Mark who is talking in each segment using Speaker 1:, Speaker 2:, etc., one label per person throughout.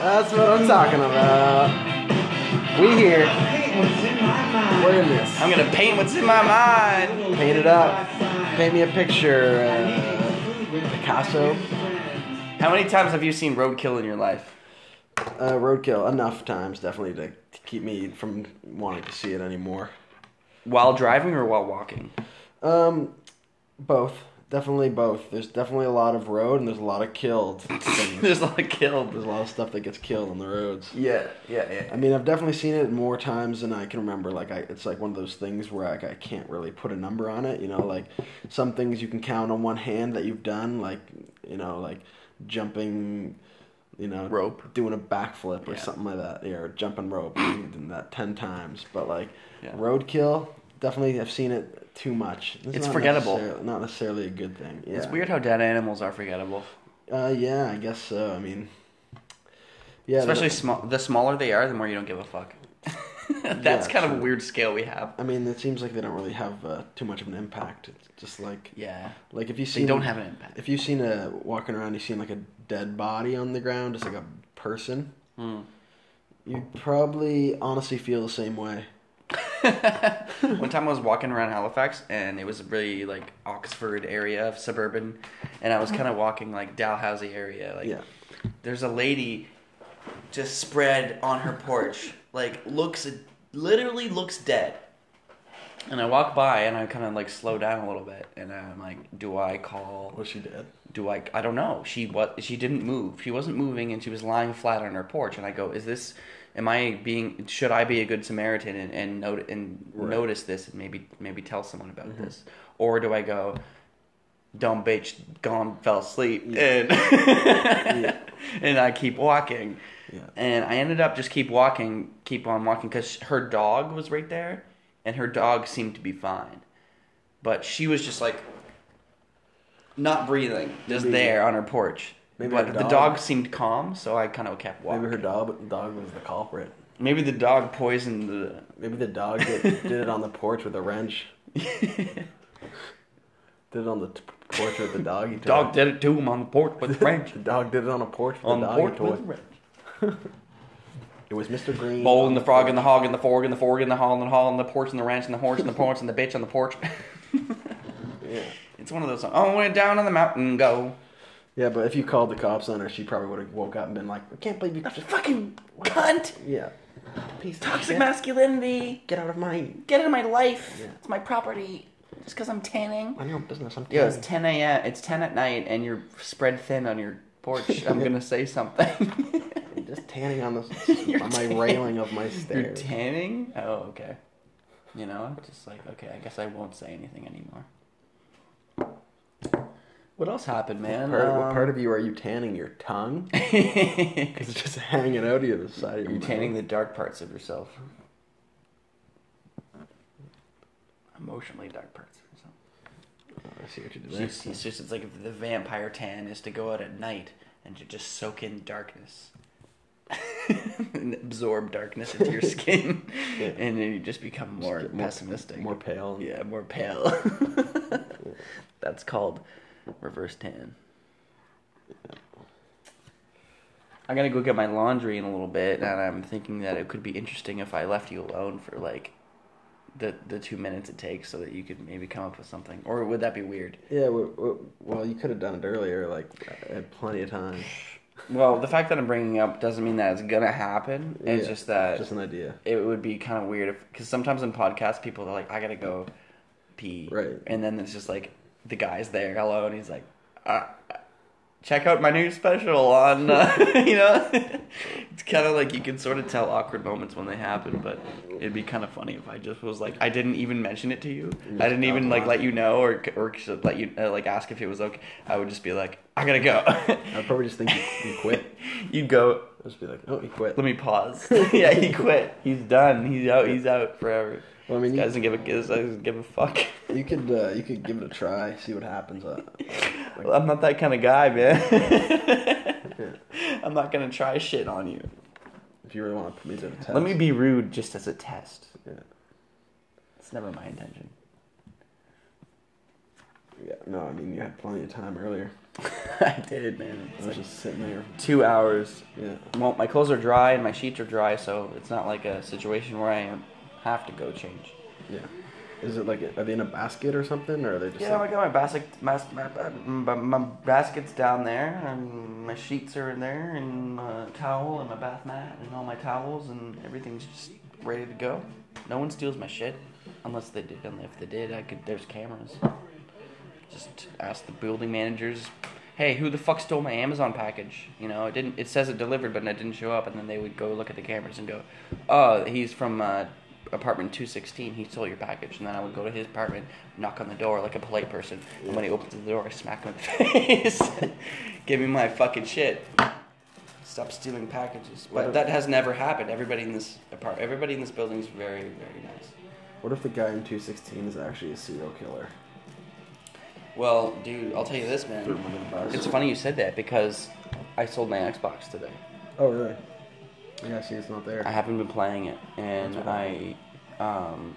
Speaker 1: you talking about? We here. What is this?
Speaker 2: I'm gonna paint what's in my mind.
Speaker 1: Paint it up. Paint me a picture. Uh, Picasso.
Speaker 2: How many times have you seen roadkill in your life?
Speaker 1: Uh, roadkill. Enough times, definitely, to to keep me from wanting to see it anymore.
Speaker 2: While driving or while walking?
Speaker 1: Um, both. Definitely both. There's definitely a lot of road and there's a lot of killed things.
Speaker 2: There's a lot of
Speaker 1: There's
Speaker 2: killed.
Speaker 1: a lot of stuff that gets killed on the roads.
Speaker 2: Yeah, yeah, yeah.
Speaker 1: I mean, I've definitely seen it more times than I can remember. Like, I, it's like one of those things where like, I can't really put a number on it. You know, like some things you can count on one hand that you've done, like you know, like jumping, you know,
Speaker 2: Rope.
Speaker 1: doing a backflip or
Speaker 2: Yeah.
Speaker 1: something like that, yeah, or jumping rope. I've done that ten times, but like
Speaker 2: Yeah.
Speaker 1: roadkill, definitely I've seen it too much.
Speaker 2: It's forgettable.
Speaker 1: necessarily- not necessarily a good thing. Yeah.
Speaker 2: It's weird how dead animals are forgettable.
Speaker 1: Uh, yeah, I guess so. I mean, yeah, they're-
Speaker 2: Especially small. The smaller they are, the more you don't give a fuck. That's
Speaker 1: Yeah,
Speaker 2: kind of a
Speaker 1: true.
Speaker 2: weird scale we have.
Speaker 1: I mean, it seems like they don't really have uh, too much of an impact. It's just like
Speaker 2: Yeah.
Speaker 1: like if you see
Speaker 2: They don't have an impact.
Speaker 1: if you've seen a walking around, you seen like a dead body on the ground, just like a person.
Speaker 2: Hmm.
Speaker 1: You probably honestly feel the same way.
Speaker 2: One time I was walking around Halifax and it was a really like Oxford area of suburban and I was kind of walking like Dalhousie area like
Speaker 1: Yeah.
Speaker 2: there's a lady just spread on her porch like looks literally looks dead and I walk by and I kind of like slow down a little bit and I'm like do I call
Speaker 1: Was she dead?
Speaker 2: do I I don't know she what she didn't move she wasn't moving and she was lying flat on her porch and I go is this am I being should I be a good Samaritan and and, note, and
Speaker 1: Right. Mm-hmm.
Speaker 2: notice this and maybe maybe tell someone about this or do I go dumb bitch gone fell asleep and and I keep walking
Speaker 1: Yeah.
Speaker 2: and I ended up just keep walking keep on walking because her dog was right there and her dog seemed to be fine but she was just like not breathing, just
Speaker 1: Maybe-
Speaker 2: there on her porch.
Speaker 1: Maybe
Speaker 2: but
Speaker 1: her
Speaker 2: the
Speaker 1: dog-
Speaker 2: dog seemed calm, so I kind of kept walking.
Speaker 1: Maybe
Speaker 2: Maybe,
Speaker 1: her dog dog was the culprit.
Speaker 2: the dog poisoned the.
Speaker 1: Maybe the dog did, did it on the porch with a wrench. Did it on the t- porch with the dog. You
Speaker 2: Dog did it to him on the porch with the wrench.
Speaker 1: The dog did it on a porch with
Speaker 2: on
Speaker 1: a
Speaker 2: the
Speaker 1: dog.
Speaker 2: porch
Speaker 1: toy.
Speaker 2: with the wrench.
Speaker 1: It was Mr. Green.
Speaker 2: Bowl and the frog and the hog and the fork and the fork and the hall and the hall and the porch and the ranch and the horse and the porch and the bitch on the porch.
Speaker 1: Yeah.
Speaker 2: it's one of those. Oh, we're down on the mountain, go.
Speaker 1: Yeah, but if you called the cops on her, she probably would have woke up and been like, "I can't believe you just
Speaker 2: Fucking cunt!
Speaker 1: yeah, Piece of
Speaker 2: Toxic
Speaker 1: shit.
Speaker 2: masculinity!
Speaker 1: Get out of my
Speaker 2: Get out of my life!
Speaker 1: Yeah.
Speaker 2: It's my property! Just because I'm tanning.
Speaker 1: on your business. I'm
Speaker 2: Yo, it's
Speaker 1: telling
Speaker 2: 10 a.m. It's 10 at night, and you're spread thin on your porch. I'm gonna say something.
Speaker 1: you. I'm just tanning on this
Speaker 2: You're
Speaker 1: on my
Speaker 2: tanning.
Speaker 1: railing of my
Speaker 2: you're
Speaker 1: stairs.
Speaker 2: tanning? Oh, okay. You know, I'm just like, okay, I guess I won't say anything anymore. What else happened, man?
Speaker 1: Part- what
Speaker 2: Um,
Speaker 1: part of you are you tanning? Your tongue? Because it's just hanging out of you the side of your
Speaker 2: you're
Speaker 1: mouth.
Speaker 2: tanning the dark parts of yourself. Emotionally dark parts of yourself.
Speaker 1: Oh, I see what you did
Speaker 2: It's
Speaker 1: there.
Speaker 2: just, it's just- it's like if the vampire tan is to go out at night and to just soak in darkness. and absorb darkness into your skin.
Speaker 1: Yeah.
Speaker 2: And then you just become
Speaker 1: Just
Speaker 2: more
Speaker 1: get
Speaker 2: pessimistic.
Speaker 1: more pale.
Speaker 2: yeah, more pale. That's called reverse tan. I gotta go get my laundry in a little bit, and I'm thinking that it could be interesting if I left you alone for like the the two minutes it takes, so that you could maybe come up with something. Or would that be weird?
Speaker 1: Yeah. We, we, well, you could have done it earlier. Like I had plenty of time.
Speaker 2: Well, the fact that I'm bringing it up doesn't mean that it's gonna happen. It's
Speaker 1: Yeah,
Speaker 2: just that
Speaker 1: Just an idea.
Speaker 2: it would be kind of weird if because sometimes in podcasts people are like, I gotta go pee,
Speaker 1: Right.
Speaker 2: And then it's just like the guy's there, hello, and he's like, uh, check out my new special on, uh, you know. it's kind of like you can sort of tell awkward moments when they happen, but it'd be kind of funny if I just was like, I didn't even mention it to you, I didn't even like let you know or or let you uh, like ask if it was okay. I would just be like, I gotta go.
Speaker 1: I'd probably just think you, you quit.
Speaker 2: You'd go,
Speaker 1: I'd just be like, oh, you quit.
Speaker 2: let me pause. yeah, he quit. He's done. He's out. He's out forever.
Speaker 1: Well, I mean,
Speaker 2: This
Speaker 1: you-
Speaker 2: guy doesn't give a this guy doesn't give a fuck.
Speaker 1: You could uh, you could give it a try, see what happens. Uh,
Speaker 2: Well, I'm not that kind of guy, man. I'm not gonna try shit on you.
Speaker 1: if you really want to put me to the test.
Speaker 2: Let me be rude just as a test.
Speaker 1: Yeah.
Speaker 2: It's never my intention.
Speaker 1: yeah. No, I mean you had plenty of time earlier.
Speaker 2: I did, man.
Speaker 1: I
Speaker 2: It's
Speaker 1: was
Speaker 2: like
Speaker 1: just sitting there.
Speaker 2: two hours.
Speaker 1: Yeah.
Speaker 2: Well, my clothes are dry and my sheets are dry, so it's not like a situation where I have to go change.
Speaker 1: Yeah. Is it like are they in a basket or something, or are they just?
Speaker 2: Yeah, I
Speaker 1: like,
Speaker 2: got my basket, mas, my, my, my baskets down there, and my sheets are in there, and my towel, and my bath mat, and all my towels, and everything's just ready to go. No one steals my shit, unless they did. And if they did, I could. There's cameras. Just ask the building managers. Hey, who the fuck stole my Amazon package? You know, it didn't. It says it delivered, but it didn't show up. And then they would go look at the cameras and go, "Oh, he's from uh, apartment 216. He stole your package." And then I would go to his apartment, knock on the door like a polite person. And when he opens the door, I smack him in the face. Give me my fucking shit. Stop stealing packages. But that has never happened. Everybody in this apart, everybody in this building is very, very nice.
Speaker 1: what if the guy in two sixteen is actually a serial killer?
Speaker 2: Well, dude, I'll tell you this,
Speaker 1: Threw
Speaker 2: man.
Speaker 1: him under the bus.
Speaker 2: It's funny you said that because I sold my Xbox today.
Speaker 1: Oh really? Yeah. See, it's not there.
Speaker 2: I haven't been playing it, and
Speaker 1: That's what
Speaker 2: I, um,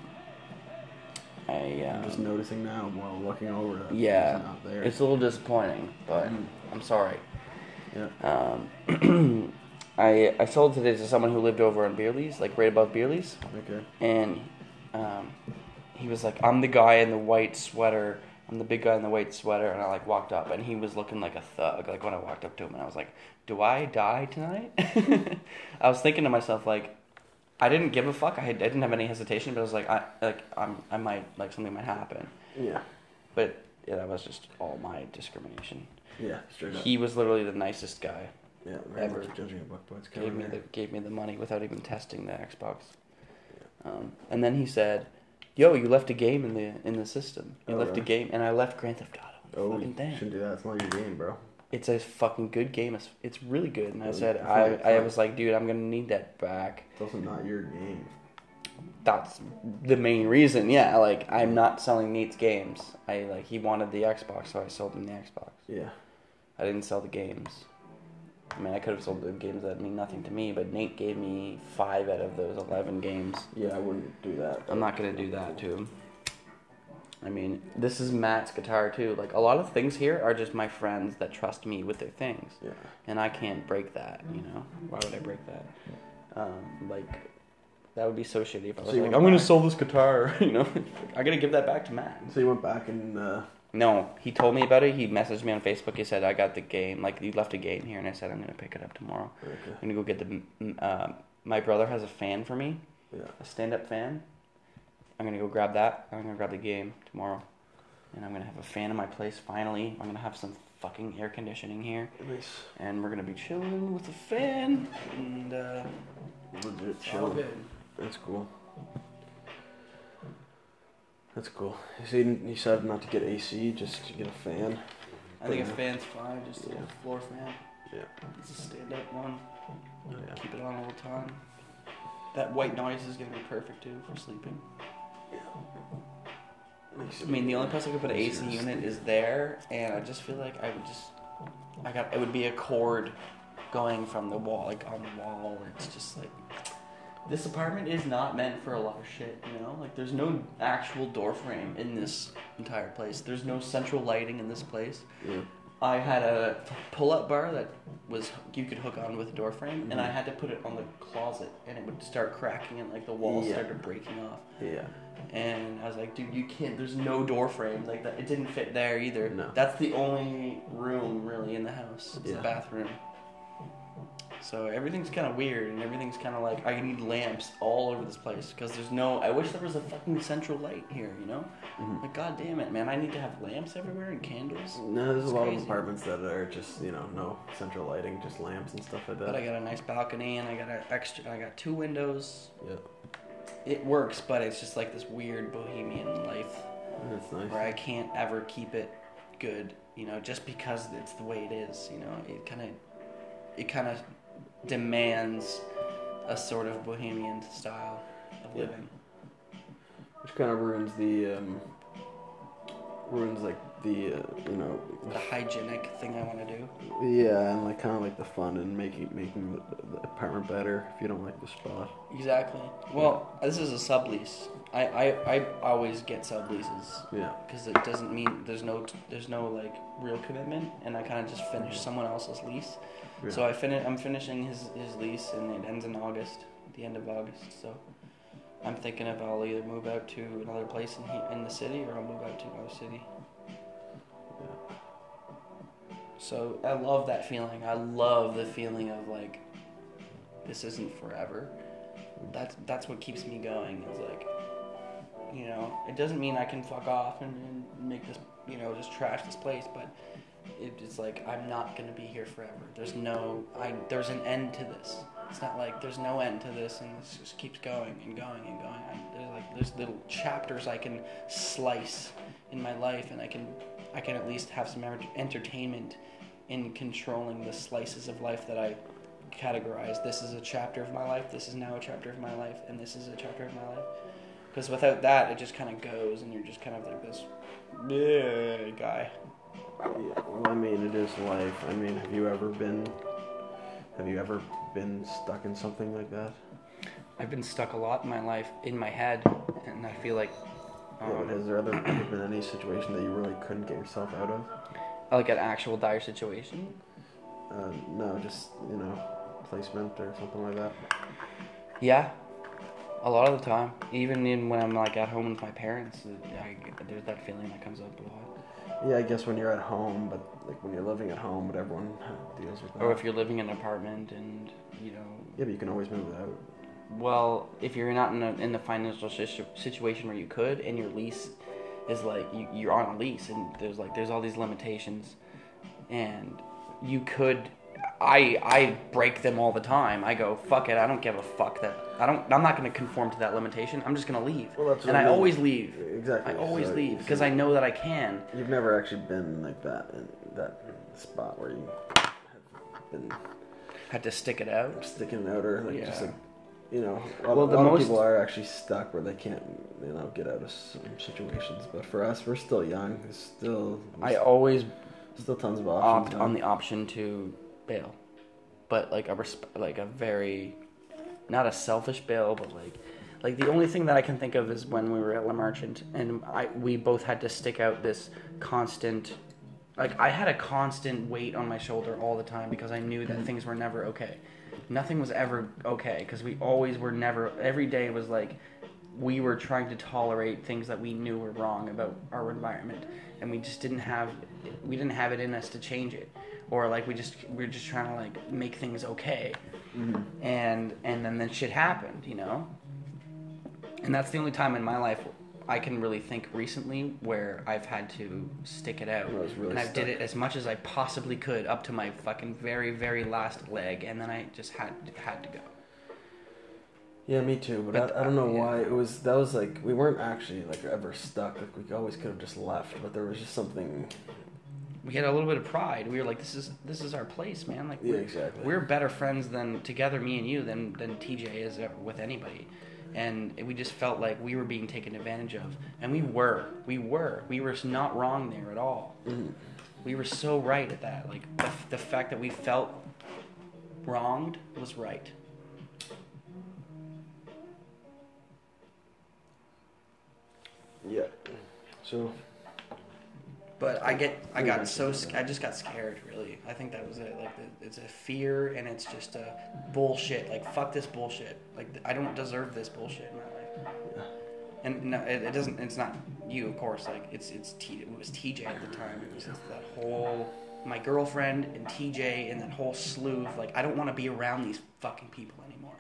Speaker 2: I
Speaker 1: I'm just
Speaker 2: um,
Speaker 1: noticing now while looking over that
Speaker 2: yeah,
Speaker 1: it's not there.
Speaker 2: it's a little disappointing, but
Speaker 1: Mm.
Speaker 2: I'm sorry.
Speaker 1: yeah.
Speaker 2: Um, I I sold today to someone who lived over on Beerley's, like right above Beerley's.
Speaker 1: Okay.
Speaker 2: and um, he was like, "I'm the guy in the white sweater. I'm the big guy in the white sweater." And I like walked up, and he was looking like a thug. Like when I walked up to him, and I was like, "Do I die tonight?" I was thinking to myself, like, I didn't give a fuck. I, had, I didn't have any hesitation, but I was like, I like I'm I might like something might happen.
Speaker 1: Yeah.
Speaker 2: But yeah, that was just all my discrimination.
Speaker 1: Yeah. Straight up.
Speaker 2: He was literally the nicest guy.
Speaker 1: yeah. Very
Speaker 2: ever
Speaker 1: much judging a book by its cover.
Speaker 2: gave me the
Speaker 1: there.
Speaker 2: gave me the money without even testing the Xbox. Um, and then he said, "Yo, you left a game in the in the system. You
Speaker 1: Oh,
Speaker 2: left
Speaker 1: really?
Speaker 2: a game, and I left Grand Theft Auto.
Speaker 1: Oh,
Speaker 2: fucking
Speaker 1: you
Speaker 2: thing.
Speaker 1: shouldn't do that. It's not your game, bro.
Speaker 2: It's a fucking good game. It's it's really good." And I
Speaker 1: Really?
Speaker 2: said,
Speaker 1: It's
Speaker 2: "I
Speaker 1: not- it's
Speaker 2: I
Speaker 1: not-
Speaker 2: was like, dude, I'm gonna need that back.
Speaker 1: It's also not your game.
Speaker 2: That's the main reason. Yeah, like I'm not selling Nate's games. I like he wanted the Xbox, so I sold him the Xbox.
Speaker 1: Yeah.
Speaker 2: I didn't sell the games." I mean, I could have sold the games that mean nothing to me, but Nate gave me five out of those 11 games.
Speaker 1: Yeah, I wouldn't do that.
Speaker 2: I'm not gonna do that to him. I mean, this is Matt's guitar too. Like a lot of things here are just my friends that trust me with their things,
Speaker 1: Yeah.
Speaker 2: and I can't break that. You know, why would I break that? Um, like that would be so shitty if I was
Speaker 1: So you
Speaker 2: like,
Speaker 1: went
Speaker 2: I'm gonna
Speaker 1: back.
Speaker 2: sell this guitar. You know, I gotta give that back to Matt.
Speaker 1: So you went back and uh,
Speaker 2: No, he told me about it. He messaged me on Facebook. He said I got the game. Like you left a game here, and I said I'm gonna pick it up tomorrow.
Speaker 1: okay.
Speaker 2: I'm gonna go get the. mm, Uh, my brother has a fan for me
Speaker 1: yeah.
Speaker 2: a stand-up fan. I'm gonna go grab that. I'm gonna grab the game tomorrow, and I'm gonna have a fan in my place. Finally, I'm gonna have some fucking air conditioning here,
Speaker 1: Nice.
Speaker 2: and we're gonna be chilling with a fan. And uh,
Speaker 1: Legit
Speaker 2: it's all
Speaker 1: chill.
Speaker 2: good.
Speaker 1: That's cool. That's cool. So you didn't- you decided not to get AC, just to get a fan.
Speaker 2: I think a fan's fine, just a little
Speaker 1: Yeah.
Speaker 2: floor fan.
Speaker 1: Yeah.
Speaker 2: It's a stand-up one.
Speaker 1: Oh, Yeah.
Speaker 2: Keep it on all the time. That white noise is gonna be perfect too for sleeping.
Speaker 1: Makes
Speaker 2: I
Speaker 1: it-
Speaker 2: mean, the only place I could put an AC
Speaker 1: Easier to
Speaker 2: unit
Speaker 1: sleep.
Speaker 2: is there, and I just feel like I would just, I got it would be a cord going from the wall, like on the wall, where it's just like, this apartment is not meant for a lot of shit, you know. Like, there's no actual door frame in this entire place. There's no central lighting in this place.
Speaker 1: Yeah.
Speaker 2: I had a pull-up bar that was you could hook on with a door frame, and I had to put it on the closet, and it would start cracking, and like the walls
Speaker 1: Yeah.
Speaker 2: started breaking off
Speaker 1: Yeah.
Speaker 2: and I was like, dude, you can't. There's no door frame like that. It didn't fit there either.
Speaker 1: No.
Speaker 2: That's the only room really in the house. It's
Speaker 1: Yeah.
Speaker 2: the bathroom. So everything's kind of weird, and everything's kind of like I need lamps all over this place because there's no. I wish there was a fucking central light here, you know?
Speaker 1: Mhm.
Speaker 2: Like, god damn it, man! I need to have lamps everywhere and candles.
Speaker 1: No, there's
Speaker 2: It's
Speaker 1: a lot
Speaker 2: crazy.
Speaker 1: of apartments that are just you know no central lighting, just lamps and stuff like that.
Speaker 2: But I got a nice balcony, and I got an extra. I got two windows.
Speaker 1: yeah.
Speaker 2: It works, but it's just like this weird bohemian life.
Speaker 1: That's nice.
Speaker 2: where I can't ever keep it good, you know, just because it's the way it is, you know. It kind of it kind of demands a sort of bohemian style of
Speaker 1: Yeah.
Speaker 2: living.
Speaker 1: Which kind of ruins the um, ruins like the uh, you know
Speaker 2: The hygienic thing I want to do.
Speaker 1: yeah and like kind of like the fun and making making the, the apartment better if you don't like the spot.
Speaker 2: Exactly. Well, this is a sublease. I, I, I always get subleases
Speaker 1: Yeah.
Speaker 2: because it doesn't mean there's no there's no like real commitment, and I kind of just finish someone else's lease.
Speaker 1: yeah.
Speaker 2: So I finish I'm finishing his his lease, and it ends in August, the end of August. So I'm thinking if I'll either move out to another place in he, in the city, or I'll move out to another city. So I love that feeling. I love the feeling of like this isn't forever. That's that's what keeps me going. Is like you know, it doesn't mean I can fuck off and, and make this you know just trash this place, but it, it's like I'm not gonna be here forever. There's no I there's an end to this. It's not like there's no end to this and this just keeps going and going and going. I, there's like there's little chapters I can slice in my life and I can I can at least have some enter- entertainment in controlling the slices of life that I categorize. This is a chapter of my life. This is now a chapter of my life, and this is a chapter of my life. Because without that, it just kind of goes, and you're just kind of like this yeah, guy.
Speaker 1: Yeah, well, I mean, it is life. I mean, have you ever been? Have you ever been stuck in something like that?
Speaker 2: I've been stuck a lot in my life, in my head, and I feel like,
Speaker 1: Or
Speaker 2: um,
Speaker 1: has there ever been any situation that you really couldn't get yourself out of?
Speaker 2: like an actual dire situation.
Speaker 1: Uh, no, just you know, placement or something like that.
Speaker 2: Yeah, a lot of the time. Even in when I'm like at home with my parents, I, there's that feeling that comes up a lot.
Speaker 1: Yeah, I guess when you're at home, but like when you're living at home, but everyone deals with that.
Speaker 2: Or Oh, if you're living in an apartment and, you know,
Speaker 1: yeah, but you can always move out.
Speaker 2: well, if you're not in, a, in the financial situ- situation where you could and your lease is like, you, you're on a lease and there's like, there's all these limitations and you could, I, I break them all the time. I go, fuck it, I don't give a fuck that, I don't, I'm not going to conform to that limitation. I'm just going to leave.
Speaker 1: Well, that's what
Speaker 2: and
Speaker 1: I
Speaker 2: I,
Speaker 1: mean.
Speaker 2: always leave.
Speaker 1: Exactly.
Speaker 2: I always
Speaker 1: so-
Speaker 2: leave
Speaker 1: so
Speaker 2: because I know that I can.
Speaker 1: You've never actually been like that in that spot where you have been
Speaker 2: Had to stick it out.
Speaker 1: sticking out or like just
Speaker 2: Yeah.
Speaker 1: like you know a lot,
Speaker 2: Well,
Speaker 1: a
Speaker 2: the
Speaker 1: lot
Speaker 2: most-
Speaker 1: of people are actually stuck where they can't you know get out of some situations but for us we're still young there's still
Speaker 2: I always
Speaker 1: still tons of
Speaker 2: opt
Speaker 1: options
Speaker 2: on the option to bail, but like a resp- like a very, not a selfish bail, but like, like the only thing that I can think of is when we were at La Merchant and I we both had to stick out this constant, like I had a constant weight on my shoulder all the time because I knew that things were never okay, nothing was ever okay because we always were never every day was like. We were trying to tolerate things that we knew were wrong about our environment, and we just didn't have we didn't have it in us to change it, or like we just we were just trying to like make things okay,
Speaker 1: Mm-hmm.
Speaker 2: and and then then shit happened, you know. And that's the only time in my life I can really think recently where I've had to stick it out,
Speaker 1: Where I was really
Speaker 2: and I
Speaker 1: stuck.
Speaker 2: did it as much as I possibly could up to my fucking very very last leg, and then I just had had to go.
Speaker 1: yeah me too but,
Speaker 2: But,
Speaker 1: I, I don't know
Speaker 2: uh, yeah.
Speaker 1: why it was that was like we weren't actually like ever stuck like we always could have just left but there was just something
Speaker 2: we had a little bit of pride. We were like, this is this is our place, man. Like,
Speaker 1: Yeah,
Speaker 2: we're,
Speaker 1: exactly.
Speaker 2: We're better friends than together, me and you, than than TJ is with anybody. And we just felt like we were being taken advantage of, and we were, we were, we were not wrong there at all. We were so right at that. Like the, f- the fact that we felt wronged was right.
Speaker 1: yeah so
Speaker 2: But I get, I got
Speaker 1: Pretty
Speaker 2: so,
Speaker 1: much
Speaker 2: sc- I just got scared. Really, I think that was it. Like, the, it's a fear, and it's just a bullshit. Like, fuck this bullshit. Like, th- I don't deserve this bullshit in my life.
Speaker 1: yeah.
Speaker 2: And no, it, it doesn't. It's not you, of course. Like, it's it's T. It was TJ at the time. It was just that whole my girlfriend and TJ and that whole slew of like, I don't want to be around these fucking people anymore.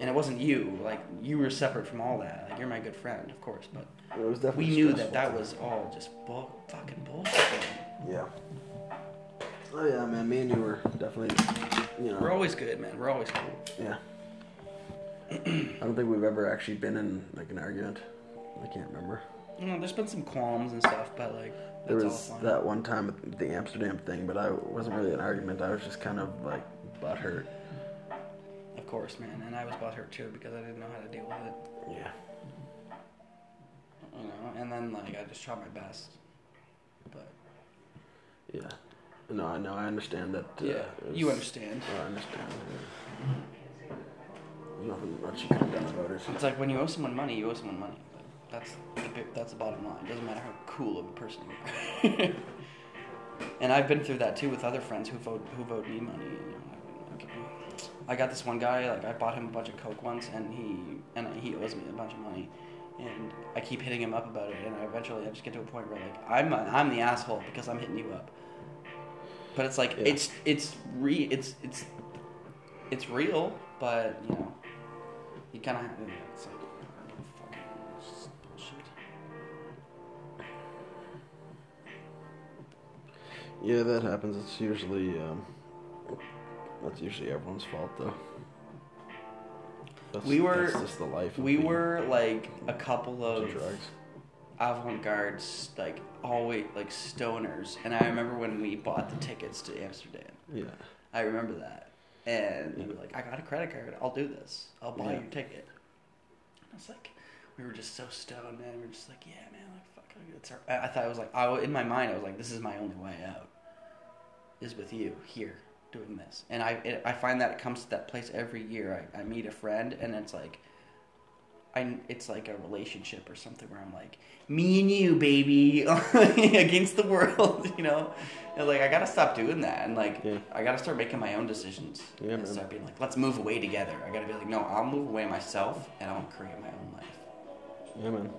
Speaker 2: And it wasn't you. Like, you were separate from all that. Like, you're my good friend, of course, but
Speaker 1: it was definitely
Speaker 2: we knew that
Speaker 1: stressful.
Speaker 2: that was all just bull, fucking bullshit. man.
Speaker 1: yeah oh yeah man me and you were definitely you know
Speaker 2: We're always good, man. We're always cool.
Speaker 1: Yeah. I don't think we've ever actually been in like an argument. I can't remember.
Speaker 2: You know, there's been some qualms and stuff, but like
Speaker 1: There
Speaker 2: that's all
Speaker 1: was
Speaker 2: fun.
Speaker 1: that one time with the Amsterdam thing, but I wasn't really an argument. I was just kind of like butthurt.
Speaker 2: Of course, man. And I was butthurt too because I didn't know how to deal with it.
Speaker 1: Yeah.
Speaker 2: You know, and then like I
Speaker 3: I just try my best. But
Speaker 1: Yeah. No, I know. I understand that. uh,
Speaker 3: yeah,
Speaker 1: it
Speaker 3: you
Speaker 1: was-
Speaker 3: understand.
Speaker 1: I understand. yeah. Nothing much you could have done about it.
Speaker 2: It's like when you owe someone money, you owe someone money. That's the big, that's the bottom line. doesn't matter how cool of a person you are. and I've been through that too with other friends who vote who vote me money. And, you know, like, okay. I got this one guy. Like I bought him a bunch of coke once, and he and he owes me a bunch of money. And I keep hitting him up about it, and I eventually I just get to a point where like I'm a, I'm the asshole because I'm hitting you up. But it's like
Speaker 1: Yeah.
Speaker 2: it's it's re it's it's it's real, but you know you kind of have to. It's like fucking it's bullshit.
Speaker 1: Yeah, that happens. It's usually um, that's usually everyone's fault though. That's,
Speaker 2: We were-
Speaker 1: that's just the life. Of
Speaker 2: We
Speaker 1: being
Speaker 2: were like a couple
Speaker 1: into
Speaker 2: of
Speaker 1: drugs.
Speaker 2: avant-garde, like always like stoners, and I remember when we bought the tickets to Amsterdam.
Speaker 1: Yeah,
Speaker 2: I remember that, and we
Speaker 1: Yeah.
Speaker 2: were like, "I got a credit card. I'll do this. I'll buy
Speaker 1: Yeah.
Speaker 2: your ticket." And I was like, we were just so stoned, man. We were just like, "Yeah, man, like fuck." like, It's our, I I thought I was like, I w- in my mind, I was like, "This is my only way out." Is with you here doing this, and I it, I find that it comes to that place every year. I, I meet a friend, and it's like. I, it's like a relationship or something where I'm like, me and you, baby, against the world, you know? And like, I gotta stop doing that. And like,
Speaker 1: Yeah.
Speaker 2: I gotta start making my own decisions.
Speaker 1: Yeah,
Speaker 2: and
Speaker 1: man.
Speaker 2: start being like, let's move away together. I gotta be like, no, I'll move away myself and I'll create my own life.
Speaker 1: yeah, man.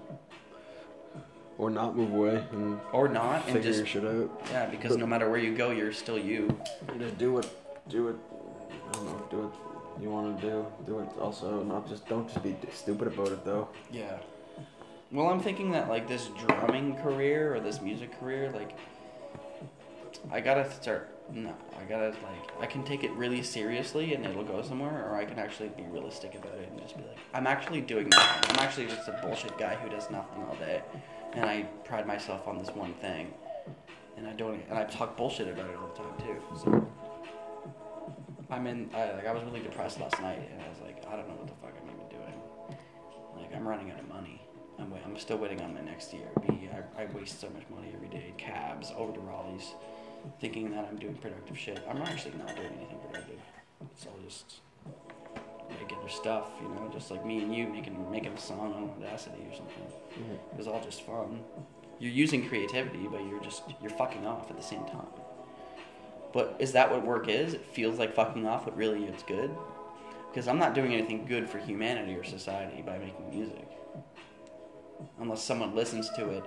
Speaker 1: Or not move away and
Speaker 2: Or not, and
Speaker 1: figure
Speaker 2: just,
Speaker 1: your shit out.
Speaker 2: yeah, because no matter where you go, you're still you.
Speaker 1: You just do what, do what, I don't know, do what you want to do. Do it also. Not just don't just be stupid about it though.
Speaker 2: Yeah. Well, I'm thinking that like this drumming career or this music career, like I gotta start. No, I gotta like I can take it really seriously and it'll go somewhere, or I can actually be realistic about it and just be like, I'm actually doing nothing. I'm actually just a bullshit guy who does nothing all day, and I pride myself on this one thing, and I don't e, and I talk bullshit about it all the time too. So I'm in. I, like I was really depressed last night, and I was like, I don't know what the fuck I'm even doing. Like I'm running out of money. I'm, wait, I'm still waiting on my next year. Be I, I waste so much money every day, cabs over to Raleigh's, thinking that I'm doing productive shit. I'm actually not doing anything productive. It's all just regular stuff, you know, just like me and you making making a song on Audacity or something.
Speaker 1: Mm-hmm.
Speaker 2: It was all just fun. You're using creativity, but you're just you're fucking off at the same time. But is that what work is? It feels like fucking off, but really it's good. Because I'm not doing anything good for humanity or society by making music. Unless someone listens to it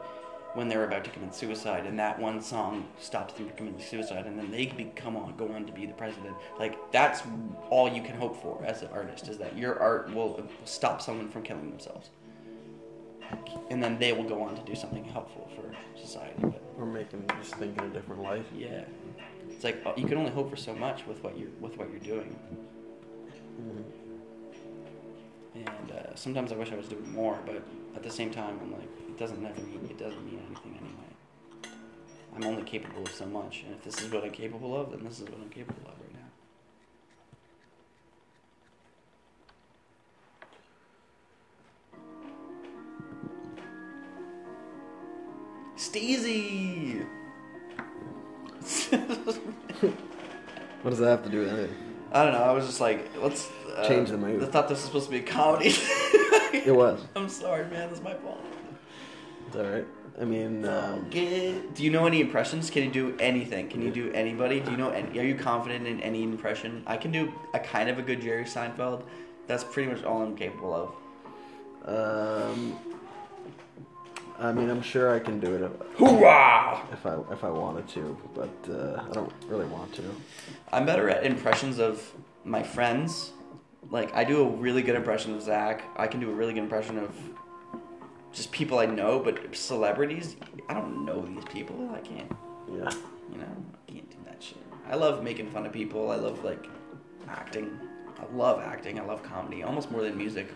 Speaker 2: when they're about to commit suicide, and that one song stops them from committing suicide, and then they become on, go on to be the president. Like that's all you can hope for as an artist is that your art will stop someone from killing themselves, and then they will go on to do something helpful for society. But
Speaker 1: We're making just thinking a different life.
Speaker 2: yeah, it's like uh, you can only hope for so much with what you're with what you're doing.
Speaker 1: Mm-hmm.
Speaker 2: and uh, sometimes I wish I was doing more, but at the same time, I'm like, it doesn't never mean it doesn't mean anything anyway. I'm only capable of so much, and if this is what I'm capable of, then this is what I'm capable of right now. Steezy.
Speaker 1: What does that have to do with anything?
Speaker 2: I don't know. I was just like, let's uh,
Speaker 1: Change the mood.
Speaker 2: I thought this was supposed to be a comedy.
Speaker 1: It was.
Speaker 2: I'm sorry, man. That's my fault.
Speaker 1: It's all right. I mean, um,
Speaker 2: Get- do you know any impressions? Can you do anything? Can you do anybody? Do you know? Any, are you confident in any impression? I can do a kind of a good Jerry Seinfeld. That's pretty much all I'm capable of.
Speaker 1: um, I mean, I'm sure I can do it if-
Speaker 2: Hoorah!
Speaker 1: if I if I wanted to, but uh, I don't really want to.
Speaker 2: I'm better at impressions of my friends. Like I do a really good impression of Zach. I can do a really good impression of just people I know, but celebrities, I don't know these people. I can't,
Speaker 1: Yeah.
Speaker 2: you know, I can't do that shit. I love making fun of people. I love like acting. I love acting. I love comedy almost more than music,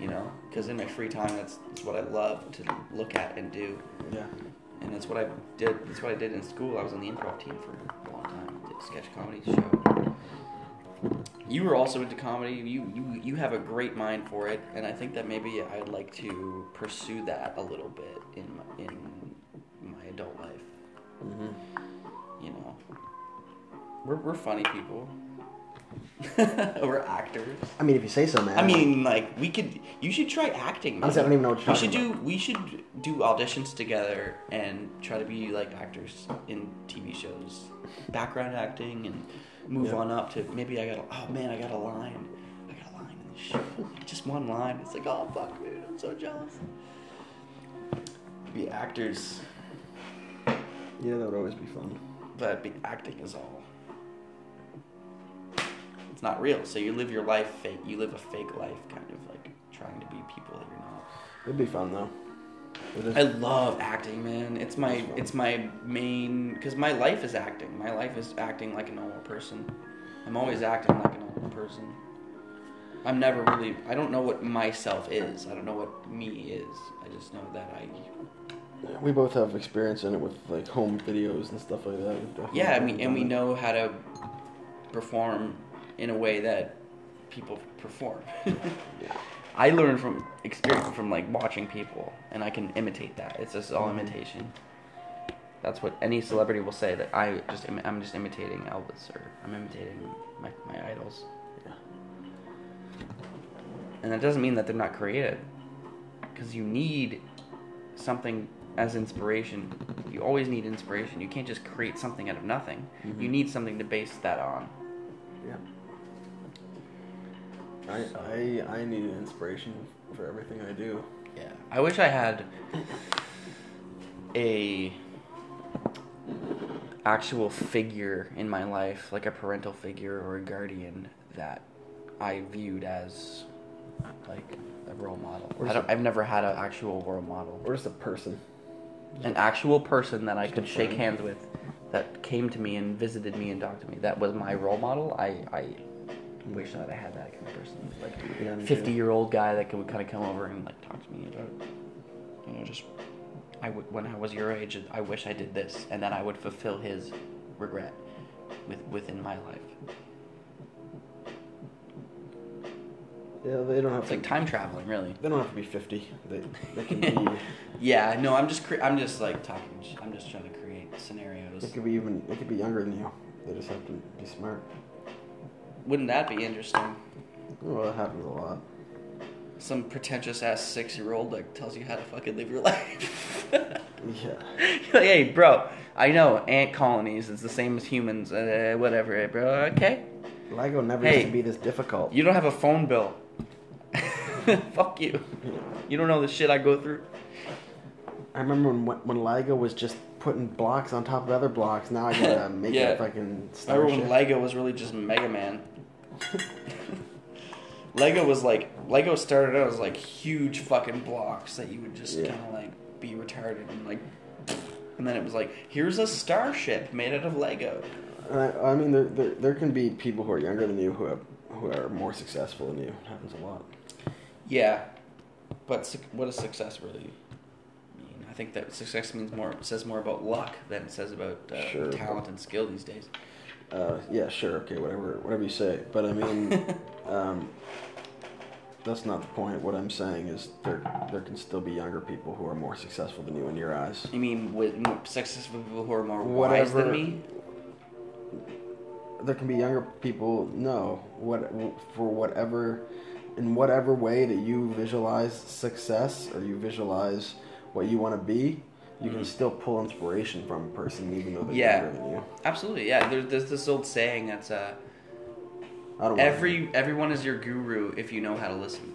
Speaker 2: you know, because in my free time, that's, that's what I love to look at and do,
Speaker 1: Yeah.
Speaker 2: and that's what I did. That's what I did in school. I was on the improv team for a long time. Did sketch comedy show. You were also into comedy. You, you you have a great mind for it, and I think that maybe I'd like to pursue that a little bit in my- in
Speaker 1: Mm-hmm.
Speaker 3: We're, we're funny people. we're actors.
Speaker 1: I mean, if you say so, man.
Speaker 2: I mean, like we could. You should try acting. man.
Speaker 1: Honestly, I don't even know what you're
Speaker 2: we should
Speaker 1: talking
Speaker 2: do. We should do auditions together and try to be like actors in TV shows, background acting, and move
Speaker 1: Yeah.
Speaker 2: on up to maybe I got. a Oh man, I got a line. I got a line in this show. Just one line. It's like, oh fuck, dude, I'm so jealous. Be actors,
Speaker 1: yeah, that would always be fun.
Speaker 2: but be acting is all. It's not real. So you live your life fake. You live a fake life, kind of like trying to be people that you're not.
Speaker 1: It'd be fun though. It is-
Speaker 2: I love acting, man. It's my it's my main because my life is acting. My life is acting like a normal person. I'm always acting like a normal person. I'm never really. I don't know what myself is. I don't know what me is. I just know that I.
Speaker 1: we both have experience in it with like home videos and stuff like that. We've definitely
Speaker 2: Yeah, I mean, and we
Speaker 1: done it.
Speaker 2: know how to perform in a way that people perform. I learn from experience from like watching people, and I can imitate that. It's just all imitation. That's what any celebrity will say. That I just im- I'm just imitating Elvis or I'm imitating my, my idols,
Speaker 1: Yeah.
Speaker 2: and that doesn't mean that they're not creative, because you need something as inspiration. You always need inspiration. You can't just create something out of nothing. You need something to base that on.
Speaker 1: Yeah. I, I I need an inspiration for everything I do.
Speaker 2: Yeah. I wish I had a actual figure in my life, like a parental figure or a guardian that I viewed as like a role model.
Speaker 1: Or
Speaker 2: I don't, I've never had an actual role model.
Speaker 1: Or just a person.
Speaker 2: An actual person that I could shake
Speaker 1: friend.
Speaker 2: hands with that came to me and visited me and talked to me. That was my role model. I, I wish that I had that kind of person. Like
Speaker 1: Yeah, me too.
Speaker 2: 50 year old guy that could kind of come over and like talk to me about you know just I w- when I was your age I wish I did this and then I would fulfill his regret with within my life
Speaker 1: Yeah, they don't have
Speaker 2: it's
Speaker 1: to.
Speaker 2: like time traveling really
Speaker 1: they don't have to be fifty. They they can be.
Speaker 2: yeah no I'm just cre- I'm just like talking sh- I'm just trying to create scenarios
Speaker 1: It could be even. It could be younger than you. They just have to be smart.
Speaker 2: wouldn't that be interesting
Speaker 1: Well, that happens a lot.
Speaker 2: some pretentious ass six year old like tells you how to fucking live your life
Speaker 1: Yeah.
Speaker 2: You're like, hey, bro, I know ant colonies is the same as humans, uh, whatever, bro. Okay,
Speaker 1: Lego never
Speaker 2: Hey.
Speaker 1: used to be this difficult.
Speaker 2: you don't have a phone bill. Fuck you. You don't know the shit I go through.
Speaker 1: I remember when when Lego was just putting blocks on top of other blocks. Now I gotta make
Speaker 2: Yeah.
Speaker 1: it fucking.
Speaker 2: I remember when
Speaker 1: starship.
Speaker 2: Lego was really just Mega Man. Lego was like Lego started out as like huge fucking blocks that you would just
Speaker 1: Yeah.
Speaker 2: kind of like be retarded and like, and then it was like here's a starship made out of Lego.
Speaker 1: And I, I mean, there, there there can be people who are younger than you who have who are more successful than you. It happens a lot.
Speaker 2: Yeah, but suc what does success really mean? I think that success means more says more about luck than it says about uh,
Speaker 1: Sure.
Speaker 2: talent and skill these days.
Speaker 1: Uh, yeah, sure, okay, whatever, whatever you say. But I mean, um, that's not the point. What I'm saying is there there can still be younger people who are more successful than you in your eyes.
Speaker 2: You mean with more successful people who are more wise
Speaker 1: Whatever.
Speaker 2: than me?
Speaker 1: There can be younger people. No, what for whatever, in whatever way that you visualize success or you visualize what you want to be, you can still pull inspiration from a person even though they're
Speaker 2: Mm. Yeah.
Speaker 1: younger than you.
Speaker 2: Absolutely, yeah. There, there's this old saying that's uh,
Speaker 1: I don't wanna-
Speaker 2: every everyone is your guru if you know how to listen.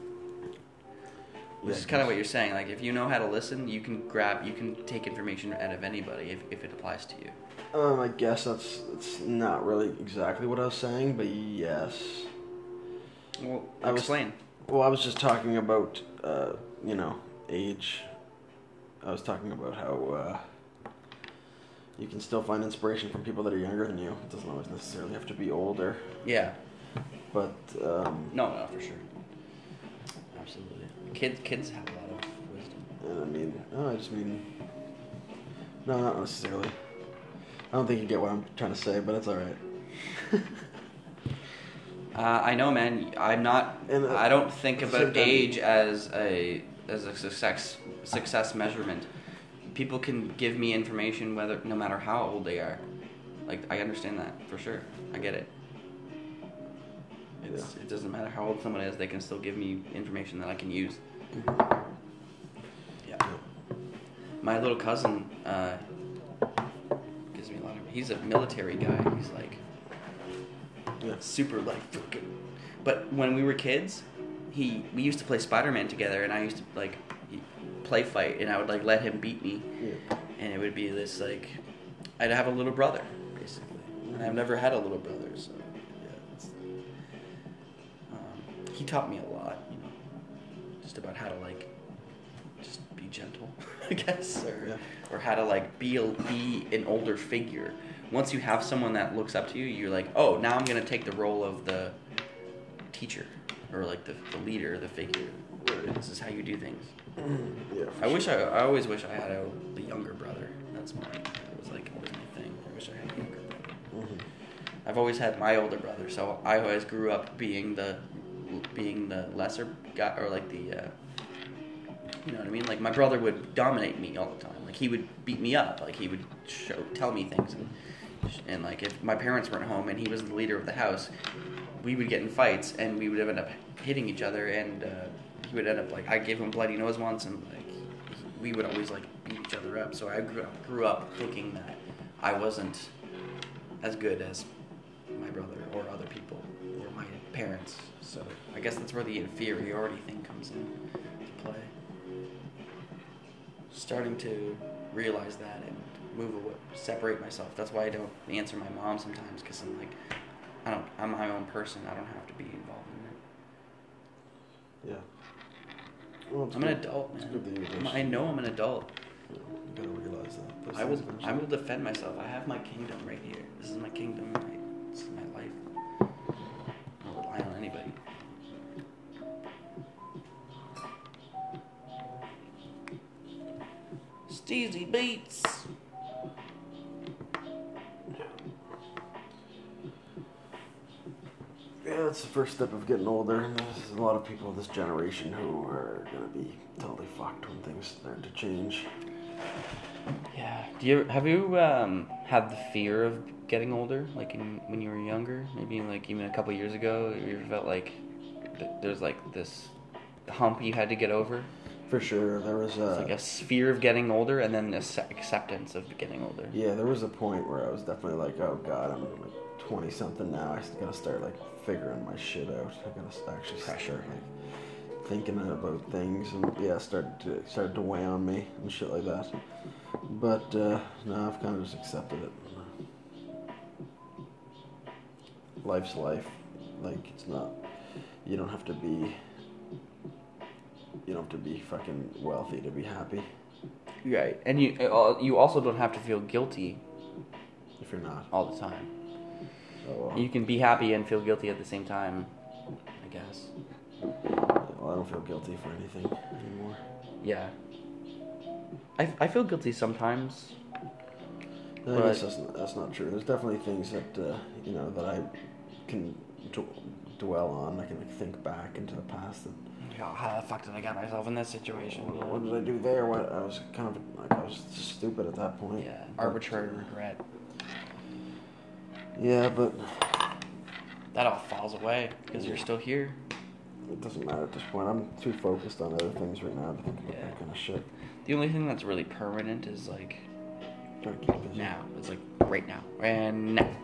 Speaker 2: Which
Speaker 1: Yeah,
Speaker 2: is kind of what you're saying. Like, if you know how to listen, you can grab, you can take information out of anybody if, if it applies to you.
Speaker 1: Um, I guess that's it's not really exactly what I was saying, but yes.
Speaker 2: Well,
Speaker 1: I was-
Speaker 2: explain.
Speaker 1: Well, I was just talking about uh, you know age. I was talking about how uh, you can still find inspiration from people that are younger than you. It doesn't always necessarily have to be older,
Speaker 2: Yeah.
Speaker 1: but um,
Speaker 2: No, no, for sure. Absolutely. Kids, kids have a lot of wisdom.
Speaker 1: and I mean, no, I just mean, no, not necessarily. I don't think you get what I'm trying to say, but it's all right.
Speaker 2: Uh, I know, man. I'm not.
Speaker 1: And, uh,
Speaker 2: I don't think
Speaker 1: at the same
Speaker 2: about
Speaker 1: time-
Speaker 2: age as a as a success success measurement. People can give me information whether no matter how old they are. Like I understand that for sure. I get it. It's, It doesn't matter how old someone is; they can still give me information that I can use. Mm-hmm. Yeah. My little cousin uh, gives me a lot of. He's a military guy. He's like
Speaker 1: Yeah.
Speaker 2: super like fucking. But when we were kids, he we used to play Spider Man together, and I used to like play fight, and I would like let him beat me,
Speaker 1: Yeah.
Speaker 2: and it would be this like I'd have a little brother basically, and I've never had a little brother, so yeah. It's, um, he taught me a lot, you know, just about how to like just be gentle, I guess, or
Speaker 1: Yeah.
Speaker 2: or how to like be a, be an older figure. Once you have someone that looks up to you, you're like, oh, now I'm gonna take the role of the teacher or like the, the leader, the figure. This is how you do things.
Speaker 1: Yeah. for
Speaker 2: I wish I, I always wish I had a, a younger brother. That's my it was like always my thing. I wish I had a younger brother.
Speaker 1: sure. Mhm.
Speaker 2: I've always had my older brother, so I always grew up being the being the lesser guy or like the uh, you know what I mean? Like my brother would dominate me all the time. Like he would beat me up. Like he would show tell me things and and like if my parents weren't home and he was the leader of the house, we would get in fights and we would end up hitting each other and uh, he would end up like I gave him a bloody nose once and like we would always like beat each other up. So I grew up, grew up thinking that I wasn't as good as my brother or other people or my parents. So I guess that's where the inferiority thing comes in to play. Starting to realize that and move away, separate myself. That's why I don't answer my mom sometimes because I'm like, I don't. I'm my own person. I don't have to be involved in it.
Speaker 1: Yeah. Well, it's
Speaker 2: I'm an
Speaker 1: good.
Speaker 2: adult,
Speaker 1: It's
Speaker 2: man.
Speaker 1: good that
Speaker 2: I'm-
Speaker 1: you
Speaker 2: I know I'm an adult.
Speaker 1: You gotta realize that. Those
Speaker 2: I will.
Speaker 1: things
Speaker 2: I
Speaker 1: eventually-
Speaker 2: will defend myself. I have my kingdom right here. This is my kingdom. Right? This is my life. I don't rely on anybody. Steezy beats.
Speaker 1: Yeah, that's the first step of getting older. and There's a lot of people of this generation who are gonna be totally fucked when things start to change.
Speaker 2: Yeah. Do you have you um had the fear of getting older? Like in, when you were younger, maybe like even a couple years ago, you felt like th- there's like this hump you had to get over.
Speaker 1: For sure, there was a
Speaker 2: It's like a sphere of getting older and then this acceptance of getting older.
Speaker 1: yeah, there was a point where I was definitely like, oh god, I'm like twenty something now. I gotta start like figuring my shit out. I gotta s- actually
Speaker 2: Pressure.
Speaker 1: start like thinking about things, and yeah, it started to started to weigh on me and shit like that. But uh, no, I've kind of just accepted it. Life's life. Like it's not. You don't have to be. You don't have to be fucking wealthy to be happy
Speaker 2: Right. And you uh, you also don't have to feel guilty
Speaker 1: if you're not.
Speaker 2: all the time.
Speaker 1: So, uh,
Speaker 2: You can be happy and feel guilty at the same time, I guess.
Speaker 1: Well, I don't feel guilty for anything anymore.
Speaker 2: Yeah. I, I feel guilty sometimes.
Speaker 1: I guess
Speaker 2: Right.
Speaker 1: that's, not- that's not true. There's definitely things that uh, you know that I can d- dwell on. I can like, think back into the past and
Speaker 2: Oh, how the fuck did I get myself in this situation?
Speaker 1: well, what did I do there? What I was kind of like I was stupid at that point.
Speaker 2: Yeah.
Speaker 1: But-
Speaker 2: Arbitrary regret.
Speaker 1: Yeah, but
Speaker 2: That all falls away because you're still here.
Speaker 1: it doesn't matter at this point. I'm too focused on other things right now to think about
Speaker 2: Yeah.
Speaker 1: that kind of shit.
Speaker 2: The only thing that's really permanent is like
Speaker 1: Gotta keep busy.
Speaker 2: now. It's like right now. And now.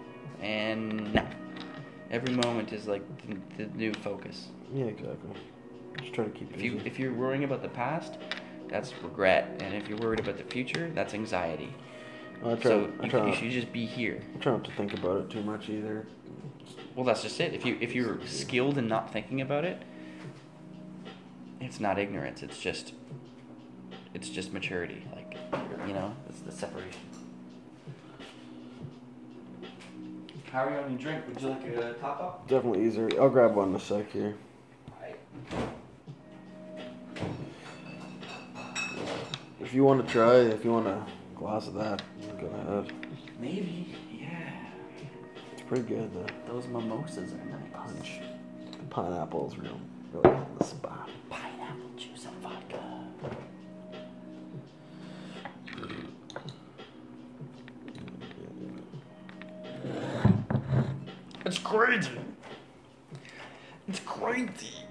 Speaker 2: And now. Every moment is like the, the new focus.
Speaker 1: Yeah, exactly. Just try to keep
Speaker 2: If
Speaker 1: busy.
Speaker 2: you if you're worrying about the past, that's regret, and if you're worried about the future, that's anxiety.
Speaker 1: I try,
Speaker 2: So
Speaker 1: I
Speaker 2: you,
Speaker 1: try,
Speaker 2: you
Speaker 1: not,
Speaker 2: should just be here.
Speaker 1: I try not to think about it too much either.
Speaker 2: Well, that's just it. If you if you're skilled in not thinking about it, it's not ignorance. It's just it's just maturity. Like you know, it's the separation. How are you on your drink? Would you like a top up?
Speaker 1: Definitely easier. I'll grab one in a sec here. If you want to try, it, if you want a glass of that, go ahead.
Speaker 2: Maybe. Yeah.
Speaker 1: It's pretty good though.
Speaker 2: Those mimosas are nice.
Speaker 1: The pineapple's real, really on the spot.
Speaker 2: Pineapple juice and vodka. It's crazy. It's crazy.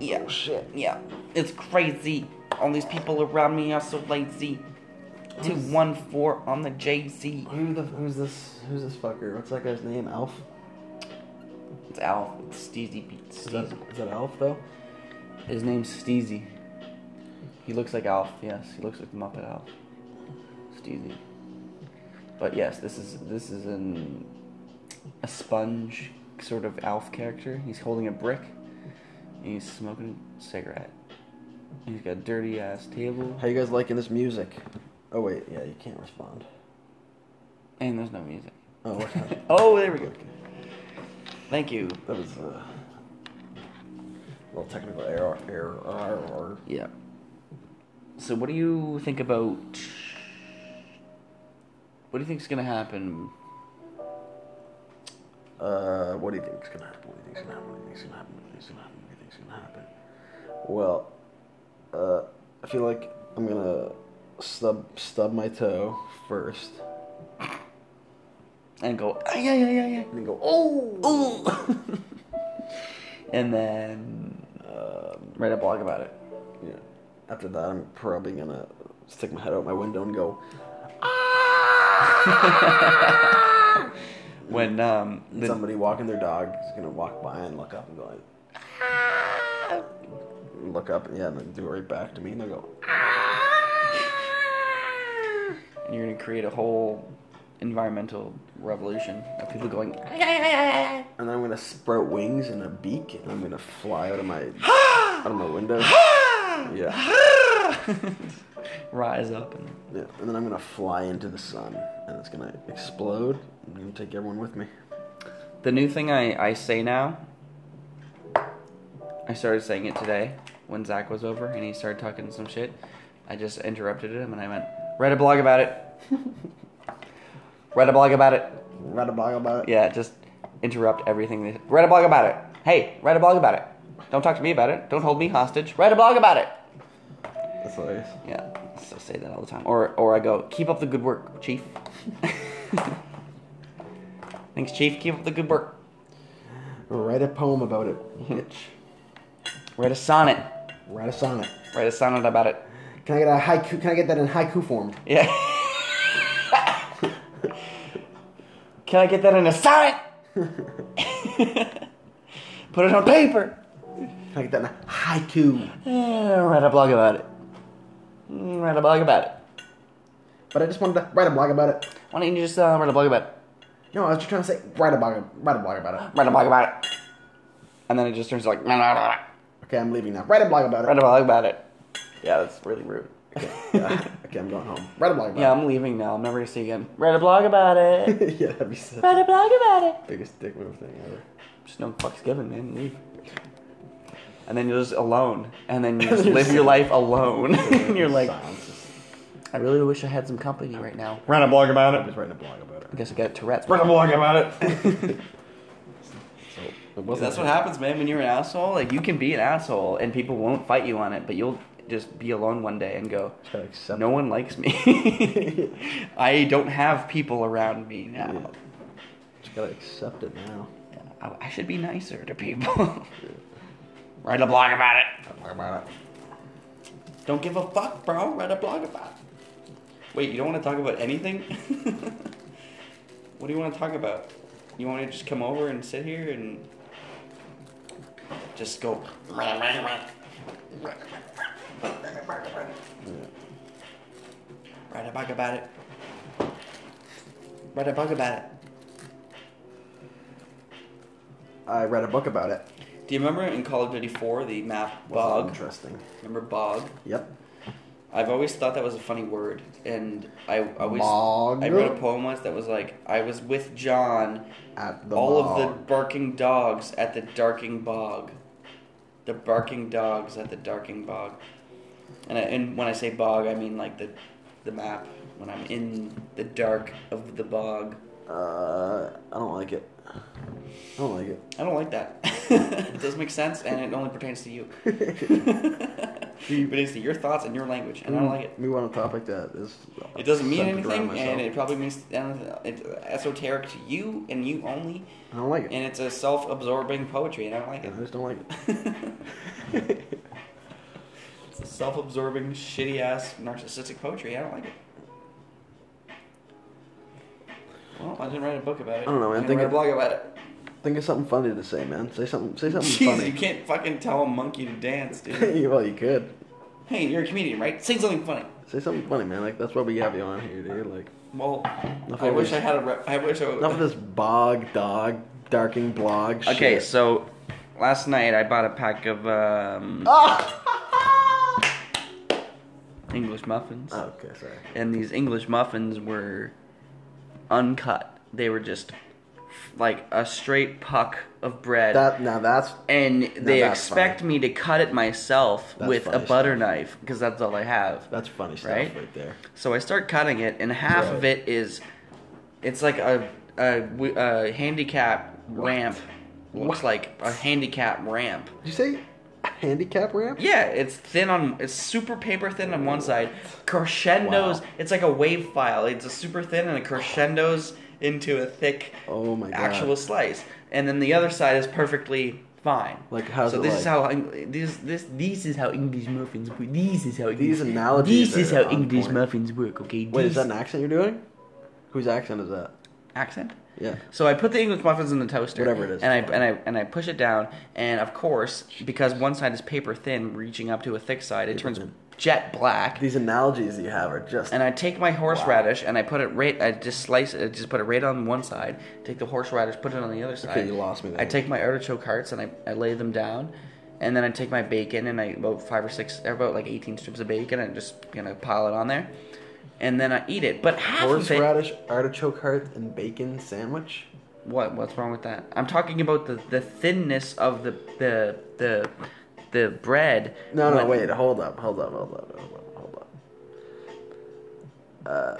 Speaker 2: Yeah.
Speaker 1: Shit.
Speaker 2: Yeah. It's crazy. All these people around me are so lazy. Two one four on the JZ.
Speaker 1: Who the who's this who's this fucker? What's that guy's name? Elf?
Speaker 2: It's Alf. It's Steezy. Beats.
Speaker 1: Is that is that Elf though?
Speaker 2: His name's Steezy. He looks like Alf, yes. He looks like the Muppet Alf. Steezy. But yes, this is this is an a sponge sort of Alf character. He's holding a brick. He's smoking a cigarette. He's got a dirty ass table.
Speaker 1: How you guys liking this music? Oh wait, yeah, you can't respond.
Speaker 2: And there's no music.
Speaker 1: Oh, what happened?
Speaker 2: Oh, there we go. Thank you.
Speaker 1: That was uh, a little technical error. error.
Speaker 2: Yeah. So what do you think about what do you think's gonna happen
Speaker 1: Uh, what do you think's gonna happen? What do you think's gonna happen? What do you think's gonna happen? What do you think's gonna happen? What do you think's gonna happen? Well, uh, I feel like I'm gonna stub stub my toe first,
Speaker 2: and go, ay, ay, ay, ay, ay.
Speaker 1: and then go oh
Speaker 2: Ooh. and then
Speaker 1: Um,
Speaker 2: write a blog about it.
Speaker 1: yeah. After that, I'm probably gonna stick my head out my window and go.
Speaker 2: When um, the,
Speaker 1: somebody walking their dog is gonna walk by and look up and go. Like, look up, yeah, and then do it right back to me, and they'll go. "Ah!"
Speaker 2: and you're gonna create a whole environmental revolution of people going,
Speaker 1: and I'm gonna sprout wings and a beak, and I'm gonna fly out of my out of my window. yeah,
Speaker 2: rise up and
Speaker 1: yeah, and then I'm gonna fly into the sun, and it's gonna explode. and I'm gonna take everyone with me.
Speaker 2: The new thing I, I say now, I started saying it today when Zach was over and he started talking some shit. I just interrupted him and I went, write a blog about it. write a blog about it.
Speaker 1: Write a blog about it.
Speaker 2: Yeah, just interrupt everything. They, write a blog about it. Hey, write a blog about it. Don't talk to me about it. Don't hold me hostage. Write a blog about it.
Speaker 1: That's hilarious.
Speaker 2: Yeah, so I say that all the time. Or, or I go, keep up the good work, Chief. Thanks, Chief. Keep up the good work.
Speaker 1: Write a poem about it, bitch.
Speaker 2: Write a sonnet.
Speaker 1: Write a sonnet.
Speaker 2: Write a sonnet about it.
Speaker 1: Can I get a haiku? Can I get that in haiku form?
Speaker 2: Yeah. Can I get that in a sonnet? Put it on paper.
Speaker 1: Can I get that in a haiku?
Speaker 2: Eh, write a blog about it. Mm, Write a blog about it.
Speaker 1: But I just wanted to write a blog about it.
Speaker 2: Why don't you just uh, write a blog about it?
Speaker 1: No, I was just trying to say write a blog. Write a blog about it.
Speaker 2: Write a blog about it. And then it just turns like, "Nah, nah, nah, nah."
Speaker 1: Okay, I'm leaving now. Write a blog about
Speaker 2: write a
Speaker 1: it.
Speaker 2: blog about it. Yeah, that's really rude.
Speaker 1: Okay, yeah. okay, I'm going home. Write a blog about
Speaker 2: Yeah,
Speaker 1: it.
Speaker 2: I'm leaving now. I'm never gonna see you again. Write a blog about it.
Speaker 1: yeah, that'd be such
Speaker 2: write
Speaker 1: the
Speaker 2: a blog about it.
Speaker 1: biggest dick move thing ever.
Speaker 2: Just no fucks given, man. Leave. And then you're just alone. And then you just live your life alone. and you're like,
Speaker 1: Silence is-
Speaker 2: I really wish I had some company right now.
Speaker 3: Write a blog about
Speaker 1: I'm
Speaker 3: it.
Speaker 1: just writing a blog about it.
Speaker 2: I guess I got Tourette's.
Speaker 3: Write a blog about it.
Speaker 1: So it wasn't
Speaker 2: That's what happens, man. When you're an asshole, like you can be an asshole, and people won't fight you on it, but you'll just be alone one day and go,
Speaker 1: Just gotta accept
Speaker 2: "No one likes me. I don't have people around me now.
Speaker 1: Just gotta accept it now.
Speaker 2: I, I should be nicer to people." Write a blog about it.
Speaker 1: Talk about it.
Speaker 2: Don't give a fuck, bro. Write a blog about it. Wait, you don't want to talk about anything? what do you want to talk about? You want to just come over and sit here and just go Write a book about it. Write a book about it.
Speaker 1: I read a book about it.
Speaker 2: Do you remember in Call of Duty 4 the map
Speaker 1: Wasn't
Speaker 2: bog?
Speaker 1: Interesting.
Speaker 2: Remember bog?
Speaker 1: Yep.
Speaker 2: I've always thought that was a funny word, and I always
Speaker 1: Bog.
Speaker 2: I wrote a poem once that was like I was with John,
Speaker 1: At the
Speaker 2: all
Speaker 1: bog.
Speaker 2: of the barking dogs at the darking bog, the barking dogs at the darking bog, and I, and when I say bog, I mean like the the map when I'm in the dark of the bog.
Speaker 1: Uh, I don't like it. I don't like it.
Speaker 2: I don't like that. it doesn't make sense, and it only pertains to you. but it's your thoughts and your language, and I
Speaker 1: Hmm.
Speaker 2: don't like it.
Speaker 1: Me on a topic that is.
Speaker 2: It doesn't mean
Speaker 1: centered around
Speaker 2: anything, and
Speaker 1: myself.
Speaker 2: it probably means uh, it's esoteric to you and you only,
Speaker 1: I don't like it.
Speaker 2: and it's a self-absorbing poetry, and I don't like
Speaker 1: I
Speaker 2: it.
Speaker 1: just don't like it.
Speaker 2: it's a self-absorbing, shitty-ass, narcissistic poetry. I don't like it. Well, I didn't write a book about it.
Speaker 1: I don't know, man.
Speaker 2: I didn't
Speaker 1: Think
Speaker 2: write a
Speaker 1: it-
Speaker 2: blog about it.
Speaker 1: Think of something funny to say, man. Say something. Say something
Speaker 2: Jeez, you
Speaker 1: funny.
Speaker 2: can't fucking tell a monkey to dance, dude.
Speaker 1: well, you could.
Speaker 2: hey, you're a comedian, right? Say something funny.
Speaker 1: Say something funny, man. Like that's why we have you on here, dude. Like
Speaker 2: Well,
Speaker 1: Enough
Speaker 2: I
Speaker 1: of
Speaker 2: wish
Speaker 1: this.
Speaker 2: I had a. Re- I wish I.
Speaker 1: enough of this bog dog darking blog. Shit.
Speaker 2: Okay, so last night I bought a pack of um,
Speaker 1: Ah!
Speaker 2: English muffins,
Speaker 1: okay, sorry.
Speaker 2: and these English muffins were uncut. They were just like a straight puck of bread.
Speaker 1: That now that's
Speaker 2: and they
Speaker 1: that's
Speaker 2: expect me to cut it myself
Speaker 1: That's
Speaker 2: with a
Speaker 1: funny
Speaker 2: butter
Speaker 1: stuff.
Speaker 2: knife because that's all I have.
Speaker 1: that's funny stuff
Speaker 2: Right?
Speaker 1: right, there.
Speaker 2: So I start cutting it, and half of
Speaker 1: Right.
Speaker 2: it is, it's like a a, w- a handicap ramp. Looks like a handicap ramp.
Speaker 1: Did you say handicap ramp?
Speaker 2: Yeah, it's thin on. It's super paper thin on one side. Crescendos.
Speaker 1: Wow.
Speaker 2: It's like a wave file. It's a super thin, and it crescendos into a thick
Speaker 1: Oh my god.
Speaker 2: actual slice, and then the other side is perfectly fine.
Speaker 1: Like, how's
Speaker 2: so
Speaker 1: it
Speaker 2: this is
Speaker 1: like?
Speaker 2: how Eng- this this this is how English muffins work. This is how English-
Speaker 1: These analogies
Speaker 2: This is
Speaker 1: are
Speaker 2: how
Speaker 1: on
Speaker 2: English
Speaker 1: point.
Speaker 2: muffins work. Okay.
Speaker 1: Wait, is
Speaker 2: These-
Speaker 1: that an accent you're doing? Whose accent is that?
Speaker 2: accent?
Speaker 1: Yeah.
Speaker 2: So I put the English muffins in the toaster,
Speaker 1: Whatever it is,
Speaker 2: and I
Speaker 1: it's fine.
Speaker 2: and I and I push it down, and of course, because one side is paper thin, reaching up to a thick side, it turns
Speaker 1: thin.
Speaker 2: jet black.
Speaker 1: These analogies you have are just
Speaker 2: And I take my horseradish and I put it right. I just slice it. I just put it right on one side. Take the horseradish, put it on the other side.
Speaker 1: you lost me there.
Speaker 2: I take my artichoke hearts and I, I lay them down, and then I take my bacon and I about five or six, or about like eighteen strips of bacon and I just you know pile it on there, and then I eat it. But half of it,
Speaker 1: horseradish, artichoke heart, and bacon sandwich.
Speaker 2: what what's wrong with that? I'm talking about the, the thinness of the the the the bread.
Speaker 1: No, no,
Speaker 2: when-
Speaker 1: wait, hold up, hold up, hold up, hold up, hold up. Uh,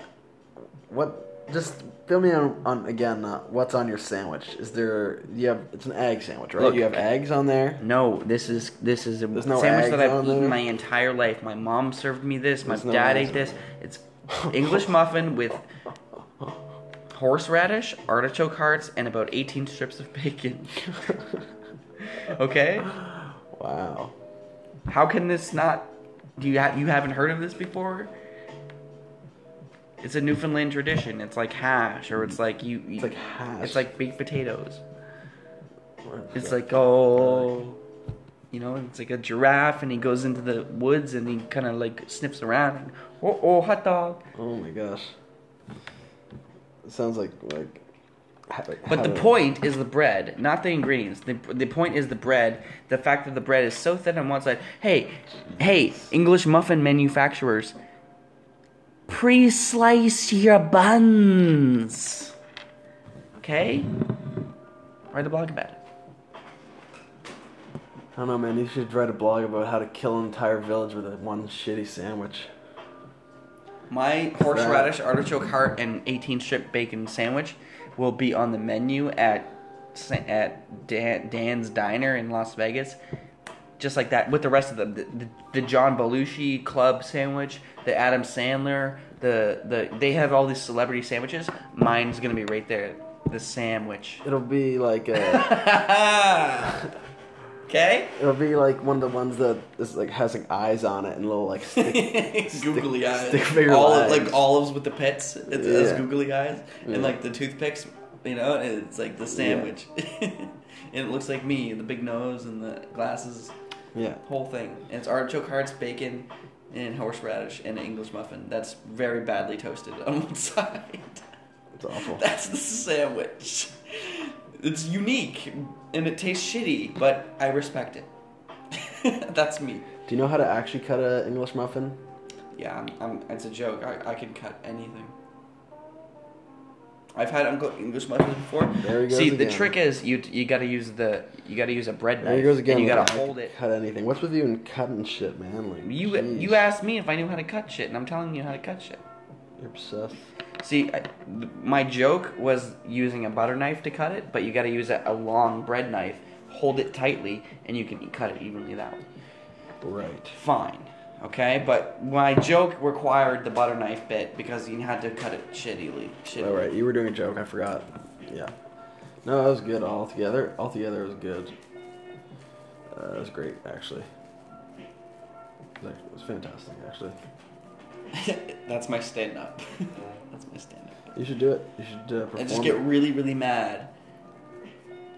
Speaker 1: what? Just fill me on, on again. Uh, what's on your sandwich? Is there? You have? It's an egg sandwich, right?
Speaker 2: Look.
Speaker 1: you have eggs on there.
Speaker 2: No, this is this is a
Speaker 1: There's no
Speaker 2: sandwich
Speaker 1: eggs
Speaker 2: that I've
Speaker 1: on
Speaker 2: eaten
Speaker 1: there?
Speaker 2: my entire life. My mom served me this. My
Speaker 1: There's no
Speaker 2: dad
Speaker 1: eggs
Speaker 2: ate this. It's English muffin with horseradish, artichoke hearts, and about 18 strips of bacon. okay,
Speaker 1: Wow.
Speaker 2: how can this not? Do you ha- you haven't heard of this before? It's a Newfoundland tradition. It's like hash, or it's like you.
Speaker 1: It's like hash.
Speaker 2: It's like baked potatoes.
Speaker 1: What is
Speaker 2: It's
Speaker 1: that?
Speaker 2: like, oh, you know, it's like a giraffe, and he goes into the woods and he kind of like sniffs around. And, oh, oh, hot dog.
Speaker 1: Oh my gosh. It sounds like like. ha- like
Speaker 2: But the
Speaker 1: having-
Speaker 2: point is the bread, not the ingredients. The, the point is the bread. The fact that the bread is so thin on one side. Hey, hey, English muffin manufacturers, pre slice your buns. Okay? Write a blog about it.
Speaker 1: I don't know, man. You should write a blog about how to kill an entire village with a one shitty sandwich.
Speaker 2: My horseradish artichoke heart and 18 strip bacon sandwich will be on the menu at Sa- at Dan, Dan's Diner in Las Vegas, just like that. With the rest of the the, the John Belushi Club sandwich, the Adam Sandler, the the they have all these celebrity sandwiches. Mine's gonna be right there, the sandwich.
Speaker 1: It'll be like a.
Speaker 2: okay.
Speaker 1: It'll be like one of the ones that is like has like eyes on it and little like stick.
Speaker 2: googly eyes.
Speaker 1: stick figure
Speaker 2: All
Speaker 1: eyes.
Speaker 2: like olives with the pits. It's it's
Speaker 1: Yeah.
Speaker 2: googly eyes
Speaker 1: Yeah.
Speaker 2: and like the toothpicks. You know, and it's like the sandwich, and it looks like me, the big nose and the glasses,
Speaker 1: yeah.
Speaker 2: whole thing. And it's artichoke hearts, bacon, and horseradish and an English muffin. That's very badly toasted on one side.
Speaker 1: It's awful.
Speaker 2: That's the sandwich. It's unique and it tastes shitty, but I respect it. That's me.
Speaker 1: Do you know how to actually cut an English muffin?
Speaker 2: Yeah, I'm, I'm, it's a joke. I, I can cut anything. I've had Uncle English muffins before.
Speaker 1: There he goes
Speaker 2: See, the
Speaker 1: again.
Speaker 2: trick is you you got to use the you got to use a bread knife.
Speaker 1: There he goes again.
Speaker 2: And you got
Speaker 1: like,
Speaker 2: to
Speaker 1: I can
Speaker 2: hold it.
Speaker 1: Cut anything. What's with you and cutting shit, man? Like
Speaker 2: You
Speaker 1: jeez.
Speaker 2: you asked me if I knew how to cut shit, and I'm telling you how to cut shit.
Speaker 1: You're obsessed.
Speaker 2: See, I, th- my joke was using a butter knife to cut it, but you got to use a, a long bread knife, hold it tightly, and you can cut it evenly that way.
Speaker 1: Right.
Speaker 2: Fine. Okay, but my joke required the butter knife bit because you had to cut it shittily. shittily.
Speaker 1: All right, you were doing a joke. I forgot. Yeah. No, that was good all together. All together was good. Uh, that was great, actually. It was act- it was fantastic, actually.
Speaker 2: That's my stand up. That's my stand up.
Speaker 1: You should do it. You should uh, perform.
Speaker 2: I just get
Speaker 1: it.
Speaker 2: really, really mad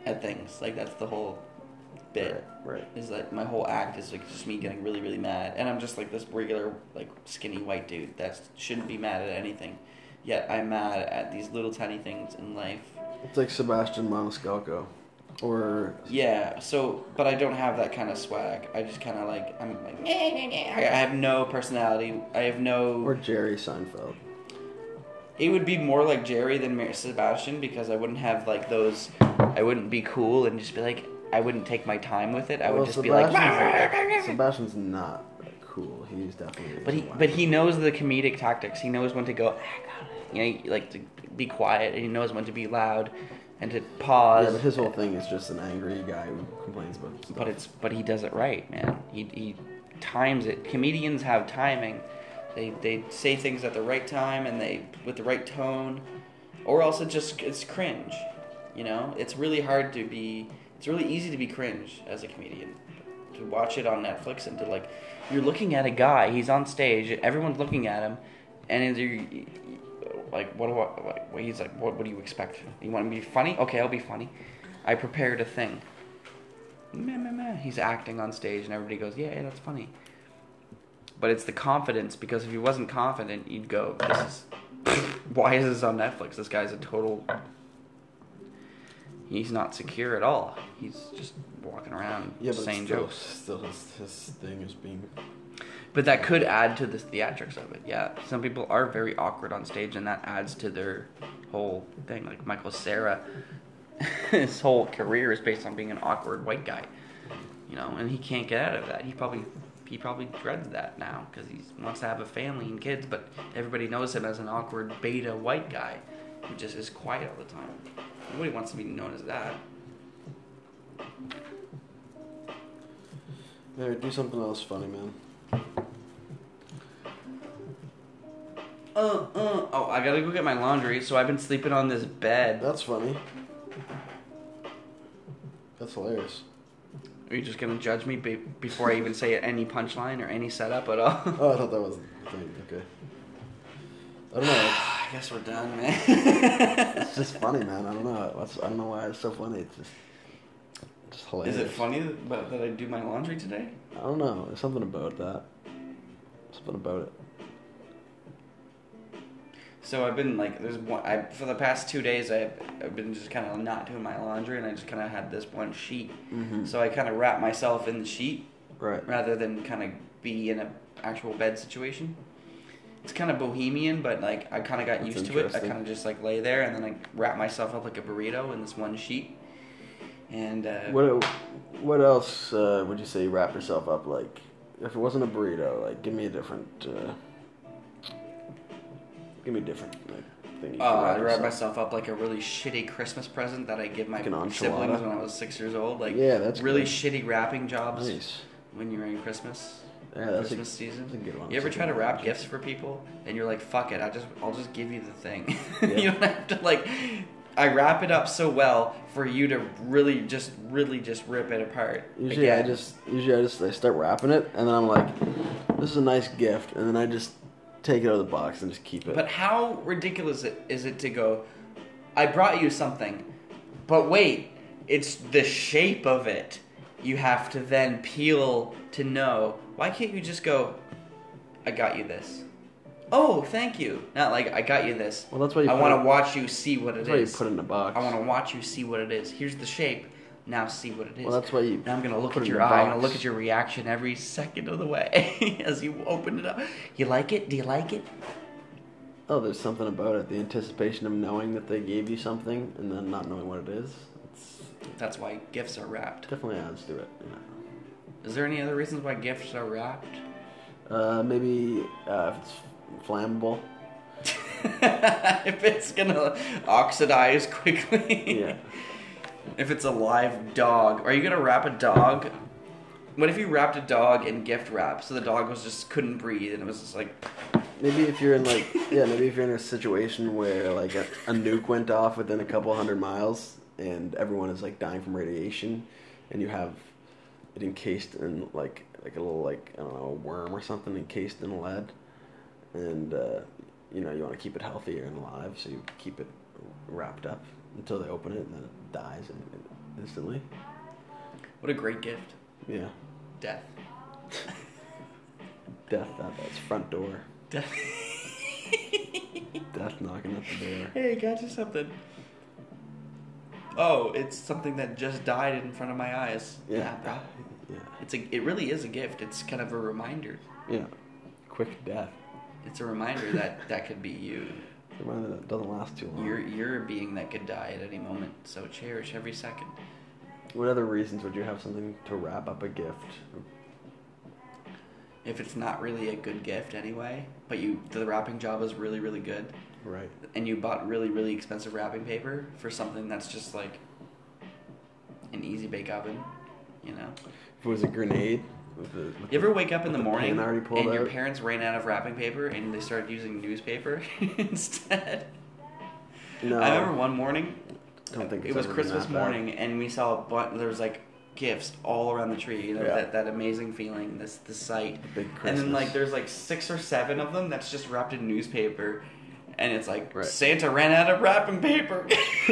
Speaker 2: at things. Like that's the whole bit.
Speaker 1: Right, right.
Speaker 2: Is like my whole act is like just me getting really, really mad, and I'm just like this regular, like skinny white dude that shouldn't be mad at anything, yet I'm mad at these little tiny things in life.
Speaker 1: It's like Sebastian Maniscalco, or
Speaker 2: Yeah. So, but I don't have that kind of swag. I just kind of like I'm like "Nah, nah, nah." I I have no personality. I have no.
Speaker 1: or Jerry Seinfeld.
Speaker 2: It would be more like Jerry than Mar- Sebastian because I wouldn't have like those. I wouldn't be cool and just be like. I wouldn't take my time with it. I would
Speaker 1: Well,
Speaker 2: just be like.
Speaker 1: Sebastian's- Sebastian's not cool. He's definitely.
Speaker 2: But he, but he knows the comedic tactics. He knows when to go. "Ah, God," You know, like to be quiet, and he knows when to be loud, and to pause.
Speaker 1: Yeah, but his whole thing is just an angry guy who complains about stuff.
Speaker 2: But it's but he does it right, man. He he times it. Comedians have timing. They they say things at the right time and they with the right tone, or else it just it's cringe. You know, it's really hard to be. It's really easy to be cringe as a comedian. To watch it on Netflix and to like, you're looking at a guy. He's on stage. Everyone's looking at him, and you like what do I like? Well, he's like, what what do you expect? You want me to be funny? Okay, I'll be funny. I prepared a thing meh, meh, meh. he's acting on stage and everybody goes yeah, yeah that's funny but it's the confidence because if he wasn't confident you'd go this is why is this on netflix this guy's a total he's not secure at all he's just walking around
Speaker 1: yeah, but
Speaker 2: saying
Speaker 1: still,
Speaker 2: jokes
Speaker 1: Still, his, his thing is being.
Speaker 2: but that could add to the theatrics of it yeah some people are very awkward on stage and that adds to their whole thing like michael sarah his whole career is based on being an awkward white guy you know and he can't get out of that he probably he probably dreads that now because he wants to have a family and kids but everybody knows him as an awkward beta white guy who just is quiet all the time nobody wants to be known as that
Speaker 1: There, do something else funny, man.
Speaker 2: uh, uh. oh i gotta go get my laundry so i've been sleeping on this bed
Speaker 1: That's funny. That's hilarious.
Speaker 2: Are you just gonna judge me be- before I even say any punchline or any setup at all?
Speaker 1: Oh, I thought that was the thing. Okay. I don't know.
Speaker 2: I guess we're done, man.
Speaker 1: It's just funny, man. I don't know. That's, I don't know why it's so funny. It's just, it's just hilarious.
Speaker 2: Is it funny that, but- that I do my laundry today?
Speaker 1: I don't know. There's something about that. Something about it.
Speaker 2: So I've been like, there's one. I for the past two days I've, I've been just kind of not doing my laundry, and I just kind of had this one sheet.
Speaker 1: Mm-hmm.
Speaker 2: So I kind of wrap myself in the sheet
Speaker 1: Right.
Speaker 2: rather than kind of be in a actual bed situation. It's kind of bohemian, but like I kind of got
Speaker 1: That's
Speaker 2: used to it. I
Speaker 1: interesting.
Speaker 2: kind of just like lay there and then I wrap myself up like a burrito in this one sheet. And uh,
Speaker 1: What What else uh, would you say you wrap yourself up like? If it wasn't a burrito, like give me a different. Uh, give me a different like thing. You
Speaker 2: Uh, I
Speaker 1: can
Speaker 2: wrap
Speaker 1: yourself-
Speaker 2: myself up like a really shitty Christmas present that I give my
Speaker 1: Like an enchilada?
Speaker 2: siblings when I was six years old. Like
Speaker 1: Yeah, that's
Speaker 2: really
Speaker 1: good.
Speaker 2: shitty wrapping jobs
Speaker 1: Nice.
Speaker 2: when you're in Christmas.
Speaker 1: Yeah, that's
Speaker 2: Christmas
Speaker 1: a,
Speaker 2: season.
Speaker 1: That's a good one.
Speaker 2: You ever
Speaker 1: That's a
Speaker 2: try to
Speaker 1: good
Speaker 2: wrap
Speaker 1: one.
Speaker 2: gifts for people and you're like, fuck it, I just I'll just give you the thing.
Speaker 1: Yeah.
Speaker 2: you don't have to like I wrap it up so well for you to really just really just rip it apart.
Speaker 1: Usually I
Speaker 2: again.
Speaker 1: just usually I just I start wrapping it and then I'm like, this is a nice gift, and then I just take it out of the box and just keep it.
Speaker 2: But how ridiculous it- is it to go, I brought you something, but wait, it's the shape of it you have to then peel to know. Why can't you just go, I got you this? Oh, thank you. Not like, I got you this.
Speaker 1: Well, that's why you
Speaker 2: I
Speaker 1: put
Speaker 2: want
Speaker 1: it-
Speaker 2: to watch you see what it
Speaker 1: that's why you
Speaker 2: is.
Speaker 1: put it in a box.
Speaker 2: I want to watch you see what it is. Here's the shape. Now see what it is.
Speaker 1: Well, that's why you
Speaker 2: Now I'm gonna look
Speaker 1: put
Speaker 2: at
Speaker 1: it in
Speaker 2: your
Speaker 1: the
Speaker 2: eye. I'm gonna
Speaker 1: box.
Speaker 2: look at your reaction every second of the way as you open it up. You like it? Do you like it?
Speaker 1: Oh, there's something about it. The anticipation of knowing that they gave you something and then not knowing what it is. It's
Speaker 2: That's why gifts are wrapped.
Speaker 1: definitely adds to it. you know.
Speaker 2: Is there any other reasons why gifts are wrapped?
Speaker 1: Uh, maybe uh, if it's flammable.
Speaker 2: if it's gonna oxidize quickly.
Speaker 1: Yeah.
Speaker 2: If it's a live dog, are you gonna wrap a dog What if you wrapped a dog in gift wrap so the dog was just couldn't breathe and it was just like
Speaker 1: Maybe if you're in like yeah, maybe if you're in a situation where like a, a nuke went off within a couple hundred miles and everyone is like dying from radiation, and you have it encased in like like a little like I don't know a worm or something encased in lead, and uh, you know you want to keep it healthy and alive, so you keep it wrapped up until they open it and then it dies in, in- instantly.
Speaker 2: what a great gift.
Speaker 1: Yeah,
Speaker 2: Death.
Speaker 1: death at that's front door,
Speaker 2: Death.
Speaker 1: death knocking at the door.
Speaker 2: hey, I got you something. Oh, it's something that just died in front of my eyes.
Speaker 1: Yeah.
Speaker 2: bro.
Speaker 1: Yeah,
Speaker 2: It's a it really is a gift. It's kind of a reminder.
Speaker 1: yeah, quick death.
Speaker 2: It's a reminder that that could be you.
Speaker 1: Reminder that doesn't last too long.
Speaker 2: You're you're a being that could die at any moment, so cherish every second.
Speaker 1: What other reasons would you have something to wrap up a gift?
Speaker 2: If it's not really a good gift anyway, but you the wrapping job is really really good,
Speaker 1: Right.
Speaker 2: and you bought really really expensive wrapping paper for something that's just like an easy bake oven, you know.
Speaker 1: If it was a grenade. With the, with
Speaker 2: You ever wake up in the
Speaker 1: with the
Speaker 2: morning
Speaker 1: pin already
Speaker 2: and
Speaker 1: pulled
Speaker 2: your
Speaker 1: out?
Speaker 2: parents ran out of wrapping paper and they started using newspaper instead?
Speaker 1: No,
Speaker 2: I remember one morning
Speaker 1: don't think
Speaker 2: it
Speaker 1: it's
Speaker 2: was
Speaker 1: ever been
Speaker 2: Christmas
Speaker 1: that bad.
Speaker 2: morning, and we saw a bunch. There was like gifts all around the tree. You know
Speaker 1: Yeah.
Speaker 2: that, that amazing feeling. This the sight.
Speaker 1: The big
Speaker 2: And
Speaker 1: Christmas.
Speaker 2: then like there's like six or seven of them that's just wrapped in newspaper, and it's like
Speaker 1: Right.
Speaker 2: Santa ran out of wrapping paper,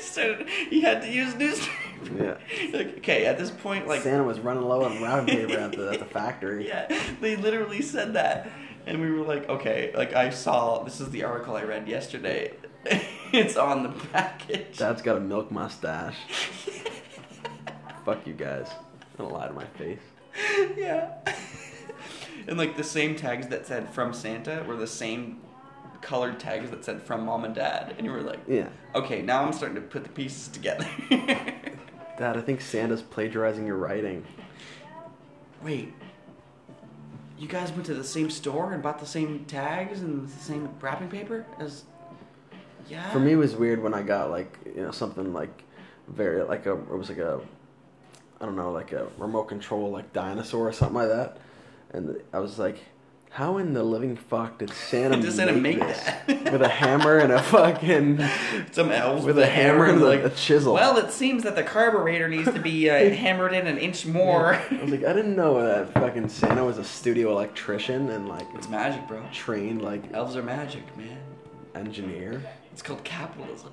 Speaker 2: so he had to use
Speaker 1: Yeah.
Speaker 2: newspaper. Like, okay, at this point, like
Speaker 1: Santa was running low on wrapping paper at the, at the factory.
Speaker 2: yeah, they literally said that, and we were like, okay, like I saw this is the article I read yesterday. it's on the package.
Speaker 1: Dad's got a milk mustache. Fuck you guys. Don't lie to my face.
Speaker 2: yeah. and like the same tags that said from Santa were the same colored tags that said from mom and dad. And you were like,
Speaker 1: Yeah.
Speaker 2: okay, now I'm starting to put the pieces together.
Speaker 1: Dad, I think Santa's plagiarizing your writing.
Speaker 2: Wait. You guys went to the same store and bought the same tags and the same wrapping paper as Yeah.
Speaker 1: For me, it was weird when I got like you know something like very like a it was like a I don't know like a remote control like dinosaur or something like that, and I was like, how in the living fuck did Santa
Speaker 2: Did Santa
Speaker 1: make,
Speaker 2: make
Speaker 1: this
Speaker 2: that?
Speaker 1: with a hammer and a fucking
Speaker 2: Some elves
Speaker 1: with a hammer and like a chisel?
Speaker 2: Well, it seems that the carburetor needs to be uh, hammered in an inch more.
Speaker 1: I was like, I didn't know that fucking Santa was a studio electrician and like
Speaker 2: it's magic, bro.
Speaker 1: trained like
Speaker 2: Elves are magic, man.
Speaker 1: engineer.
Speaker 2: It's called capitalism.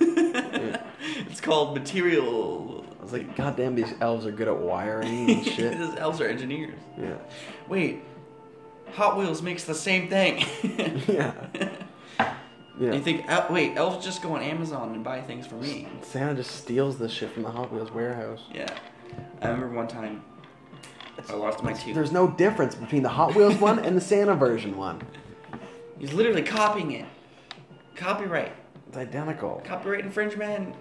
Speaker 1: Yeah.
Speaker 2: It's called material.
Speaker 1: I was like, goddamn, these elves are good at wiring and shit.
Speaker 2: These elves are engineers.
Speaker 1: Yeah,
Speaker 2: Wait, Hot Wheels makes the same thing.
Speaker 1: yeah, yeah.
Speaker 2: You think? el wait, elves just go on Amazon and buy things for me.
Speaker 1: Santa just steals this shit from the Hot Wheels warehouse.
Speaker 2: Yeah, I remember one time I lost my tooth.
Speaker 1: There's no difference between the Hot Wheels one and the Santa version one.
Speaker 2: He's literally copying it. Copyright,
Speaker 1: It's identical.
Speaker 2: copyright infringement.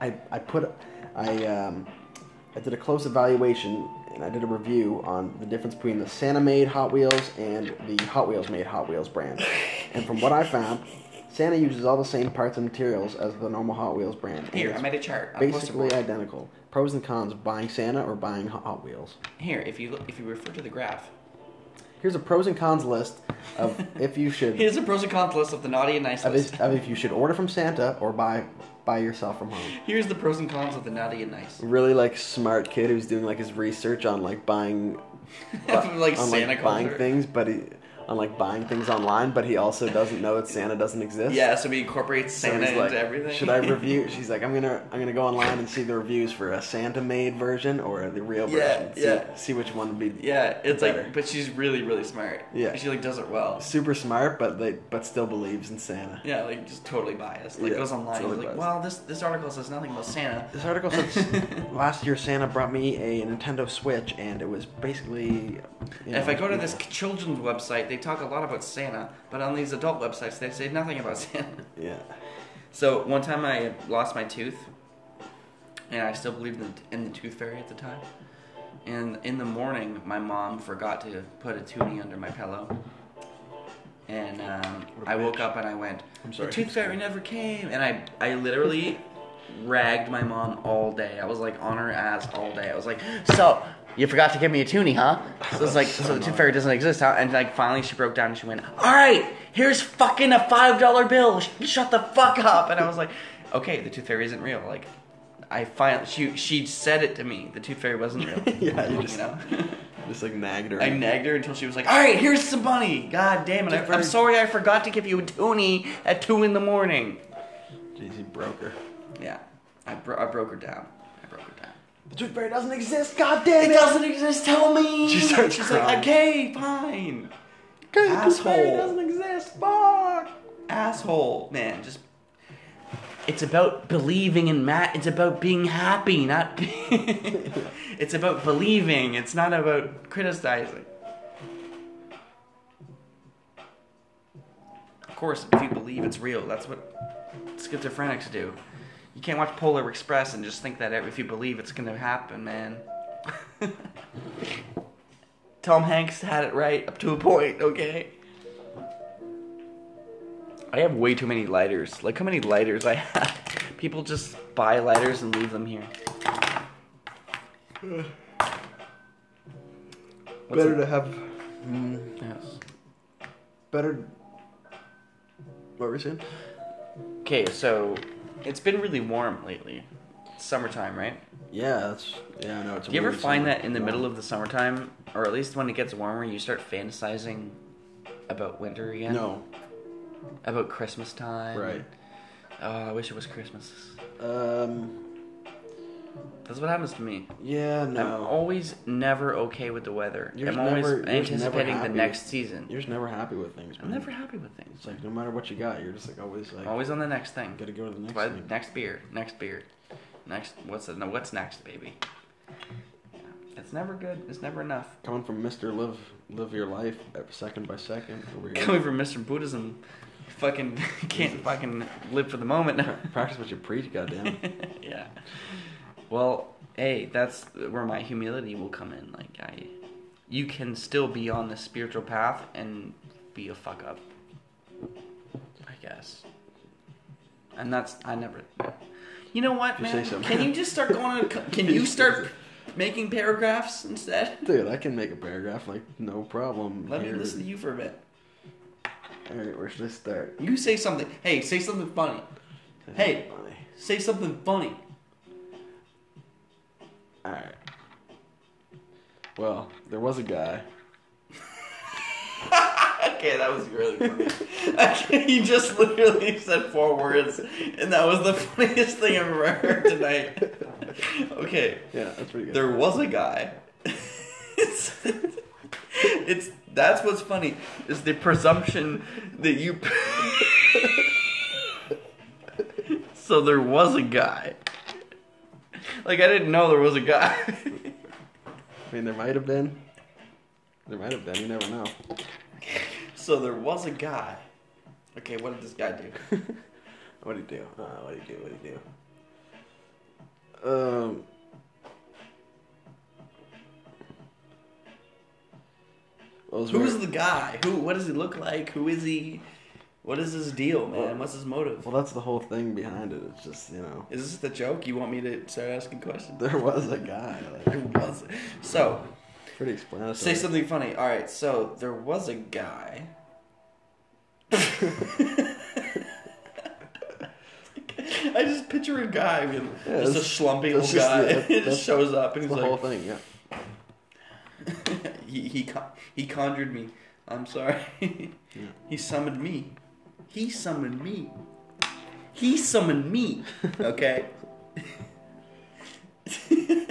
Speaker 1: I, I put I um I did a close evaluation and I did a review on the difference between the Santa made Hot Wheels and the Hot Wheels made Hot Wheels brand. And from what I found, Santa uses all the same parts and materials as the normal Hot Wheels brand. and
Speaker 2: Here,
Speaker 1: it's
Speaker 2: I made a chart. I'll post it for
Speaker 1: basically
Speaker 2: you.
Speaker 1: identical. Pros and cons: buying Santa or buying Hot- Hot Wheels.
Speaker 2: Here, if you look, if you refer to the graph,
Speaker 1: Here's a pros and cons list of if you should
Speaker 2: here's a pros and cons list of the naughty and nice
Speaker 1: of
Speaker 2: list.
Speaker 1: if, of if you should order from Santa or buy buy yourself from home.
Speaker 2: Here's the pros and cons of the naughty and nice.
Speaker 1: Really like smart kid who's doing like his research on like buying
Speaker 2: like
Speaker 1: on
Speaker 2: Santa
Speaker 1: like buying
Speaker 2: culture.
Speaker 1: things, but he on like buying things online, but he also doesn't know that Santa doesn't exist.
Speaker 2: Yeah, so we incorporate
Speaker 1: So he's
Speaker 2: Santa
Speaker 1: like,
Speaker 2: into everything.
Speaker 1: Should I review? She's like, I'm gonna I'm gonna go online and see the reviews for a Santa made version or the real
Speaker 2: Yeah,
Speaker 1: version. See,
Speaker 2: yeah.
Speaker 1: see which one would be
Speaker 2: yeah, it's
Speaker 1: Better.
Speaker 2: like, but she's really, really smart.
Speaker 1: Yeah.
Speaker 2: she like does it well.
Speaker 1: super smart, but they but still believes in Santa.
Speaker 2: Yeah, like just totally biased. Like
Speaker 1: Yeah,
Speaker 2: goes online,
Speaker 1: totally
Speaker 2: he's like,
Speaker 1: biased.
Speaker 2: well, this this article says nothing about Santa.
Speaker 1: This article says last year Santa brought me a Nintendo Switch, and it was basically. you know,
Speaker 2: if I go to this
Speaker 1: people-
Speaker 2: children's website, they talk a lot about Santa, but on these adult websites, they say nothing about Santa.
Speaker 1: yeah,
Speaker 2: So one time I lost my tooth, and I still believed in, in the tooth fairy at the time. And in the morning, my mom forgot to put a toonie under my pillow, and um,
Speaker 1: What a
Speaker 2: I woke
Speaker 1: bitch.
Speaker 2: up and I went,
Speaker 1: I'm
Speaker 2: "The
Speaker 1: sorry.
Speaker 2: tooth fairy never came," and I I literally ragged my mom all day. I was like on her ass all day. I was like, so you forgot to give me a toonie, huh? So it's like, so, the tooth fairy doesn't exist, huh? And like finally she broke down and she went, all right, here's fucking a five dollar bill. Sh- Shut the fuck up. And I was like, okay, the tooth fairy isn't real. Like, I finally she she said it to me. The tooth fairy wasn't real.
Speaker 1: Yeah, you just-
Speaker 2: know.
Speaker 1: Just like nagged her.
Speaker 2: I nagged her until she was like, "All right, here's some money. God damn it! I, I'm sorry, I forgot to give you a toonie at two in the morning."
Speaker 1: Jeez, you broke her.
Speaker 2: Yeah, I, bro- I broke her down. I broke her down.
Speaker 1: The tooth fairy doesn't exist. God damn
Speaker 2: It
Speaker 1: it!
Speaker 2: doesn't exist. Tell me.
Speaker 1: She starts
Speaker 2: She's
Speaker 1: crying.
Speaker 2: like, okay, fine.
Speaker 1: Asshole.
Speaker 2: Asshole. exist. Fuck. Asshole. Man, just. It's about believing in Matt. It's about being happy, not. it's about believing. It's not about criticizing. Of course, if you believe it's real, that's what schizophrenics do. You can't watch Polar Express and just think that if you believe it's gonna happen, man. Tom Hanks had it right up to a point, okay? I have way too many lighters. Like, how many lighters I have? People just buy lighters and leave them here. What's
Speaker 1: Better
Speaker 2: it-
Speaker 1: to have. Mm,
Speaker 2: Yes.
Speaker 1: better. What were you saying?
Speaker 2: Okay, so it's been really warm lately. It's summertime, right?
Speaker 1: Yeah, that's. Yeah, I know. It's.
Speaker 2: Do you ever find that in the middle of the summertime, or at least when it gets warmer, you start fantasizing about winter again?
Speaker 1: No.
Speaker 2: About Christmas time?
Speaker 1: Right.
Speaker 2: Oh, I wish it was Christmas.
Speaker 1: Um.
Speaker 2: That's what happens to me.
Speaker 1: Yeah.
Speaker 2: I'm
Speaker 1: No.
Speaker 2: always never okay with the weather.
Speaker 1: You're
Speaker 2: I'm
Speaker 1: never-
Speaker 2: always
Speaker 1: you're never
Speaker 2: anticipating the
Speaker 1: happy.
Speaker 2: next season.
Speaker 1: You're just never happy with things.
Speaker 2: I'm
Speaker 1: man.
Speaker 2: never happy with things.
Speaker 1: It's like no matter what you got, you're just like always like.
Speaker 2: I'm always on the next thing.
Speaker 1: Gotta go to the next
Speaker 2: Why-
Speaker 1: thing.
Speaker 2: next beer, next beer, next what's it? No, what's next, baby? Yeah. It's never good. It's never enough.
Speaker 1: Coming from Mr. Live Live Your Life at second by second. over here.
Speaker 2: Coming from Mr. Buddhism, fucking can't
Speaker 1: Jesus.
Speaker 2: fucking live for the moment now.
Speaker 1: Practice what you preach, goddamn.
Speaker 2: yeah. Well, hey, that's where my humility will come in. Like I, you can still be on the spiritual path and be a fuck up. I guess. And that's I never. You know what,
Speaker 1: You say
Speaker 2: man?
Speaker 1: so.
Speaker 2: Can you just start going on? a co- Can you start making paragraphs instead?
Speaker 1: Dude, I can make a paragraph like no problem.
Speaker 2: Let me
Speaker 1: Here-
Speaker 2: listen to you for a bit.
Speaker 1: All right, where should I start?
Speaker 2: You say something. Hey, say something funny. Hey.
Speaker 1: Funny.
Speaker 2: Say something funny.
Speaker 1: All right. Well, there was a guy.
Speaker 2: Okay, that was really funny. okay, you just literally said four words, and that was the funniest thing I've ever heard tonight. Okay,
Speaker 1: Yeah, that's pretty good.
Speaker 2: there was a guy. it's, it's that's what's funny is the presumption that you. so there was a guy. Like I didn't know there was a guy.
Speaker 1: I mean, there might have been. There might have been. You never know.
Speaker 2: so there was a guy. Okay, what did this guy do?
Speaker 1: What do you do? Uh, what do you do? What do you do? Um. Well, it's
Speaker 2: Who's
Speaker 1: very-
Speaker 2: the guy? Who? What does he look like? Who is he? What is his deal, man? What's his motive?
Speaker 1: well, that's the whole thing behind it. It's just you know,
Speaker 2: Is this the joke? You want me to start asking questions?
Speaker 1: there was a guy. Like,
Speaker 2: There was. So,
Speaker 1: pretty explanatory.
Speaker 2: say something funny. All right. So there was a guy. I just picture a guy, I mean,
Speaker 1: Yeah,
Speaker 2: just a
Speaker 1: that's-
Speaker 2: schlumpy
Speaker 1: that's
Speaker 2: old
Speaker 1: just
Speaker 2: guy.
Speaker 1: the- that-
Speaker 2: He
Speaker 1: that's-
Speaker 2: just shows up and
Speaker 1: That's
Speaker 2: he's
Speaker 1: the
Speaker 2: like,
Speaker 1: whole thing. Yeah.
Speaker 2: he he con- he conjured me. I'm sorry. he summoned me. He summoned me. He summoned me. Okay.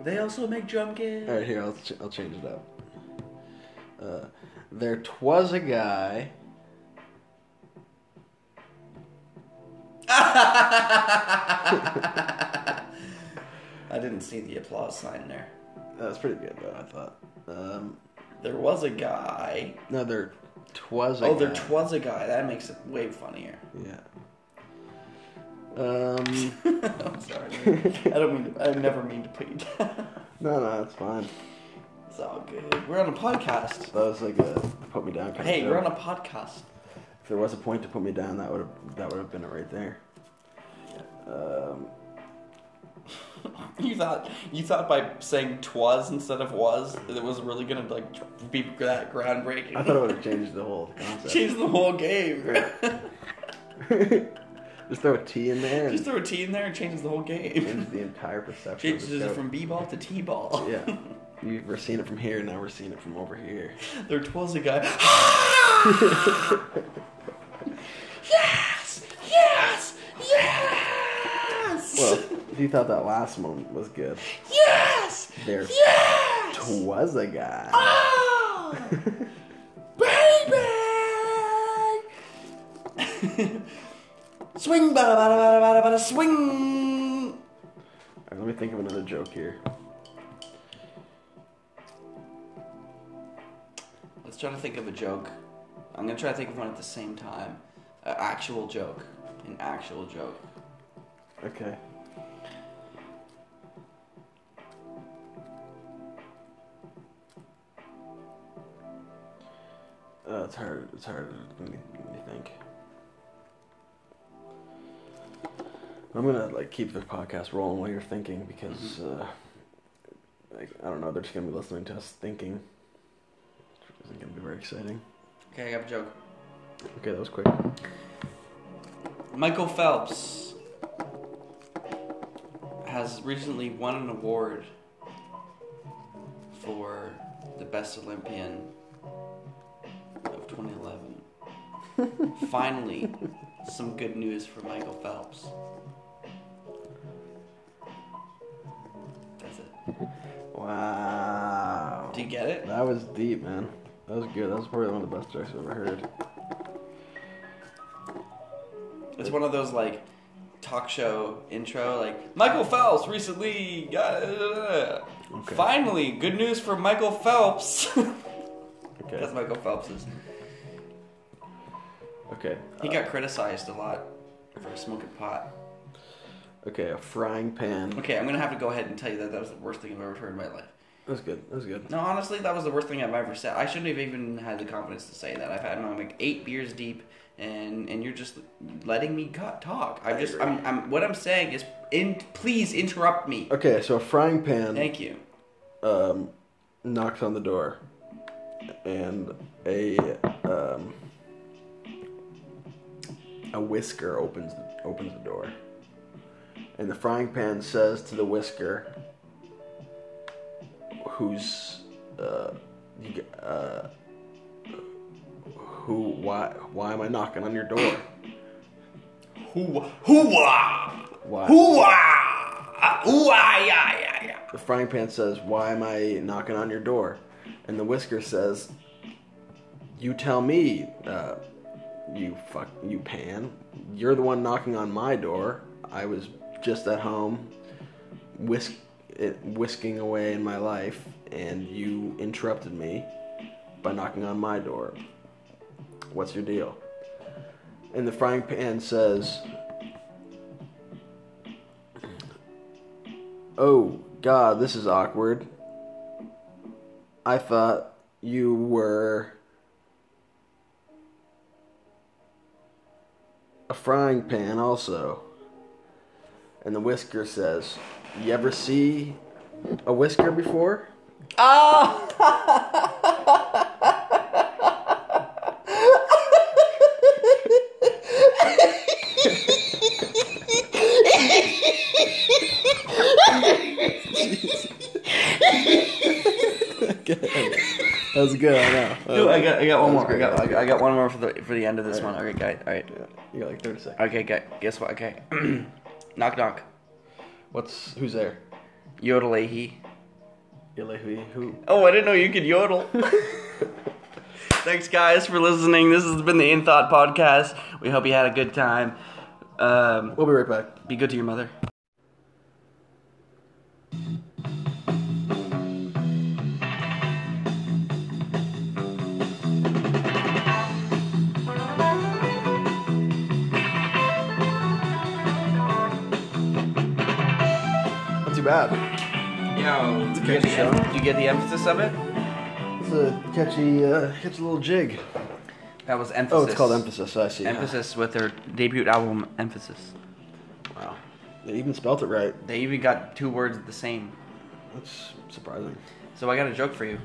Speaker 2: they also make drum kit.
Speaker 1: All right, here I'll ch- I'll change it up. Uh, there twas a guy.
Speaker 2: I didn't see the applause sign there.
Speaker 1: That was pretty good though. I thought. Um,
Speaker 2: There was a guy.
Speaker 1: no, there twas a
Speaker 2: Oh,
Speaker 1: guy.
Speaker 2: there was a guy. That makes it way funnier.
Speaker 1: Yeah. Um.
Speaker 2: I'm sorry. man. I don't mean. To, I never mean to put you down.
Speaker 1: no, no, that's fine.
Speaker 2: It's all good. We're on a podcast.
Speaker 1: That was like a put me down kind
Speaker 2: Hey,
Speaker 1: of.
Speaker 2: we're on a podcast.
Speaker 1: there was a point to put me down, that would have that would have been it right there. Um,
Speaker 2: You thought you thought by saying "twas" instead of "was" that it was really gonna like tr- be that groundbreaking.
Speaker 1: I thought it would have changed the whole concept.
Speaker 2: Change the whole game.
Speaker 1: Just throw a T in there
Speaker 2: Just
Speaker 1: and
Speaker 2: throw a T in there and changes the whole game.
Speaker 1: change the entire perception. of the
Speaker 2: Changes it
Speaker 1: scope.
Speaker 2: from b-ball to t-ball.
Speaker 1: yeah. You've we're seeing it from here, now we're seeing it from over here.
Speaker 2: There was a guy. yes! Yes! Yes!
Speaker 1: Well, if you thought that last one was good,
Speaker 2: yes!
Speaker 1: there
Speaker 2: Yes!
Speaker 1: was a guy.
Speaker 2: Ah! Baby! swing, bada, bada, bada, bada, bada, swing!
Speaker 1: All right, let me think of another joke here.
Speaker 2: Let's try to think of a joke. I'm gonna try to think of one at the same time. An actual joke. An actual joke.
Speaker 1: Okay. Uh, it's hard. It's harder than you, than you think. I'm gonna like keep the podcast rolling while you're thinking because uh, like, I don't know. They're just gonna be listening to us thinking. Which isn't gonna be very exciting.
Speaker 2: Okay, I got a joke.
Speaker 1: Okay, that was quick.
Speaker 2: Michael Phelps has recently won an award for the best Olympian of 2011. Finally, some good news for Michael Phelps. That's it.
Speaker 1: Wow.
Speaker 2: Do you get it?
Speaker 1: That was deep, man. That was good. That was probably one of the best jokes I've ever heard.
Speaker 2: It's one of those like talk show intro, like Michael Phelps recently got.
Speaker 1: Okay.
Speaker 2: Finally, good news for Michael Phelps. That's
Speaker 1: Okay.
Speaker 2: Michael Phelps is.
Speaker 1: Okay.
Speaker 2: He got criticized a lot for smoking pot.
Speaker 1: Okay, a frying pan.
Speaker 2: Okay, I'm gonna have to go ahead and tell you that that was the worst thing I've ever heard in my life.
Speaker 1: That was good. That was good.
Speaker 2: No, honestly, that was the worst thing I've ever said. I shouldn't have even had the confidence to say that. I've had I'm like eight beers deep, and and you're just letting me cut talk. I'm
Speaker 1: I
Speaker 2: just
Speaker 1: agree.
Speaker 2: I'm, I'm what I'm saying is in please interrupt me.
Speaker 1: Okay, so a frying pan
Speaker 2: Thank you.
Speaker 1: um, knocks on the door, and a um, a whisker opens opens the door, and the frying pan says to the whisker, "Who's uh, you, g- uh, who? Why? Why am I knocking on your door?
Speaker 2: Hoo hoo
Speaker 1: Why?"
Speaker 2: Hoo-ah! Ooh-ah, yeah, yeah, yeah.
Speaker 1: The frying pan says, Why am I knocking on your door? And the whisker says, You tell me, uh, you fuck, you pan. You're the one knocking on my door. I was just at home, whisk, it, whisking away in my life, and you interrupted me by knocking on my door. What's your deal? And the frying pan says, Oh, God, this is awkward. I thought you were a frying pan, also. And the whisker says, You ever see a whisker before? That was good, I know.
Speaker 2: Ooh, I got, I got one
Speaker 1: That was
Speaker 2: more. I got, I got- I got one more for the for the end of this
Speaker 1: Alright.
Speaker 2: one. Okay, guy. All right.
Speaker 1: You got like 30 seconds.
Speaker 2: Okay, guy. Guess what? Okay. knock knock.
Speaker 1: What's, who's there?
Speaker 2: Yodel eh, he.
Speaker 1: Eli, who? who?
Speaker 2: Oh, I didn't know you could yodel. Thanks, guys, for listening. This has been the In Thought podcast. We hope you had a good time. Um,
Speaker 1: We'll be right back.
Speaker 2: be good to your mother.
Speaker 1: Not too bad.
Speaker 2: Yo, you
Speaker 1: good
Speaker 2: get, the,
Speaker 1: show.
Speaker 2: em- you get the emphasis of it?
Speaker 1: It's a catchy, uh, catchy little jig.
Speaker 2: That was emphasis.
Speaker 1: Oh, it's called Emphasis. I see.
Speaker 2: Emphasis with their debut album, Emphasis.
Speaker 1: Wow. They even spelt it right.
Speaker 2: They even got two words the same.
Speaker 1: That's surprising.
Speaker 2: So I got a joke for you.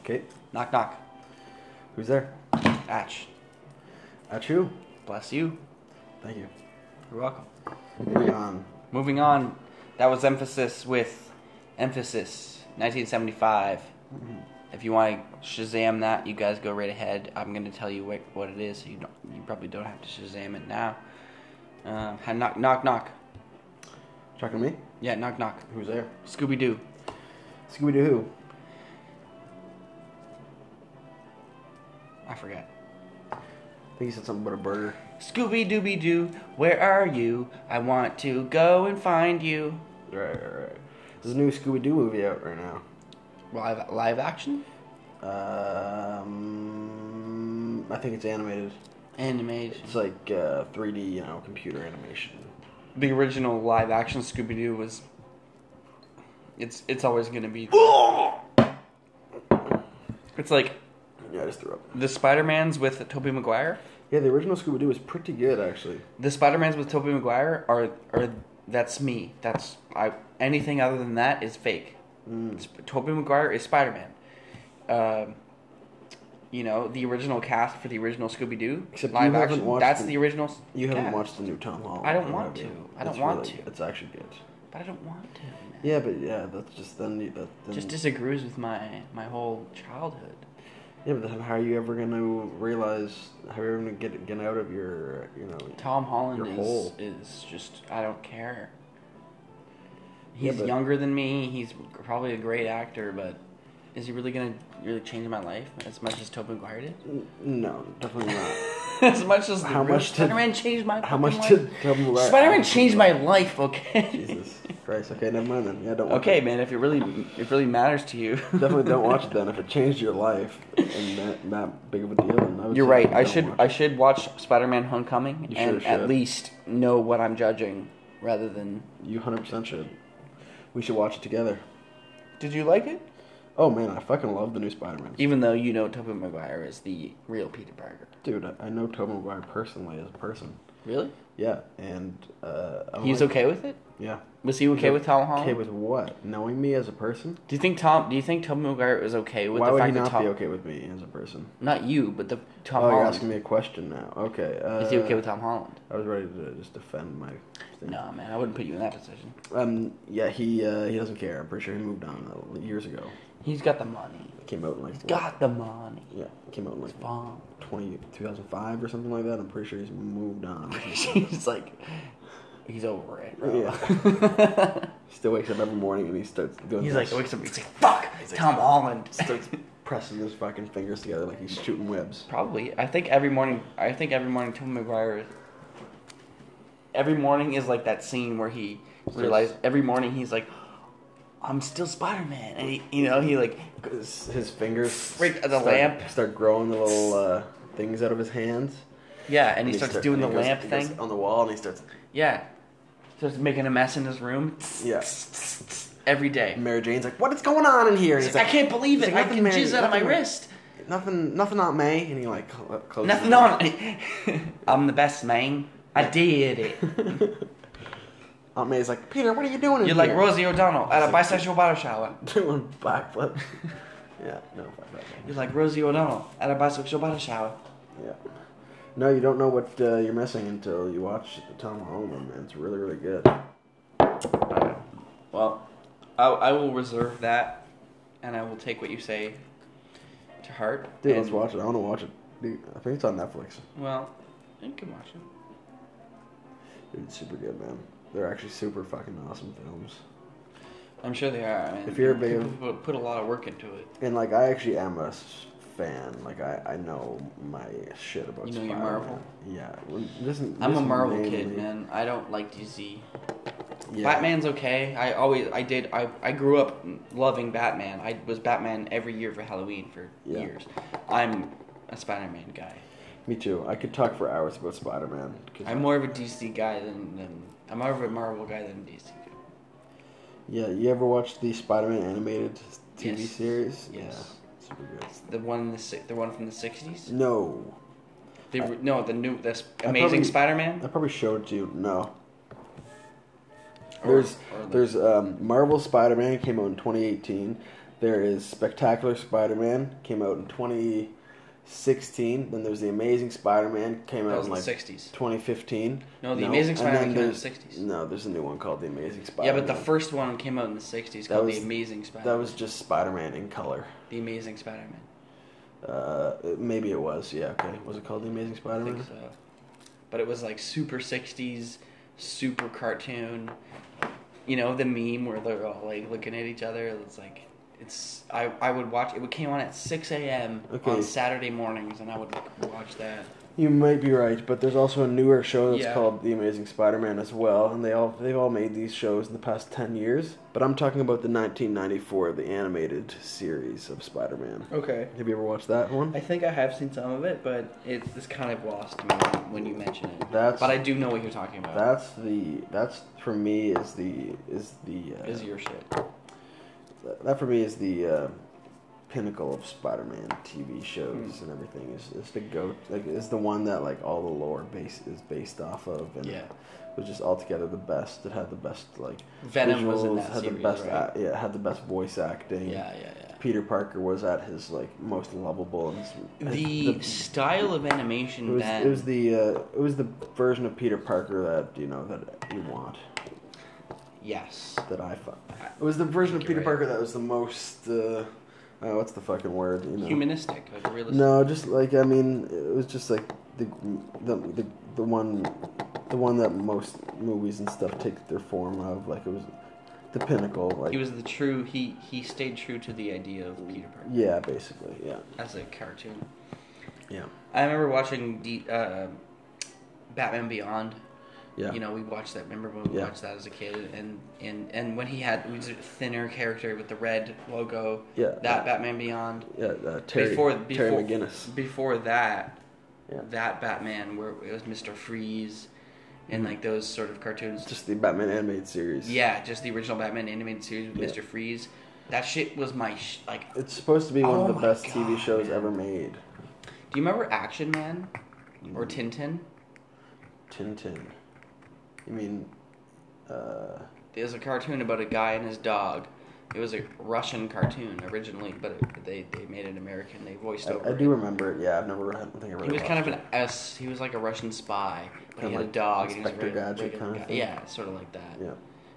Speaker 1: Okay.
Speaker 2: Knock knock.
Speaker 1: Who's there?
Speaker 2: Atch.
Speaker 1: At you.
Speaker 2: Bless you.
Speaker 1: Thank you.
Speaker 2: You're welcome.
Speaker 1: Moving on.
Speaker 2: Moving on. That was Emphasis with Emphasis, 1975. If you want to Shazam that, you guys go right ahead. I'm going to tell you what, what it is. So you don't. You probably don't have to Shazam it now. Uh, had knock knock knock.
Speaker 1: Talking to me?
Speaker 2: Yeah, knock knock.
Speaker 1: Who's there?
Speaker 2: Scooby Doo.
Speaker 1: Scooby Doo who?
Speaker 2: I forgot.
Speaker 1: I think he said something about a burger.
Speaker 2: Scooby Dooby Doo, where are you? I want to go and find you.
Speaker 1: Right, right, right. There's a new Scooby Doo movie out right now.
Speaker 2: Live live action,
Speaker 1: Um, I think it's animated.
Speaker 2: animation.
Speaker 1: It's like uh, 3D, you know, computer animation.
Speaker 2: the original live action Scooby Doo was. It's it's always gonna be. It's like
Speaker 1: Yeah, I just threw up.
Speaker 2: the Spider Mans with Tobey Maguire.
Speaker 1: Yeah, the original Scooby Doo was pretty good, actually.
Speaker 2: The Spider Mans with Tobey Maguire are are that's me. That's I. Anything other than that is fake. Sp- Tobey Maguire is Spider Man. Um, you know the original cast for the original Scooby Doo
Speaker 1: Except
Speaker 2: live
Speaker 1: you haven't
Speaker 2: action.
Speaker 1: watched
Speaker 2: That's
Speaker 1: the-
Speaker 2: the original. s-
Speaker 1: You haven't
Speaker 2: cast.
Speaker 1: watched the new Tom Holland.
Speaker 2: I don't
Speaker 1: or
Speaker 2: want
Speaker 1: whatever.
Speaker 2: to. I don't
Speaker 1: It's
Speaker 2: want
Speaker 1: really-
Speaker 2: to.
Speaker 1: It's actually good.
Speaker 2: but I don't want to. man.
Speaker 1: Yeah, but yeah, that's just then. you- That, then
Speaker 2: Just disagrees with my my whole childhood.
Speaker 1: yeah, but then how are you ever gonna realize? How are you ever gonna get get out of your you know?
Speaker 2: Tom Holland
Speaker 1: Your
Speaker 2: is
Speaker 1: whole-
Speaker 2: is just I don't care.
Speaker 1: Yeah,
Speaker 2: He's
Speaker 1: but-
Speaker 2: younger than me. He's probably a great actor, but is he really gonna really change my life as much as Tobey Maguire did?
Speaker 1: N- No, definitely not.
Speaker 2: as much as the
Speaker 1: How
Speaker 2: real
Speaker 1: much did-
Speaker 2: Spider-Man changed my
Speaker 1: How
Speaker 2: fucking
Speaker 1: much
Speaker 2: life?
Speaker 1: did Tobey Maguire?
Speaker 2: Spider-Man changed my life? Okay.
Speaker 1: Jesus Christ. Okay, never mind then. Yeah, don't. Watch
Speaker 2: Okay,
Speaker 1: it.
Speaker 2: man. If it really if it really matters to you,
Speaker 1: Definitely don't watch it then. If it changed your life and that that big of a deal, then I would
Speaker 2: You're
Speaker 1: say
Speaker 2: right. I
Speaker 1: don't
Speaker 2: should
Speaker 1: watch
Speaker 2: I
Speaker 1: it.
Speaker 2: should watch Spider-Man: Homecoming
Speaker 1: You
Speaker 2: and
Speaker 1: sure
Speaker 2: at
Speaker 1: should.
Speaker 2: least know what I'm judging rather than.
Speaker 1: You hundred percent should. We should watch it together.
Speaker 2: Did you like it?
Speaker 1: Oh man, I fucking love the new Spider-Man.
Speaker 2: Even though you know Tobey Maguire is the real Peter Parker.
Speaker 1: Dude, I- I know Tobey Maguire personally as a person.
Speaker 2: Really?
Speaker 1: Yeah, and uh, I'm
Speaker 2: He's
Speaker 1: like-
Speaker 2: okay with it?
Speaker 1: Yeah.
Speaker 2: Was he okay
Speaker 1: He's
Speaker 2: with Tom Holland?
Speaker 1: Okay with what? Knowing me as a person?
Speaker 2: do you think Tom do you think Tobey Maguire was okay with
Speaker 1: Why
Speaker 2: the
Speaker 1: would
Speaker 2: fact
Speaker 1: he not
Speaker 2: that Tom
Speaker 1: be okay with me as a person?
Speaker 2: not you, but the Tom
Speaker 1: oh, you're
Speaker 2: Holland
Speaker 1: asking me a question now. Okay. Uh,
Speaker 2: Is he okay with Tom Holland?
Speaker 1: I was ready to just defend my thing.
Speaker 2: No, man, I wouldn't put you in that position.
Speaker 1: Um. Yeah. He. Uh, he doesn't care. I'm pretty sure he moved on uh, years ago.
Speaker 2: He's got the money.
Speaker 1: Came out in like.
Speaker 2: Got the money.
Speaker 1: Yeah. Came out in like
Speaker 2: Bomb.
Speaker 1: 20, 2005 or something like that. I'm pretty sure he's moved on.
Speaker 2: He's like he's over it, bro.
Speaker 1: Still wakes up every morning and he starts doing.
Speaker 2: He's like
Speaker 1: this.
Speaker 2: wakes up he's like, fuck Tom Holland.
Speaker 1: starts pressing his fucking fingers together like he's shooting webs.
Speaker 2: Probably. I think every morning. I think every morning Tobey Maguire. Every morning is like that scene where he realized. Every morning he's like, "I'm still Spider Man," and he, you know, he like,
Speaker 1: His, his fingers
Speaker 2: Freak of the
Speaker 1: start,
Speaker 2: lamp.
Speaker 1: start growing the little uh, things out of his hands.
Speaker 2: yeah, and, he, starts
Speaker 1: start-
Speaker 2: doing the
Speaker 1: he goes-
Speaker 2: lamp
Speaker 1: he goes "Oh."
Speaker 2: thing.
Speaker 1: on the wall, and he starts.
Speaker 2: Yeah, starts making a mess in his room.
Speaker 1: Yeah.
Speaker 2: Every day.
Speaker 1: Mary Jane's like, "What is going on in here?" And he's
Speaker 2: I
Speaker 1: like,
Speaker 2: can't believe
Speaker 1: he's
Speaker 2: it!
Speaker 1: like,
Speaker 2: I
Speaker 1: "Nothing,
Speaker 2: can
Speaker 1: Mary,
Speaker 2: jizz out of my
Speaker 1: nothing, Mary."
Speaker 2: wrist.
Speaker 1: Nothing, nothing, not May. And he like cl- closes.
Speaker 2: Nothing
Speaker 1: it.
Speaker 2: on it. I'm the best man. I did it.
Speaker 1: Aunt May's like, "Peter, what are you doing?" in
Speaker 2: You're like
Speaker 1: here?"
Speaker 2: Rosie O'Donnell at a bisexual bottle shower.
Speaker 1: doing backflips. yeah, no backflip.
Speaker 2: You're like Rosie O'Donnell at a bisexual bottle shower.
Speaker 1: Yeah. No, you don't know what uh, you're missing until you watch the Tom Holland one, man. It's really, really good.
Speaker 2: Well, I, I will reserve that, and I will take what you say to heart.
Speaker 1: Dude,
Speaker 2: and-
Speaker 1: let's watch it. I want to watch it. Dude, I think it's on Netflix.
Speaker 2: Well, you can watch it.
Speaker 1: Dude, it's super good, man. They're actually super fucking awesome films.
Speaker 2: I'm sure they are. I mean,
Speaker 1: If you're a big-
Speaker 2: people put- put a lot of work into it.
Speaker 1: And like, I actually am a s- fan. Like, I, I know my shit about.
Speaker 2: You know your
Speaker 1: Spider-Man.
Speaker 2: Marvel?
Speaker 1: Yeah, well, this, is-
Speaker 2: I'm a
Speaker 1: this
Speaker 2: Marvel
Speaker 1: mainly-
Speaker 2: kid, man. I don't like DC.
Speaker 1: Yeah.
Speaker 2: Batman's okay. I always, I did, I, I grew up loving Batman. I was Batman every year for Halloween for
Speaker 1: Yeah.
Speaker 2: years. I'm a Spider-Man guy.
Speaker 1: Me too. I could talk for hours about Spider-Man. 'cause
Speaker 2: I'm more of a DC guy than, than I'm more of a Marvel guy than a DC. Guy.
Speaker 1: Yeah, you ever watch the Spider-Man animated TV
Speaker 2: Yes.
Speaker 1: series?
Speaker 2: Yes.
Speaker 1: Yeah, super good.
Speaker 2: the one in the si- the one from the '60s.
Speaker 1: No,
Speaker 2: The,
Speaker 1: I-
Speaker 2: no, the new this
Speaker 1: Mm-hmm. I Uh,
Speaker 2: Amazing
Speaker 1: probably- I
Speaker 2: Spider-Man.
Speaker 1: probably showed it to you. No,
Speaker 2: Or-
Speaker 1: There's
Speaker 2: or the-
Speaker 1: there's um, Marvel Spider-Man came out in 2018. There is Spectacular Spider-Man came out in 2016. Then there's the Amazing Spider-Man came
Speaker 2: that
Speaker 1: out
Speaker 2: was
Speaker 1: in
Speaker 2: in the
Speaker 1: like
Speaker 2: '60s.
Speaker 1: 2015.
Speaker 2: No, The Amazing
Speaker 1: and
Speaker 2: Spider-Man
Speaker 1: then
Speaker 2: came out in
Speaker 1: there's-
Speaker 2: the 60s.
Speaker 1: No, there's a new one called The Amazing
Speaker 2: Yeah, but
Speaker 1: Spider-Man.
Speaker 2: the first one came out in the '60s
Speaker 1: That
Speaker 2: called
Speaker 1: was-
Speaker 2: The Amazing Spider.
Speaker 1: that was just Spider-Man in color.
Speaker 2: The Amazing Spider-Man.
Speaker 1: Uh, it- maybe it was. Yeah. Okay. Was it called The Amazing
Speaker 2: I
Speaker 1: Spider-Man?
Speaker 2: think so. But it was like super '60s, super cartoon. You know the meme where they're all like looking at each other. It's like it's I I would watch it. Came on at 6 a.m.
Speaker 1: Okay.
Speaker 2: on Saturday mornings, and I would watch that.
Speaker 1: You might be right, but there's also a newer show that's
Speaker 2: Yeah.
Speaker 1: called The Amazing Spider-Man as well, and they all they've all made these shows in the past ten years. But I'm talking about the 1994, the animated series of Spider-Man.
Speaker 2: Okay.
Speaker 1: Have you ever watched that one?
Speaker 2: I think I have seen some of it, but it, it's kind of lost to me when you mention it.
Speaker 1: That's-
Speaker 2: but I do know what you're talking about.
Speaker 1: That's the that's for me is the is the uh,
Speaker 2: is your shit.
Speaker 1: that, that for me is the uh, pinnacle of Spider-Man TV shows
Speaker 2: Hmm.
Speaker 1: and everything. Is is the go like is the one that like all the lore base is based off of and
Speaker 2: Yeah.
Speaker 1: was just altogether the best. It had the best like
Speaker 2: Venom was in
Speaker 1: visuals,
Speaker 2: that
Speaker 1: had
Speaker 2: series,
Speaker 1: the best
Speaker 2: right?
Speaker 1: act- yeah had the best voice acting.
Speaker 2: Yeah, yeah, yeah.
Speaker 1: Peter Parker was at his like most lovable and his-
Speaker 2: The, style of animation
Speaker 1: it was,
Speaker 2: then
Speaker 1: it was the uh, it was the version of Peter Parker that you know that you want
Speaker 2: yes.
Speaker 1: that I find. It was the version of
Speaker 2: You're
Speaker 1: Peter
Speaker 2: right.
Speaker 1: Parker that was the most. Uh, uh, what's the fucking word? You know.
Speaker 2: Humanistic, like realistic.
Speaker 1: No, just like I mean, it was just like the the the, the one the one that most movies and stuff take their form of. Like it was the pinnacle. Like
Speaker 2: He was the true he he stayed true to the idea of Peter Parker
Speaker 1: yeah, basically, yeah,
Speaker 2: as a cartoon.
Speaker 1: yeah,
Speaker 2: I remember watching D, uh, Batman Beyond.
Speaker 1: yeah.
Speaker 2: You know, we watched that. Remember when we
Speaker 1: Yeah.
Speaker 2: watched that as a kid, and and and when he had he was a thinner character with the red logo.
Speaker 1: Yeah.
Speaker 2: That Batman Beyond.
Speaker 1: yeah, uh, Terry,
Speaker 2: before before
Speaker 1: Terry McGinnis.
Speaker 2: Before that,
Speaker 1: Yeah.
Speaker 2: that Batman where it was Mister Freeze, and like those sort of cartoons.
Speaker 1: Just the Batman animated series.
Speaker 2: yeah, just the original Batman animated series with
Speaker 1: Yeah.
Speaker 2: Mister Freeze. That shit was my sh- like
Speaker 1: It's supposed to be one
Speaker 2: Oh
Speaker 1: of the
Speaker 2: my
Speaker 1: best TV
Speaker 2: God,
Speaker 1: shows
Speaker 2: man.
Speaker 1: ever made.
Speaker 2: Do you remember Action Man
Speaker 1: Mm-hmm.
Speaker 2: or Tintin?
Speaker 1: Tintin. You mean, uh,
Speaker 2: It was a cartoon about a guy and his dog. It was a Russian cartoon originally, but it, they, they made it American. They voiced over.
Speaker 1: I, I
Speaker 2: it.
Speaker 1: do remember it. Yeah, I've never. I don't think I really
Speaker 2: He was kind
Speaker 1: watched
Speaker 2: of an S. He was like a Russian spy, but he
Speaker 1: Kinda
Speaker 2: had a
Speaker 1: like
Speaker 2: dog. and he was a
Speaker 1: Inspector
Speaker 2: reg-
Speaker 1: Gadget
Speaker 2: regular
Speaker 1: kinda
Speaker 2: guy.
Speaker 1: thing.
Speaker 2: Yeah, sort of like that.
Speaker 1: it. Yeah.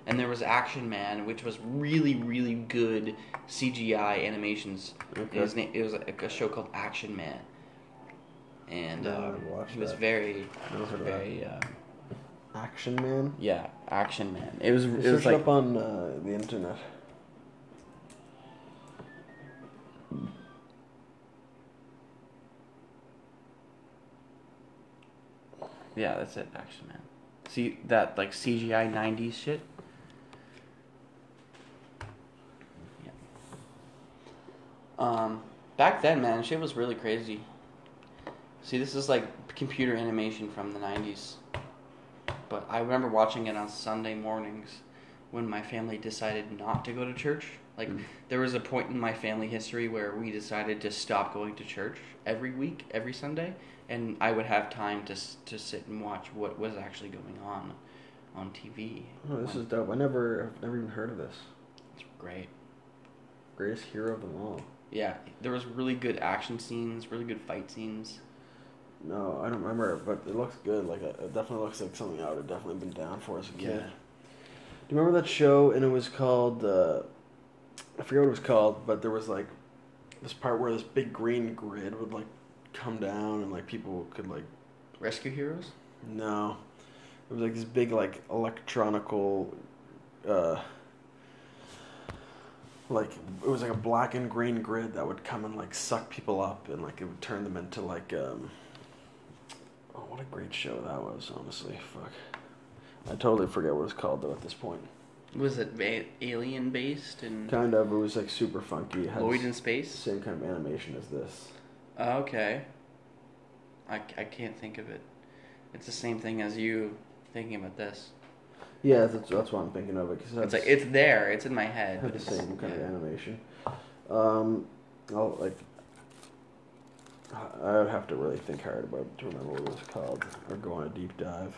Speaker 2: And there was Action Man, which was really really good CGI animations.
Speaker 1: Okay.
Speaker 2: It was na- it was a, a show called Action Man, and
Speaker 1: No, I
Speaker 2: um,
Speaker 1: haven't watched
Speaker 2: he was
Speaker 1: that.
Speaker 2: very
Speaker 1: Never heard of that.
Speaker 2: very uh,
Speaker 1: Action Man.
Speaker 2: yeah Action Man. It was it
Speaker 1: Search
Speaker 2: was
Speaker 1: it
Speaker 2: like
Speaker 1: up on uh, the internet.
Speaker 2: Yeah, that's it, Action Man. See that like CGI '90s shit. Yeah. Um, back then, man, shit was really crazy. See, this is like computer animation from the '90s, but I remember watching it on Sunday mornings when my family decided not to go to church. Like,
Speaker 1: Mm-hmm.
Speaker 2: there was a point in my family history where we decided to stop going to church every week, every Sunday, and I would have time to s- to sit and watch what was actually going on on TV.
Speaker 1: Oh, this
Speaker 2: When-
Speaker 1: is dope. I never, I've never even heard of this.
Speaker 2: it's great.
Speaker 1: Greatest hero of them all.
Speaker 2: Yeah, there was really good action scenes, really good fight scenes.
Speaker 1: No, I don't remember, but it looks good. Like uh, it definitely looks like something I would have definitely been down for as a kid.
Speaker 2: Yeah.
Speaker 1: Do you remember that show? And it was called. Uh, I forget what it was called, but there was like this part where this big green grid would like come down, and like people could like
Speaker 2: Rescue Heroes?
Speaker 1: No. It was like this big like electronical uh like it was like a black and green grid that would come and like suck people up and like it would turn them into like um oh what a great show that was honestly fuck I totally forget what it was called though at this point
Speaker 2: Was it va- alien based and
Speaker 1: kind of it was like super funky it had
Speaker 2: Lloyd
Speaker 1: the
Speaker 2: in space?
Speaker 1: same kind of animation as this
Speaker 2: Oh, okay. I, c- I can't think of it. It's the same thing as you thinking about this.
Speaker 1: yeah that's, that's what I'm thinking of it because
Speaker 2: It's like it's there, it's in my head, but
Speaker 1: had the
Speaker 2: it's
Speaker 1: same kind of
Speaker 2: yeah.
Speaker 1: animation. Um, I'll, like, I would have to really think hard about to remember what it was called or go on a deep dive.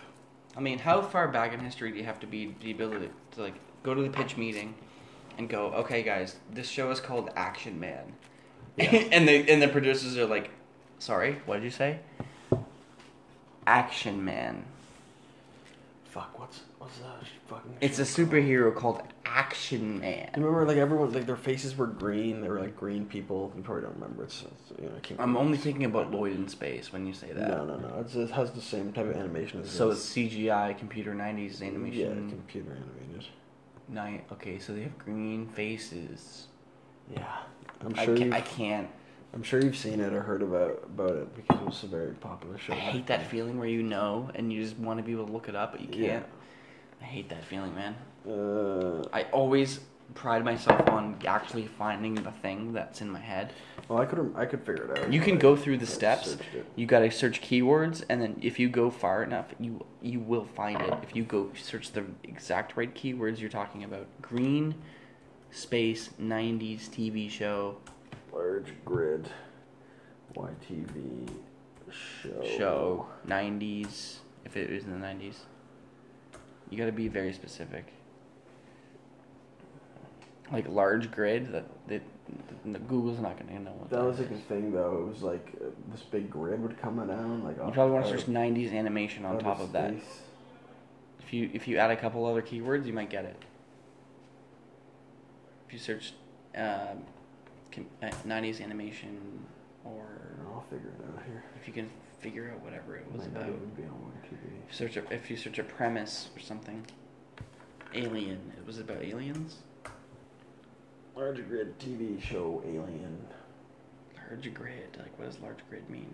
Speaker 2: I mean, how far back in history do you have to be to be able to, to like go to the pitch meeting and go, okay, guys, this show is called Action Man, and the and the producers are like, sorry, what did you say? Action Man.
Speaker 1: Fuck, what's what's that fucking?
Speaker 2: It's a
Speaker 1: show called?
Speaker 2: superhero called Action Man.
Speaker 1: I remember like everyone like their faces were green. They were like green people. You probably don't remember. It's, it's you know I can't.
Speaker 2: I'm
Speaker 1: remember.
Speaker 2: only thinking about Lloyd in space when you say that.
Speaker 1: No, no, no. It's, it has the same type of animation as
Speaker 2: So
Speaker 1: this.
Speaker 2: it's CGI, computer '90s
Speaker 1: yeah,
Speaker 2: animation.
Speaker 1: computer animated.
Speaker 2: Night. Okay, so they have green faces.
Speaker 1: Yeah, I'm
Speaker 2: I
Speaker 1: sure.
Speaker 2: can't.
Speaker 1: you've-
Speaker 2: I can't.
Speaker 1: I'm sure you've seen it or heard about about it because it was a very popular show.
Speaker 2: I hate that feeling where you know and you just want to be able to look it up, but you
Speaker 1: Yeah.
Speaker 2: can't. I hate that feeling, man.
Speaker 1: Uh,
Speaker 2: I always pride myself on actually finding the thing that's in my head.
Speaker 1: well, I could rem- I could figure it out.
Speaker 2: You can
Speaker 1: but
Speaker 2: go
Speaker 1: I-
Speaker 2: through the
Speaker 1: I
Speaker 2: steps.
Speaker 1: searched it.
Speaker 2: You gotta search keywords, and then if you go far enough, you you will find it. If you go search the exact right keywords you're talking about, green space '90s TV show
Speaker 1: Large grid, YTV show.
Speaker 2: show '90s. If it was in the '90s, you gotta be very specific. Like large grid that that that Google's not gonna know what
Speaker 1: That was like
Speaker 2: is.
Speaker 1: a thing though. It was like uh, this big grid would come down. Like
Speaker 2: You probably want to search '90s animation on top of that. If you if you add a couple other keywords, you might get it. If you search um, com- uh, '90s animation, or
Speaker 1: I'll figure it out here.
Speaker 2: if you can figure out whatever it was
Speaker 1: Might not
Speaker 2: about,
Speaker 1: even be on YTV.
Speaker 2: search a, if you search a premise or something. Alien. It was about aliens.
Speaker 1: Large grid TV show Alien.
Speaker 2: Large grid. Like, what does large grid mean?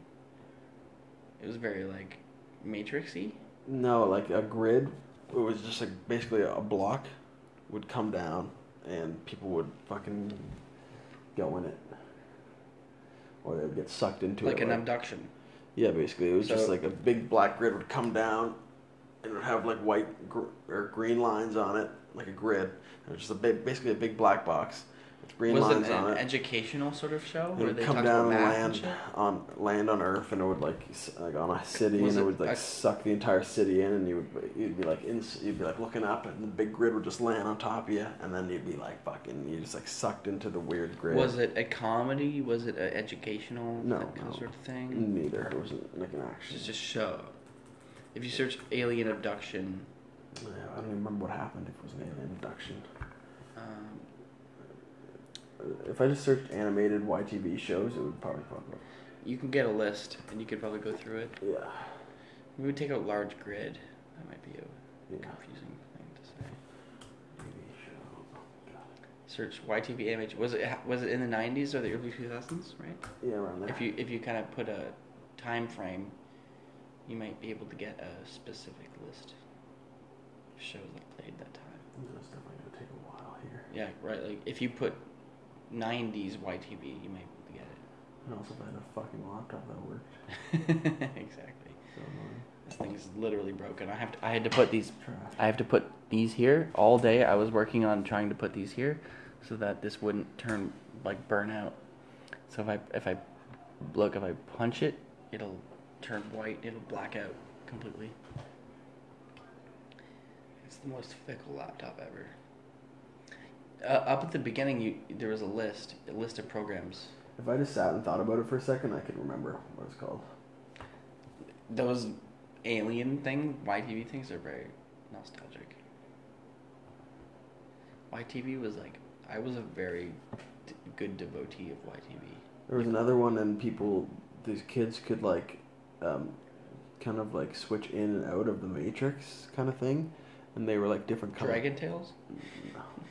Speaker 2: It was very like matrixy.
Speaker 1: No, like a grid. It was just like basically a block would come down and people would fucking go in it. Or they would get sucked into
Speaker 2: Like
Speaker 1: it.
Speaker 2: an
Speaker 1: right?
Speaker 2: abduction.
Speaker 1: Yeah, basically, it was just
Speaker 2: So-
Speaker 1: like a big black grid would come down, and it would have like white gr- or green lines on it, like a grid. It was just a big, basically a big black box with green
Speaker 2: was it
Speaker 1: lines
Speaker 2: an
Speaker 1: on it.
Speaker 2: educational sort of show
Speaker 1: And
Speaker 2: where
Speaker 1: it
Speaker 2: they
Speaker 1: would come
Speaker 2: talked
Speaker 1: down
Speaker 2: about
Speaker 1: and
Speaker 2: math and
Speaker 1: land
Speaker 2: shit?
Speaker 1: on land on Earth, and it would like s- like on a city,
Speaker 2: Was
Speaker 1: and it
Speaker 2: it
Speaker 1: would like
Speaker 2: a-
Speaker 1: suck the entire city in, and you would you'd be like in, you'd be like looking up, and the big grid would just land on top of you, and then you'd be like fucking, you just like sucked into the weird grid.
Speaker 2: Was it a comedy? Was it an educational
Speaker 1: No,
Speaker 2: th-
Speaker 1: no.
Speaker 2: sort of thing?
Speaker 1: Neither. It wasn't like an action.
Speaker 2: It's just a show. If you search alien abduction,
Speaker 1: Yeah, I don't even remember what happened. If it was an alien abduction.
Speaker 2: um,
Speaker 1: If I just searched animated YTV shows, it would probably pop up.
Speaker 2: you can get a list and you could probably go through it.
Speaker 1: Yeah.
Speaker 2: We would take out large grid. That might be a
Speaker 1: Yeah.
Speaker 2: confusing thing to say.
Speaker 1: TV show.
Speaker 2: Search YTV image. Was it was it in the '90s or the early 2000s? Right.
Speaker 1: Yeah, around there.
Speaker 2: If you if you kind of put a time frame, you might be able to get a specific list of shows that played that time.
Speaker 1: That's definitely gonna take a while here.
Speaker 2: Yeah, right. Like if you put '90s YTV, you might be
Speaker 1: And also, if I had a fucking laptop that worked.
Speaker 2: able to get it. exactly.
Speaker 1: So annoying.
Speaker 2: This thing's literally broken. I have to, I had to put these.
Speaker 1: Trash.
Speaker 2: I have to put these here all day. I was working on trying to put these here, so that this wouldn't turn like burn out. So if I if I look if I punch it, it'll turn white. It'll black out completely. It's the most fickle laptop ever. Uh, up at the beginning, you there was a list a list of programs.
Speaker 1: If I just sat and thought about it for a second, I could remember what it's called.
Speaker 2: Those alien thing, YTV things are very nostalgic. YTV was like, I was a very d- good devotee of YTV.
Speaker 1: There was another one, and people, these kids could like, um, kind of like switch in and out of the Matrix kind of thing, and they were like different colors.
Speaker 2: Dragon Tales?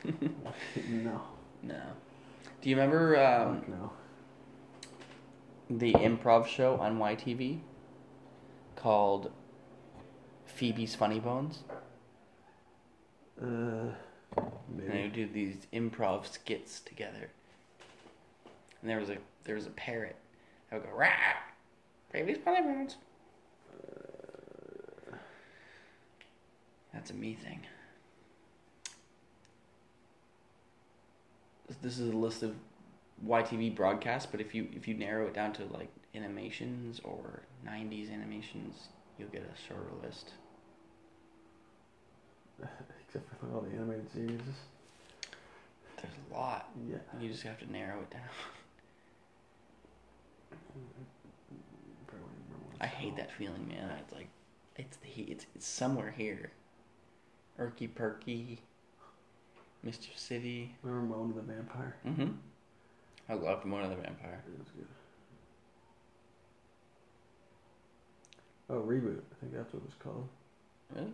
Speaker 1: No.
Speaker 2: No. Do you remember um,
Speaker 1: Fuck no.
Speaker 2: the improv show on YTV called Phoebe's Funny Bones?
Speaker 1: Uh,
Speaker 2: And they
Speaker 1: maybe.
Speaker 2: would do these improv skits together. And there was a there was a parrot. I would go rah, Phoebe's Funny Bones. That's a me thing. This- This is a list of YTV broadcast, but if you if you narrow it down to like animations or '90s animations, you'll get a shorter list.
Speaker 1: Except for all the animated series.
Speaker 2: There's a lot.
Speaker 1: Yeah.
Speaker 2: You just have to narrow it down.
Speaker 1: Probably remember what
Speaker 2: I
Speaker 1: it's
Speaker 2: hate
Speaker 1: called.
Speaker 2: that feeling, man. It's like, it's the heat. It's, it's somewhere here. Erky Perky, Mischief City.
Speaker 1: Remember Moan of the Vampire?
Speaker 2: Mm-hmm. I love Mona the Vampire.
Speaker 1: It was good. Oh, reboot. I think that's what it was called.
Speaker 2: Really?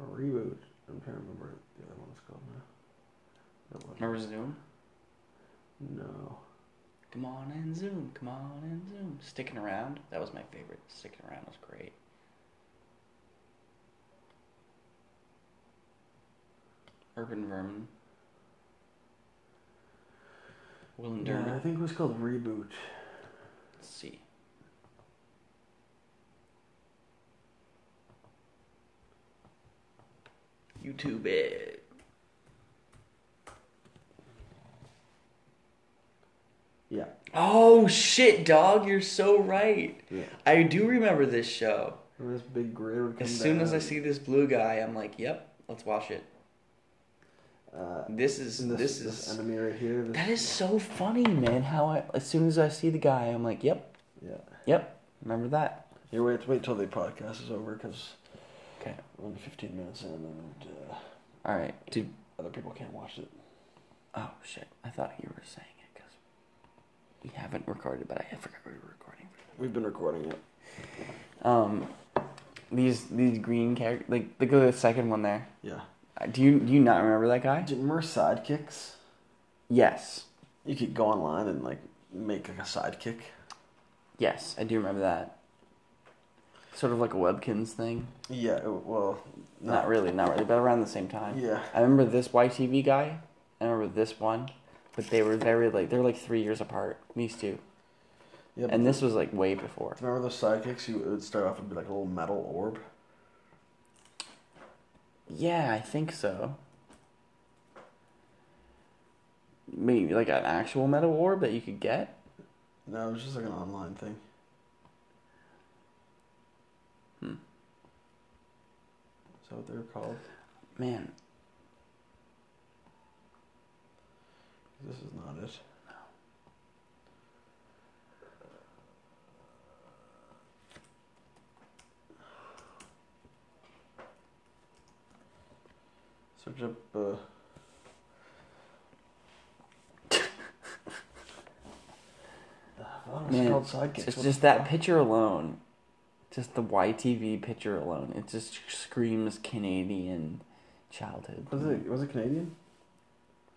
Speaker 1: A reboot. I'm trying to remember what the other one was called now. That wasn't-
Speaker 2: Remember Zoom?
Speaker 1: No.
Speaker 2: Come on and Zoom. Come on and Zoom. Sticking around. That was my favorite. Sticking around was great. Urban Vermin. Will and Dermot.
Speaker 1: Yeah, I think it was called reboot.
Speaker 2: Let's see. YouTube it.
Speaker 1: Yeah.
Speaker 2: Oh shit, dog, you're so right.
Speaker 1: Yeah.
Speaker 2: I do remember this show.
Speaker 1: Remember this big grid would come
Speaker 2: As soon as I
Speaker 1: down,
Speaker 2: see this blue guy, I'm like, yep, let's watch it.
Speaker 1: uh,
Speaker 2: This is
Speaker 1: this,
Speaker 2: this,
Speaker 1: this
Speaker 2: is
Speaker 1: enemy right here. This,
Speaker 2: that is so funny, man. How I, as soon as I see the guy, I'm like, yep,
Speaker 1: yeah.
Speaker 2: yep, remember that.
Speaker 1: Here, wait, wait till the podcast is over because
Speaker 2: Okay,
Speaker 1: we're only 15 minutes in and uh,
Speaker 2: all right, dude.
Speaker 1: other people can't watch it.
Speaker 2: Oh shit! I thought you were saying it because we haven't recorded, but I forgot we were recording.
Speaker 1: We've been recording it.
Speaker 2: Um, these these green characters, like look at the second one there.
Speaker 1: Yeah.
Speaker 2: Uh, Do you do you not remember that guy?
Speaker 1: Did remember sidekicks?
Speaker 2: Yes,
Speaker 1: You could go online and like make like a sidekick.
Speaker 2: yes, I do remember that. Sort of like a Webkins thing.
Speaker 1: Yeah. it- Well,
Speaker 2: Not really, not really, but around the same time.
Speaker 1: Oh. Yeah.
Speaker 2: I remember this YTV guy. I remember this one, but they were very like they were like three years apart. These two,
Speaker 1: Yeah.
Speaker 2: and this was like way before.
Speaker 1: remember those sidekicks? You it would start off and be like a little metal orb.
Speaker 2: Yeah, I think so. Maybe like an actual metal orb that you could get.
Speaker 1: No, it was just like an online thing.
Speaker 2: Hmm.
Speaker 1: Is that what they were called?
Speaker 2: Man,
Speaker 1: This is not it. Search up. Uh... Oh,
Speaker 2: Man,
Speaker 1: called sidekicks.
Speaker 2: it's
Speaker 1: What
Speaker 2: just
Speaker 1: the
Speaker 2: that
Speaker 1: fuck?
Speaker 2: picture alone, just the YTV picture alone. It just screams Canadian childhood.
Speaker 1: Was it was it Canadian?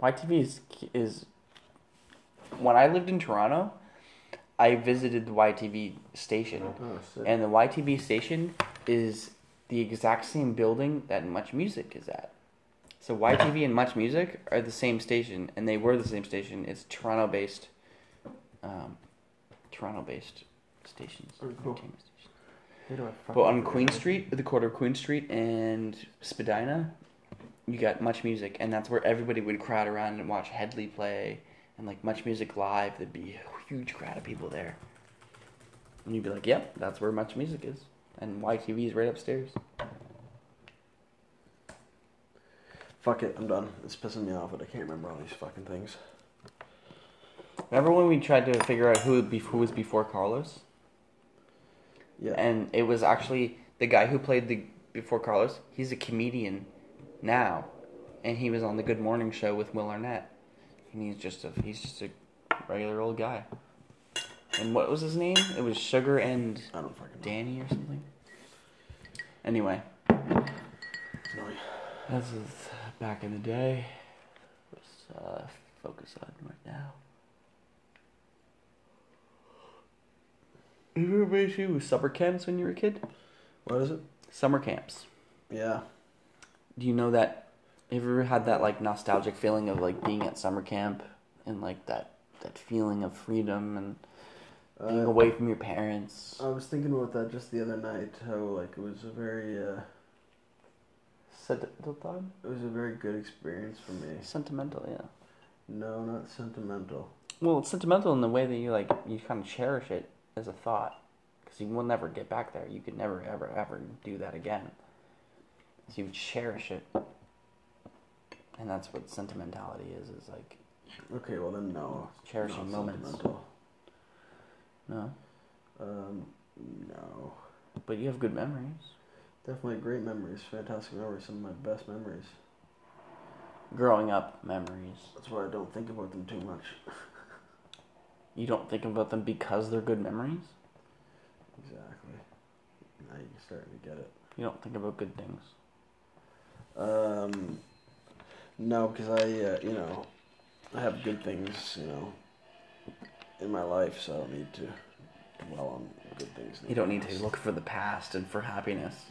Speaker 2: YTV is is when I lived in Toronto, I visited the YTV station.
Speaker 1: Oh, sick.
Speaker 2: And the YTV station is the exact same building that Much Music is at. So YTV and Much Music are the same station, and they were the same station. It's Toronto-based, um, Toronto-based stations.
Speaker 1: Oh, cool.
Speaker 2: entertainment stations.
Speaker 1: How do I
Speaker 2: But on
Speaker 1: fucking-
Speaker 2: Queen Street, the corner of Queen Street and Spadina, you got Much Music, and that's where everybody would crowd around and watch Headley play, and like Much Music live. There'd be a huge crowd of people there, and you'd be like, "Yep, that's where Much Music is," and YTV is right upstairs.
Speaker 1: Fuck it, I'm done. It's pissing me off that I can't remember all these fucking things.
Speaker 2: Remember when we tried to figure out who be- who was before Carlos,
Speaker 1: Yeah.
Speaker 2: and it was actually the guy who played the before Carlos. He's a comedian now, and he was on the Good Morning Show with Will Arnett, and he's just a he's just a regular old guy. And what was his name? It was Sugar and
Speaker 1: I don't fucking know.
Speaker 2: Danny or something. Anyway,
Speaker 1: No,
Speaker 2: this is back in the day. Let's uh, focus on right now. Have you ever been to summer camps when you were a kid?
Speaker 1: What is it?
Speaker 2: Summer camps.
Speaker 1: Yeah.
Speaker 2: Do you know that? Have you ever had that like nostalgic feeling of like being at summer camp and like that that feeling of freedom and being
Speaker 1: Uh,
Speaker 2: away from your parents?
Speaker 1: I was thinking about that just the other night. How like it was a very, uh,
Speaker 2: Sentimental time.
Speaker 1: it was a very good experience for me.
Speaker 2: Sentimental, yeah.
Speaker 1: No, not sentimental.
Speaker 2: Well, it's sentimental in the way that you like you kind of cherish it as a thought, because you will never get back there. You could never, ever, ever do that again. So you cherish it, and that's what sentimentality is. Is like
Speaker 1: Okay, well then no.
Speaker 2: Cherishing
Speaker 1: Oh, Not
Speaker 2: moments.
Speaker 1: sentimental.
Speaker 2: no,
Speaker 1: Um, no.
Speaker 2: but you have good memories.
Speaker 1: Definitely great memories, fantastic memories, some of my best memories.
Speaker 2: Growing up memories.
Speaker 1: That's why I don't think about them too much.
Speaker 2: You don't think about them because they're good memories.
Speaker 1: Exactly. Now you're starting to get it.
Speaker 2: You don't think about good things.
Speaker 1: Um, no, because I, uh, you know, I have good things, you know, in my life, so I don't need to dwell on good things. in
Speaker 2: You don't
Speaker 1: the
Speaker 2: need to
Speaker 1: past.
Speaker 2: look for the past and for happiness.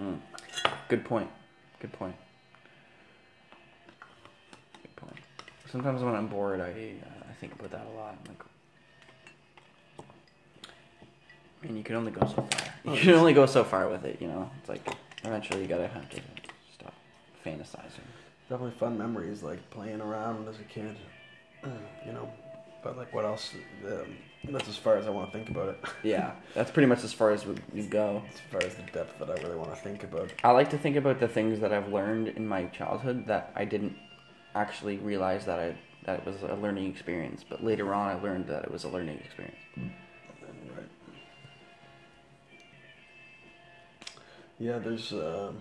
Speaker 2: Mm. Good point. Good point. Good point. Sometimes when I'm bored, I uh, I think about that a lot. I'm like, and you can only go so far. You
Speaker 1: Oh,
Speaker 2: can only go so far with it. You know, it's like eventually you gotta have to stop fantasizing.
Speaker 1: Definitely fun memories, like playing around as a kid, you know. But like, what else? Um, that's as far as I want to think about it.
Speaker 2: Yeah, that's pretty much as far as we- you go.
Speaker 1: as far as the depth that I really want to think about.
Speaker 2: I like to think about the things that I've learned in my childhood that I didn't actually realize that I that it was a learning experience, but later on I learned that it was a learning experience.
Speaker 1: Right. Yeah, there's. um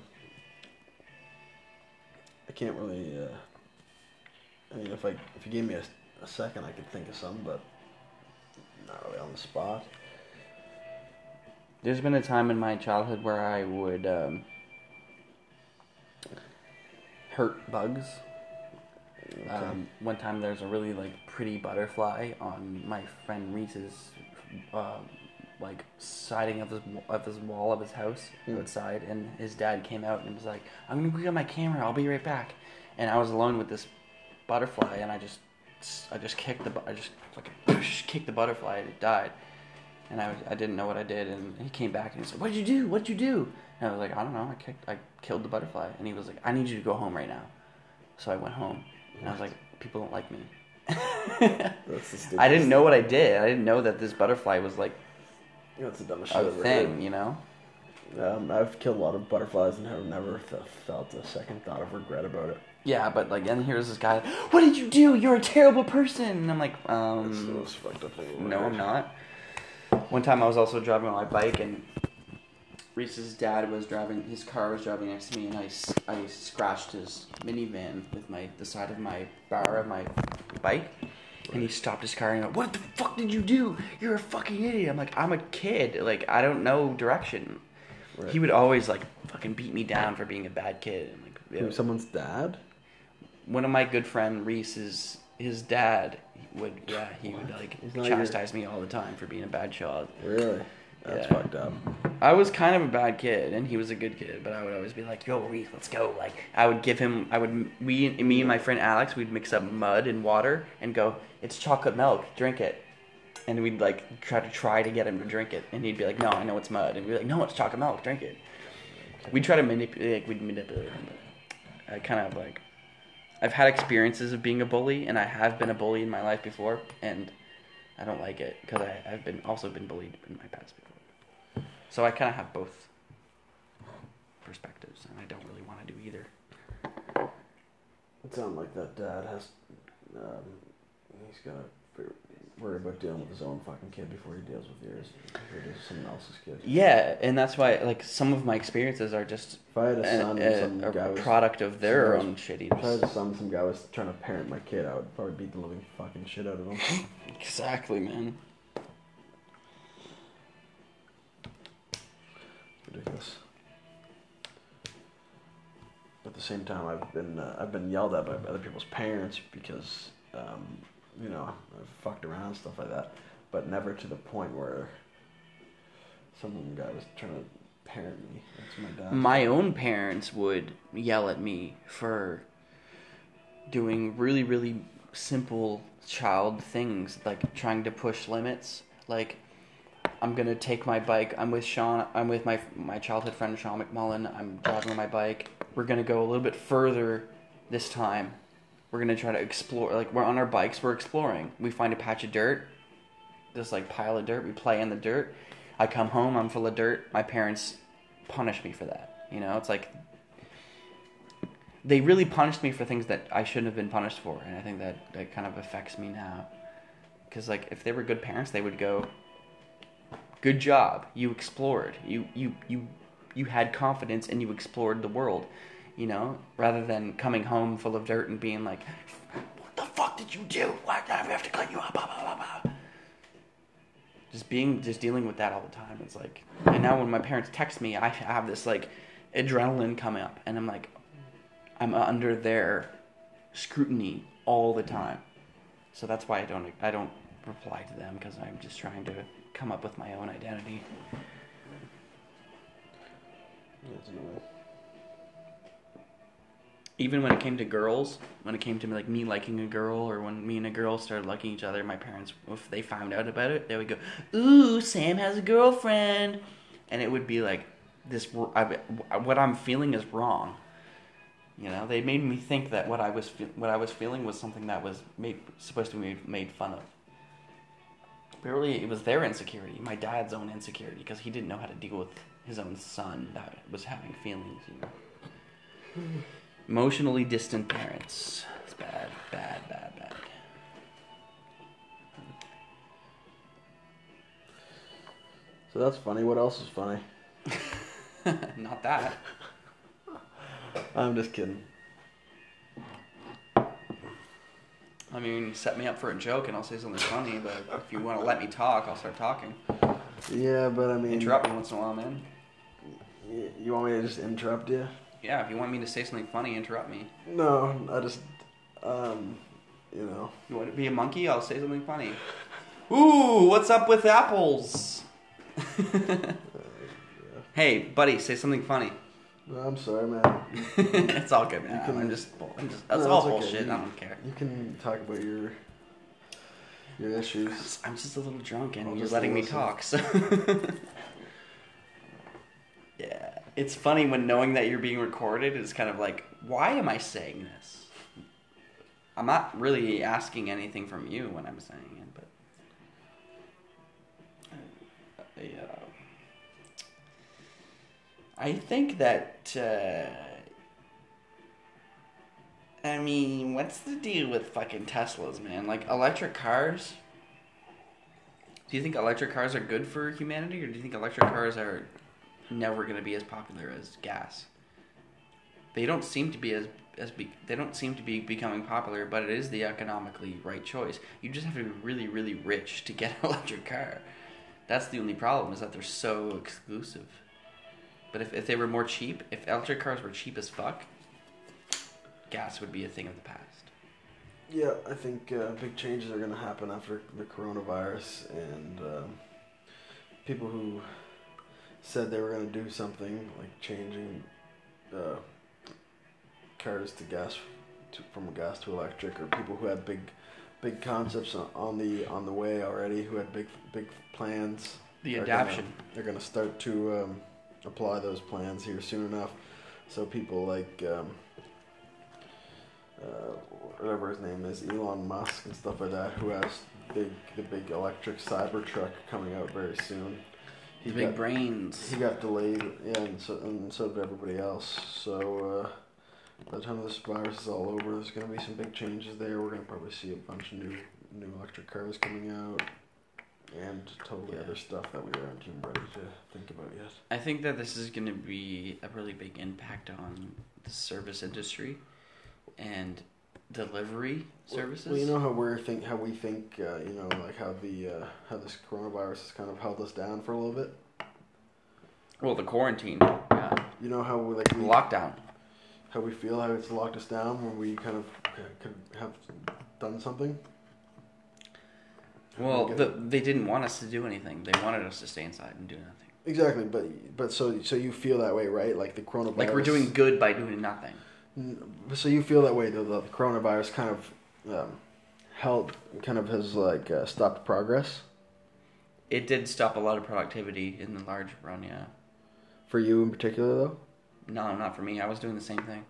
Speaker 1: I can't really. Uh, I mean, if I if you gave me a, a second, I could think of some, but not really on the spot.
Speaker 2: There's been a time in my childhood where I would um, hurt bugs. Um, one time there's a really like pretty butterfly on my friend Reese's uh, like siding of his of his wall of his house
Speaker 1: Hmm.
Speaker 2: outside, and his dad came out and was like, "I'm gonna go get my camera. I'll be right back." And I was alone with this butterfly, and I just I just kicked the bu- I just fucking kicked the butterfly, and it died. And I, was, I didn't know what I did, and he came back and he's like, "What did you do? What did you do?" And I was like, "I don't know. I kicked, I killed the butterfly." And he was like, "I need you to go home right now." So I went home, and I was like, "People don't like me."
Speaker 1: That's the stupidest
Speaker 2: I didn't know what I did. I didn't know that this butterfly was like
Speaker 1: That's the dumbest shit
Speaker 2: a
Speaker 1: I've ever
Speaker 2: thing, you know.
Speaker 1: did. Um, I've killed a lot of butterflies and have never th- felt a second thought of regret about it.
Speaker 2: Yeah, but like, and here's this guy. What did you do? You're a terrible person. And I'm like,
Speaker 1: That's the
Speaker 2: um,
Speaker 1: most fucked up thing. I've ever
Speaker 2: no, I'm
Speaker 1: heard.
Speaker 2: not. One time I was also driving on my bike, and Reese's dad was driving. His car was driving next to me, and I, s- I scratched his minivan with my the side of my bar of my bike. And he stopped his car and went, "What the fuck did you do? You're a fucking idiot." I'm like, "I'm a kid. Like, I don't know direction."
Speaker 1: Right.
Speaker 2: He would always like fucking beat me down for being a bad kid. And, like, it
Speaker 1: Who,
Speaker 2: was-
Speaker 1: someone's dad?
Speaker 2: one of my good friend Reese's his dad would yeah he would like
Speaker 1: He's not your-
Speaker 2: chastise me all the time for being a bad child.
Speaker 1: Really? That's
Speaker 2: Yeah.
Speaker 1: fucked up.
Speaker 2: I was kind of a bad kid, and he was a good kid, but I would always be like, "Yo, Reese, let's go!" Like, I would give him, I would, we, me and my friend Alex, we'd mix up mud and water and go, "It's chocolate milk, drink it," and we'd like try to try to get him to drink it, and he'd be like, "No, I know it's mud," and we'd be like, "No, it's chocolate milk, drink it." We'd try to manipulate, like, we'd manipulate him, but I kind of like, I've had experiences of being a bully, and I have been a bully in my life before, and I don't like it because I've been also been bullied in my past before. So I kind of have both perspectives, and I don't really want to do either.
Speaker 1: It sounds like that dad has. Um, he's got to worry about dealing with his own fucking kid before he deals with yours, before he deals with someone else's kid.
Speaker 2: Yeah, and that's why like some of my experiences are just
Speaker 1: If I had a son, and
Speaker 2: a,
Speaker 1: some
Speaker 2: uh, a,
Speaker 1: guy
Speaker 2: a
Speaker 1: was.
Speaker 2: product of their
Speaker 1: someone
Speaker 2: own
Speaker 1: If I had
Speaker 2: shittiness.
Speaker 1: a son, some guy was trying to parent my kid, I would probably beat the living fucking shit out of him.
Speaker 2: Exactly, man.
Speaker 1: Ridiculous. At the same time, I've been uh, I've been yelled at by other people's parents because um, you know I've fucked around and stuff like that, but never to the point where some guy was trying to parent me. That's my dad.
Speaker 2: My own parents would yell at me for doing really, really simple child things, like trying to push limits. Like, I'm gonna take my bike. I'm with Sean. I'm with my my childhood friend Sean McMullen. I'm driving my bike. We're gonna go a little bit further this time, We're gonna try to explore. Like we're on our bikes, we're exploring. We find a patch of dirt, this like pile of dirt. We play in the dirt. I come home, I'm full of dirt. My parents punish me for that. You know, it's like they really punished me for things that I shouldn't have been punished for, and I think that that kind of affects me now. Because like if they were good parents, they would go, "Good job, you explored. You you you you had confidence and you explored the world." You know, rather than coming home full of dirt and being like, "What the fuck did you do? Why did I have to cut you up?" Blah, blah, blah, blah. Just being, just dealing with that all the time. It's like, and now when my parents text me, I have this like adrenaline coming up, and I'm like, I'm under their scrutiny all the time. So that's why I don't I don't reply to them because I'm just trying to come up with my own identity.
Speaker 1: That's annoying.
Speaker 2: Even when it came to girls, when it came to like me liking a girl, or when me and a girl started liking each other, my parents, if they found out about it, they would go, "Ooh, Sam has a girlfriend," and it would be like this. I, what I'm feeling is wrong. You know, they made me think that what I was fe- what I was feeling was something that was made, supposed to be made fun of. But really, it was their insecurity, my dad's own insecurity, because he didn't know how to deal with his own son that was having feelings. You know, emotionally distant parents. It's bad, bad, bad, bad.
Speaker 1: So that's funny. What else is funny?
Speaker 2: Not that.
Speaker 1: I'm just kidding.
Speaker 2: I mean, set me up for a joke and I'll say something funny, but if you want to let me talk, I'll start talking.
Speaker 1: Yeah, but I mean,
Speaker 2: Interrupt me once in a while, man.
Speaker 1: y- you want me to just interrupt you?
Speaker 2: Yeah, if you want me to say something funny, interrupt me.
Speaker 1: No, I just, um, you know,
Speaker 2: You want to be a monkey? I'll say something funny. Ooh, what's up with apples? Hey, buddy, say something funny.
Speaker 1: no, I'm sorry, man.
Speaker 2: it's all good, man.
Speaker 1: can-
Speaker 2: I'm just, bull- I'm just that's
Speaker 1: No,
Speaker 2: all
Speaker 1: it's okay.
Speaker 2: bullshit.
Speaker 1: You-
Speaker 2: I don't care.
Speaker 1: You can talk about your your issues.
Speaker 2: I'm just a little drunk, and
Speaker 1: I'll
Speaker 2: you're
Speaker 1: just
Speaker 2: letting me
Speaker 1: listen.
Speaker 2: talk. So, yeah, it's funny when knowing that you're being recorded is kind of like, why am I saying this? I'm not really asking anything from you when I'm saying it, but Uh, yeah, I think that. Uh, I mean, what's the deal with fucking Teslas, man? Like electric cars. Do you think electric cars are good for humanity, or do you think electric cars are never going to be as popular as gas? They don't seem to be as as be, they don't seem to be becoming popular, but it is the economically right choice. You just have to be really, really rich to get an electric car. That's the only problem is that they're so exclusive. But if, if they were more cheap, if electric cars were cheap as fuck, gas would be a thing of the past.
Speaker 1: Yeah, I think uh, big changes are going to happen after the coronavirus, and um people who said they were going to do something like changing uh, cars to gas to, from gas to electric, or people who had big big concepts on, on the on the way already, who had big big plans.
Speaker 2: The
Speaker 1: are
Speaker 2: adaption.
Speaker 1: Gonna, they're going to start to um, apply those plans here soon enough. So people like um, uh, whatever his name is, Elon Musk and stuff like that, who has big the big electric Cybertruck coming out very soon.
Speaker 2: The
Speaker 1: He
Speaker 2: big
Speaker 1: got,
Speaker 2: brains.
Speaker 1: he got delayed, yeah, and so and so did everybody else. So uh, by the time this virus is all over, there's going to be some big changes there. We're going to probably see a bunch of new new electric cars coming out. And totally
Speaker 2: Yeah.
Speaker 1: other stuff that we aren't even ready to think about yet.
Speaker 2: I think that this is going to be a really big impact on the service industry and delivery services.
Speaker 1: Well, you know how we're think how we think, uh, you know, like how the uh, how this coronavirus has kind of held us down for a little bit.
Speaker 2: Well, the quarantine, yeah.
Speaker 1: You know how we like we,
Speaker 2: lockdown.
Speaker 1: how we feel how it's locked us down when we kind of c- could have done something.
Speaker 2: Well,
Speaker 1: Okay.
Speaker 2: the, they didn't want us to do anything. They wanted us to stay inside and do nothing.
Speaker 1: Exactly, but but so so you feel that way, right? Like the coronavirus.
Speaker 2: Like we're doing good by doing nothing.
Speaker 1: N- So you feel that way though the coronavirus kind of um, helped, kind of has like uh, stopped progress
Speaker 2: It did stop a lot of productivity in the large run, yeah.
Speaker 1: for you in particular though.
Speaker 2: No, not for me. I was doing the same thing.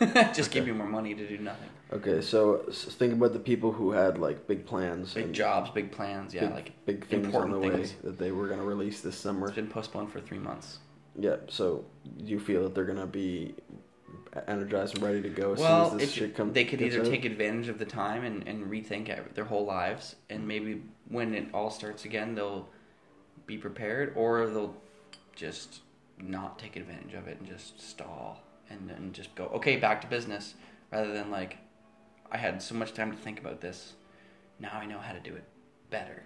Speaker 2: just give you more money to do nothing.
Speaker 1: Okay, so s- think about the people who had like big plans,
Speaker 2: Big
Speaker 1: and
Speaker 2: jobs, big plans. Yeah,
Speaker 1: big,
Speaker 2: like
Speaker 1: big things on the
Speaker 2: important
Speaker 1: way
Speaker 2: things.
Speaker 1: that they were gonna release this summer.
Speaker 2: it's been postponed for three months.
Speaker 1: Yeah, so you feel that they're gonna be e-, energized and ready to go as soon
Speaker 2: well,
Speaker 1: as this
Speaker 2: it-
Speaker 1: shit comes.
Speaker 2: they could either take advantage of the time and, and rethink ev- their whole lives, and maybe when it all starts again, they'll be prepared, or they'll just not take advantage of it and just stall and then just go, okay, back to business, rather than like, I had so much time to think about this, now I know how to do it better.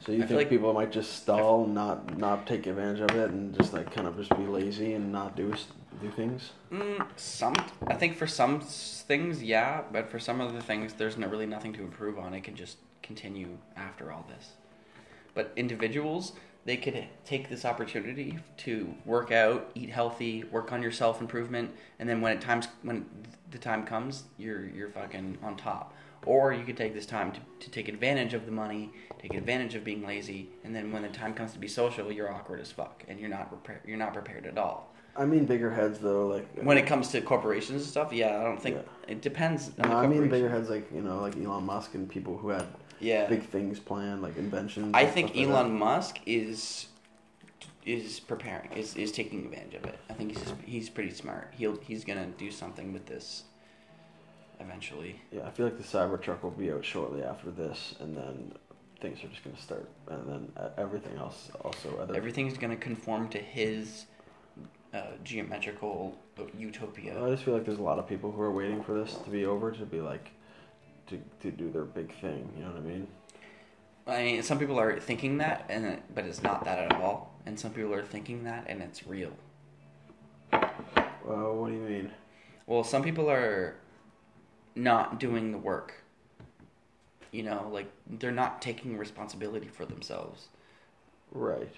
Speaker 1: So you
Speaker 2: I feel
Speaker 1: think
Speaker 2: like-
Speaker 1: people might just stall, not not take advantage of it, and just like kind of just be lazy and not do s- do things?
Speaker 2: Mm, some, I think for some s- things, yeah, but for some other things, there's no, really nothing to improve on. It can just continue after all this. But individuals, they could take this opportunity to work out, eat healthy, work on your self improvement, and then when it times when the time comes, you're you're fucking on top. Or you could take this time to, to take advantage of the money, take advantage of being lazy, and then when the time comes to be social, you're awkward as fuck, and you're not prepared. You're not prepared at all
Speaker 1: I mean, bigger heads though, like uh,
Speaker 2: when it comes to corporations and stuff, yeah, I don't think it depends. On
Speaker 1: No,
Speaker 2: the
Speaker 1: I mean
Speaker 2: corporation.
Speaker 1: bigger heads like you know like Elon Musk and people who had
Speaker 2: Yeah,
Speaker 1: big things planned, like inventions.
Speaker 2: I
Speaker 1: and
Speaker 2: think
Speaker 1: stuff like
Speaker 2: Elon Musk is is preparing, is is taking advantage of it. I think he's he's pretty smart. He'll he's gonna do something with this eventually.
Speaker 1: that. Yeah, I feel like the Cybertruck will be out shortly after this, and then things are just gonna start, and then uh, everything else also other.
Speaker 2: Everything's gonna conform to his uh, geometrical utopia.
Speaker 1: I just feel like there's a lot of people who are waiting for this to be over to be like, to to do their big thing. You know what I mean?
Speaker 2: I mean, some people are thinking that, and it- but it's not that at all. And some people are thinking that, and it's real.
Speaker 1: Well, what do you mean?
Speaker 2: Well, some people are not doing the work. You know, like they're not taking responsibility for themselves,
Speaker 1: Right.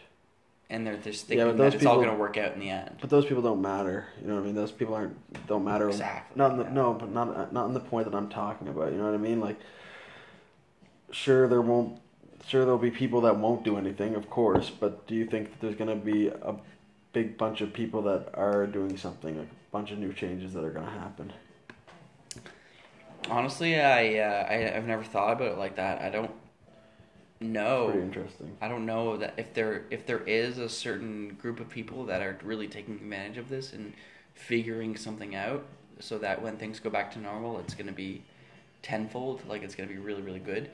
Speaker 2: and they're just
Speaker 1: Yeah,
Speaker 2: thinking
Speaker 1: but
Speaker 2: that
Speaker 1: those
Speaker 2: it's all
Speaker 1: people-
Speaker 2: going to work out in the end.
Speaker 1: But those people don't matter. You know what I mean? Those people aren't don't matter.
Speaker 2: Exactly,
Speaker 1: Not in the,
Speaker 2: yeah.
Speaker 1: no, but not not in the point that I'm talking about. You know what I mean? Like, sure there won't. Sure, there'll be people that won't do anything, of course. But do you think that there's gonna be a big bunch of people that are doing something, like a bunch of new changes that are gonna happen?
Speaker 2: Honestly, I, uh, I I've never thought about it like that. I don't
Speaker 1: Pretty
Speaker 2: know.
Speaker 1: interesting.
Speaker 2: I don't know that if there if there is a certain group of people that are really taking advantage of this and figuring something out, so that when things go back to normal, it's going to be tenfold. Like it's going to be really really good.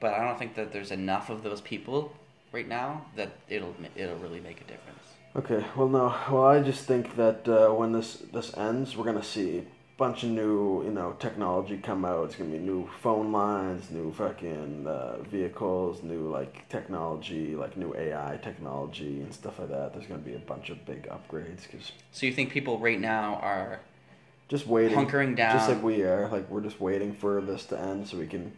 Speaker 2: But I don't think that there's enough of those people right now that it'll it'll really make a difference.
Speaker 1: Okay. Well, no. Well, I just think that uh, when this this ends, we're gonna see a bunch of new, you know, technology come out. It's gonna be new phone lines, new fucking uh, vehicles, new like technology, like new AI technology and stuff like that. There's gonna be a bunch of big upgrades. Cause
Speaker 2: So you think people right now are
Speaker 1: just waiting,
Speaker 2: hunkering down?
Speaker 1: just like we are. Like we're just waiting for this to end so we can,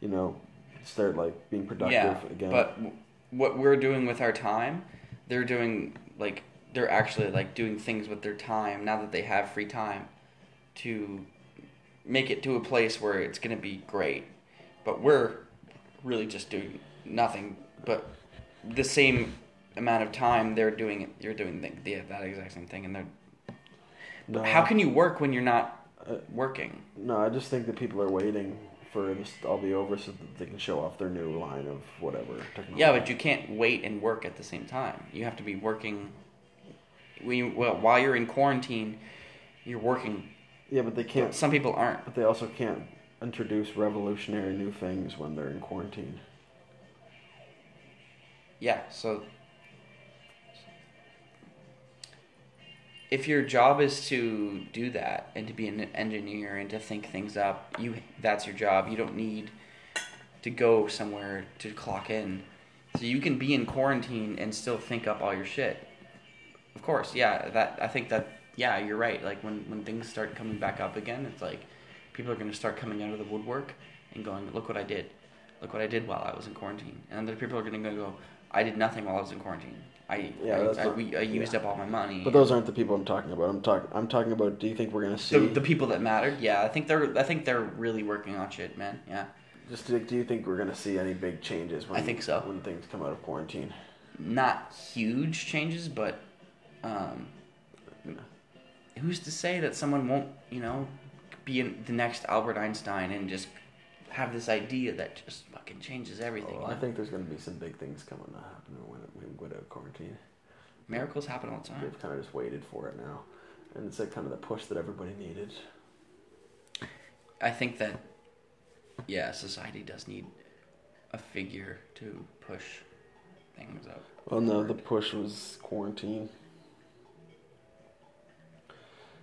Speaker 1: you know, start like being productive
Speaker 2: yeah,
Speaker 1: again.
Speaker 2: but w- what we're doing with our time, they're doing like they're actually like doing things with their time now that they have free time to make it to a place where it's going to be great. But we're really just doing nothing but the same amount of time they're doing it. You're doing the, the, that exact same thing and they're
Speaker 1: No.
Speaker 2: How can you work when you're not
Speaker 1: Uh,
Speaker 2: working?
Speaker 1: No, I just think that people are waiting for this to all be over so that they can show off their new line of whatever technology.
Speaker 2: Yeah, but you can't wait and work at the same time. You have to be working. When you, well, while you're in quarantine, you're working.
Speaker 1: yeah, but they can't.
Speaker 2: Some people aren't.
Speaker 1: But they also can't introduce revolutionary new things when they're in quarantine.
Speaker 2: Yeah, so if your job is to do that and to be an engineer and to think things up, you that's your job. You don't need to go somewhere to clock in. So you can be in quarantine and still think up all your shit. Of course, yeah, that I think that yeah, you're right. Like when when things start coming back up again, it's like people are going to start coming out of the woodwork and going, "Look what I did. Look what I did while I was in quarantine." And other people are going to go, "I did nothing while I was in quarantine. I
Speaker 1: Yeah,
Speaker 2: I,
Speaker 1: that's
Speaker 2: I,
Speaker 1: not-
Speaker 2: we, I used
Speaker 1: yeah.
Speaker 2: up all my money."
Speaker 1: But those aren't the people I'm talking about. I'm talking. I'm talking about. Do you think we're gonna see?
Speaker 2: the, the people that mattered. Yeah, I think they're I think they're really working on shit, man. Yeah.
Speaker 1: just like, do you think we're gonna see any big changes? When,
Speaker 2: I think so.
Speaker 1: When things come out of quarantine.
Speaker 2: Not huge changes, but um who's to say that someone won't, you know, be in the next Albert Einstein and just have this idea that just fucking changes everything?
Speaker 1: Well,
Speaker 2: you
Speaker 1: Oh, I
Speaker 2: know?
Speaker 1: think there's going to be some big things coming to happen when when we go to quarantine.
Speaker 2: miracles happen all the time.
Speaker 1: We've kind of just waited for it now, and it's like kind of the push that everybody needed.
Speaker 2: I think that yeah, society does need a figure to push things up.
Speaker 1: Well, no,
Speaker 2: forward.
Speaker 1: the push was quarantine.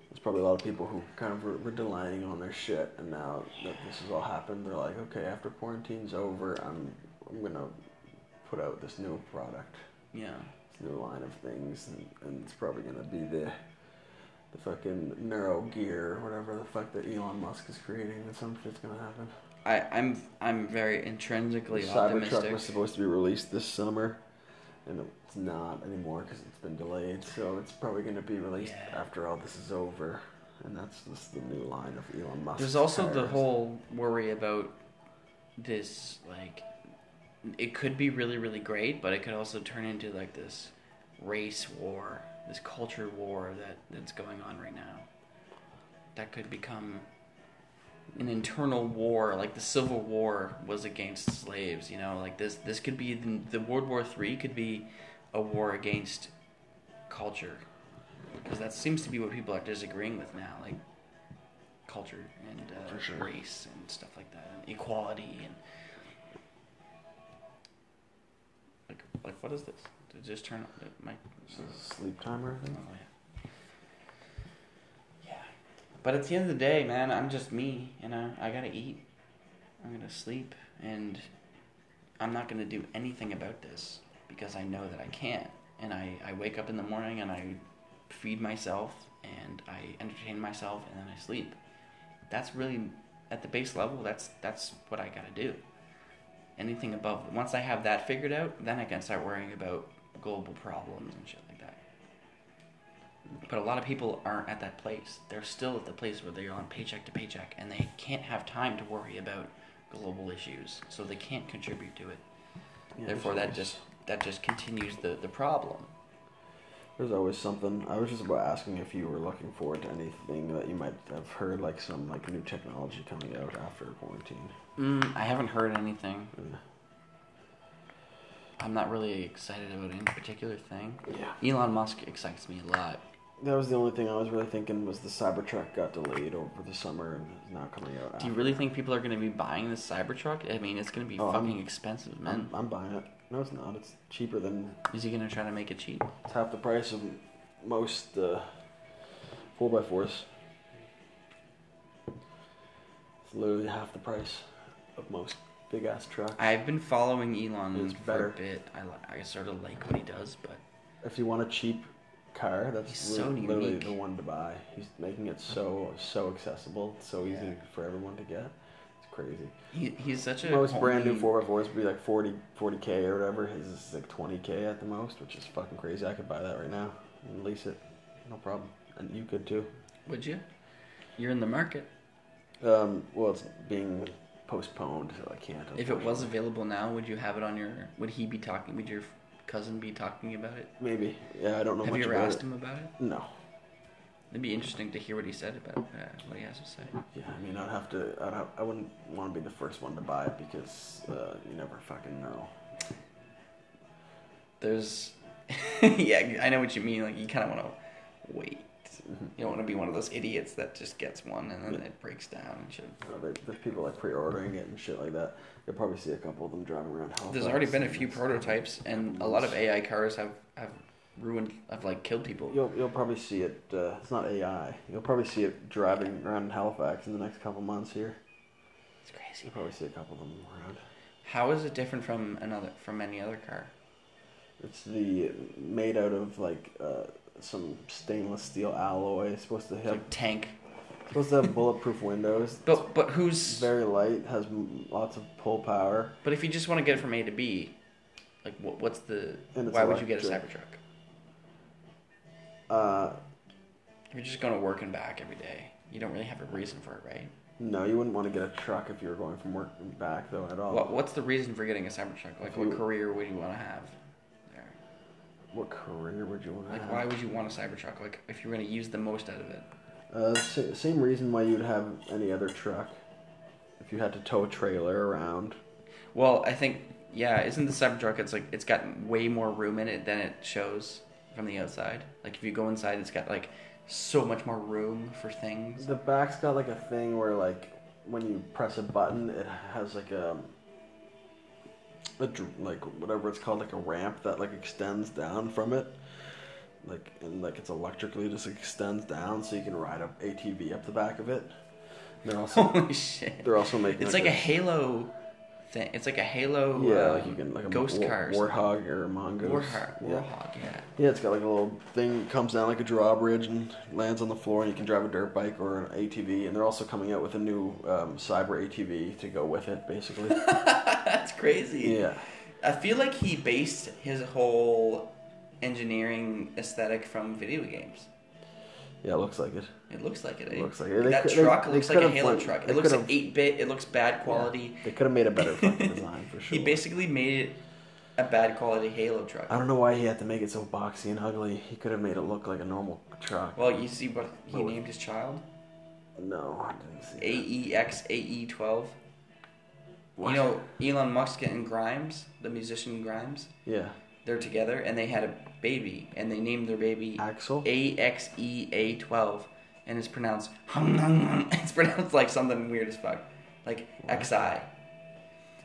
Speaker 1: There's probably a lot of people who kind of were, were delaying on their shit, and now that this has all happened, they're like, okay, after quarantine's over, I'm I'm gonna put out this new product,
Speaker 2: yeah.
Speaker 1: this new line of things, and, and it's probably gonna be the the fucking neuro gear, or whatever the fuck that Elon Musk is creating, and some shit's gonna happen.
Speaker 2: I, I'm I'm very intrinsically
Speaker 1: Cybertruck
Speaker 2: optimistic.
Speaker 1: was supposed to be released this summer, and it's not anymore because it's been delayed. So it's probably going to be released
Speaker 2: Yeah.
Speaker 1: after all this is over, and that's just the new line of Elon Musk.
Speaker 2: There's also the whole worry about this like it could be really really great, but it could also turn into like this race war, this culture war that that's going on right now. That could become an internal war, like the Civil War was against slaves. You know, like this this could be the, the World War Three could be a war against culture because that seems to be what people are disagreeing with now, like culture and
Speaker 1: For
Speaker 2: uh,
Speaker 1: sure.
Speaker 2: race and stuff like that, and equality and like like what is this? Did it just turn on did my
Speaker 1: sleep timer. I
Speaker 2: oh,
Speaker 1: think.
Speaker 2: yeah. yeah. But at the end of the day, man, I'm just me, and I I gotta eat, I'm gonna sleep, and I'm not gonna do anything about this because I know that I can't. And I I wake up in the morning and I feed myself and I entertain myself and then I sleep. That's really at the base level. That's that's what I gotta do. Anything above once I have that figured out, then I can start worrying about global problems and shit like that. But a lot of people aren't at that place. They're still at the place where they're on paycheck to paycheck and they can't have time to worry about global issues. So they can't contribute to it.
Speaker 1: Yeah,
Speaker 2: Therefore
Speaker 1: there's
Speaker 2: that
Speaker 1: always-
Speaker 2: just that just continues the, the problem.
Speaker 1: there's always something. I was just about asking if you were looking forward to anything that you might have heard, like some like new technology coming out after quarantine.
Speaker 2: Mm, I haven't heard anything.
Speaker 1: Yeah.
Speaker 2: I'm not really excited about any particular thing.
Speaker 1: Yeah.
Speaker 2: Elon Musk excites me a lot.
Speaker 1: That was the only thing I was really thinking was the Cybertruck got delayed over the summer and is now coming out.
Speaker 2: Do you
Speaker 1: after.
Speaker 2: really think people are going to be buying this Cybertruck? I mean, it's going to be
Speaker 1: Oh, I'm-
Speaker 2: fucking expensive, man.
Speaker 1: I'm, I'm buying it. No, it's not. It's cheaper than
Speaker 2: Is he going to try to make it cheap?
Speaker 1: it's half the price of most uh, four x fours. It's literally half the price of most big ass trucks.
Speaker 2: I've been following Elon
Speaker 1: It's
Speaker 2: for
Speaker 1: better.
Speaker 2: a bit. I, li- I sort of like what he does, but
Speaker 1: if you want a cheap car, that's
Speaker 2: He's so
Speaker 1: li- literally
Speaker 2: unique.
Speaker 1: the one to buy. He's making it so so accessible, so easy
Speaker 2: Yeah.
Speaker 1: for everyone to get. It's crazy.
Speaker 2: he, he's such a
Speaker 1: Most brand new
Speaker 2: homey-
Speaker 1: 4x4s would be like 40, 40k or whatever. His is like 20k at the most, which is fucking crazy. I could buy that right now and lease it. No problem. And you could too.
Speaker 2: Would you? You're in the market.
Speaker 1: Um, well, it's being postponed, so I can't.
Speaker 2: If it was
Speaker 1: unfortunately.
Speaker 2: available now, would you have it on your? Would he be talking? Would your cousin be talking about it?
Speaker 1: Maybe. Yeah, I don't know
Speaker 2: have
Speaker 1: much
Speaker 2: you ever
Speaker 1: about
Speaker 2: asked
Speaker 1: it.
Speaker 2: him about it?
Speaker 1: No.
Speaker 2: It'd be interesting to hear what he said about uh, what he has to say.
Speaker 1: Yeah, I mean, I'd have to. I'd have, I wouldn't want to be the first one to buy it because uh, you never fucking know.
Speaker 2: There's, yeah, I know what you mean. Like you kind of want to wait.
Speaker 1: Mm-hmm.
Speaker 2: You don't want to be one of those idiots that just gets one and then it breaks down and shit.
Speaker 1: You know, there- there's Uh, people like pre-ordering it and shit like that. You'll probably see a couple of them driving around.
Speaker 2: There's
Speaker 1: Halifax
Speaker 2: already been a
Speaker 1: and
Speaker 2: few
Speaker 1: stuff.
Speaker 2: prototypes, and a lot of AI cars have have ruined, have like killed people.
Speaker 1: You'll, you'll probably see it. Uh, it's not AI. You'll probably see it driving around Halifax in the next couple months here.
Speaker 2: It's crazy.
Speaker 1: You'll probably see a couple of them around.
Speaker 2: How is it different from another from any other car?
Speaker 1: It's the made out of like uh, some stainless steel alloy. It's supposed to
Speaker 2: It's
Speaker 1: have
Speaker 2: Like tank.
Speaker 1: supposed to have bulletproof windows.
Speaker 2: But but who's?
Speaker 1: It's very light. Has m- lots of pull power.
Speaker 2: But if you just want to get it from A to B, like what, what's the?
Speaker 1: And it's
Speaker 2: Why would you get a
Speaker 1: electric.
Speaker 2: Cybertruck?
Speaker 1: Uh,
Speaker 2: If you're just going to work and back every day, you don't really have a reason for it, right?
Speaker 1: no, you wouldn't want to get a truck if you were going from work and back though at all.
Speaker 2: What, what's the reason for getting a Cybertruck? Like,
Speaker 1: Oh. If
Speaker 2: what
Speaker 1: you-
Speaker 2: career would you want to have there?
Speaker 1: what career would you want to
Speaker 2: Like,
Speaker 1: have?
Speaker 2: why would you want a Cybertruck? Like, if you're gonna use the most out of it.
Speaker 1: Uh, sa- same reason why you'd have any other truck. If you had to tow a trailer around,
Speaker 2: Well, I think yeah, isn't the Cybertruck? It's like it's got way more room in it than it shows from the outside. Like if you go inside, it's got like so much more room for things.
Speaker 1: the back's got like a thing where like when you press a button, it has like a, a dr- like whatever it's called, like a ramp that like extends down from it, like and like it's electrically just extends down, so you can ride a ATV up the back of it. They're also
Speaker 2: Holy shit!
Speaker 1: they're also making
Speaker 2: It's like a
Speaker 1: a-
Speaker 2: Halo thing. It's like a Halo.
Speaker 1: yeah,
Speaker 2: um,
Speaker 1: like you can like a
Speaker 2: ghost
Speaker 1: war-
Speaker 2: cars.
Speaker 1: warthog or a mongoose.
Speaker 2: Warhog.
Speaker 1: Yeah.
Speaker 2: Warhog. Yeah.
Speaker 1: Yeah, it's got like a little thing that comes down like a drawbridge and lands on the floor, and you can drive a dirt bike or an ATV. And they're also coming out with a new um, cyber ATV to go with it, basically.
Speaker 2: That's crazy.
Speaker 1: yeah,
Speaker 2: I feel like he based his whole engineering aesthetic from video games.
Speaker 1: yeah, it looks like it.
Speaker 2: It looks like it.
Speaker 1: It
Speaker 2: eh?
Speaker 1: looks like it. They
Speaker 2: that
Speaker 1: could- they-
Speaker 2: truck
Speaker 1: they
Speaker 2: looks like
Speaker 1: could
Speaker 2: a
Speaker 1: have
Speaker 2: Halo
Speaker 1: went-
Speaker 2: truck.
Speaker 1: they
Speaker 2: It looks
Speaker 1: could
Speaker 2: like
Speaker 1: have-
Speaker 2: eight bit. It looks bad quality.
Speaker 1: They could have made a better fucking design for sure.
Speaker 2: He basically made it a bad quality Halo truck.
Speaker 1: I don't know why he had to make it so boxy and ugly. He could have made it look like a normal truck.
Speaker 2: Well, you see what he
Speaker 1: Well,
Speaker 2: named his child? E
Speaker 1: no, I didn't see. that.
Speaker 2: AEX AE12.
Speaker 1: What?
Speaker 2: You know, Elon Musk and Grimes, the musician Grimes,
Speaker 1: Yeah,
Speaker 2: they're together and they had a baby and they named their baby
Speaker 1: Axel.
Speaker 2: AXEA12 and it's pronounced it's pronounced like something weird as fuck. Like XI.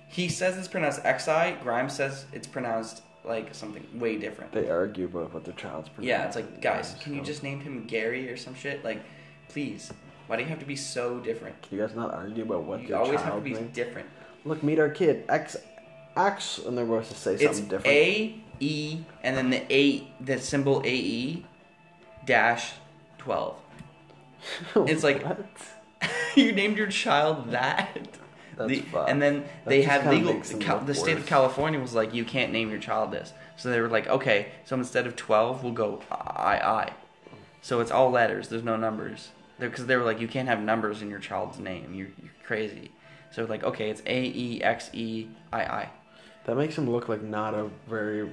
Speaker 2: He says it's pronounced XI, Grimes says it's pronounced like something way different.
Speaker 1: they argue about what their child's.
Speaker 2: Yeah, it's like, guys,
Speaker 1: pronounced,
Speaker 2: can you
Speaker 1: so-
Speaker 2: just name him Gary or some shit? Like, please, why do you have to be so different?
Speaker 1: Can you guys not argue about what
Speaker 2: you
Speaker 1: your
Speaker 2: always
Speaker 1: child
Speaker 2: have to be
Speaker 1: name-
Speaker 2: different.
Speaker 1: Look, meet our kid. X, X, and they're supposed to say something
Speaker 2: It's
Speaker 1: different.
Speaker 2: A E and then the A the symbol A E dash twelve. It's like-
Speaker 1: What?
Speaker 2: you named your child that.
Speaker 1: That's
Speaker 2: The-
Speaker 1: fucked.
Speaker 2: and then they
Speaker 1: just
Speaker 2: had
Speaker 1: kinda
Speaker 2: legal.
Speaker 1: makes them
Speaker 2: Cal-
Speaker 1: look
Speaker 2: the state of
Speaker 1: worse.
Speaker 2: California was like, you can't name your child this. So they were like, okay, so instead of twelve, we'll go I I. So it's all letters. There's no numbers. Because they were like, you can't have numbers in your child's name. You're, you're crazy. So like, okay, it's A E X E I I.
Speaker 1: That makes him look like not a very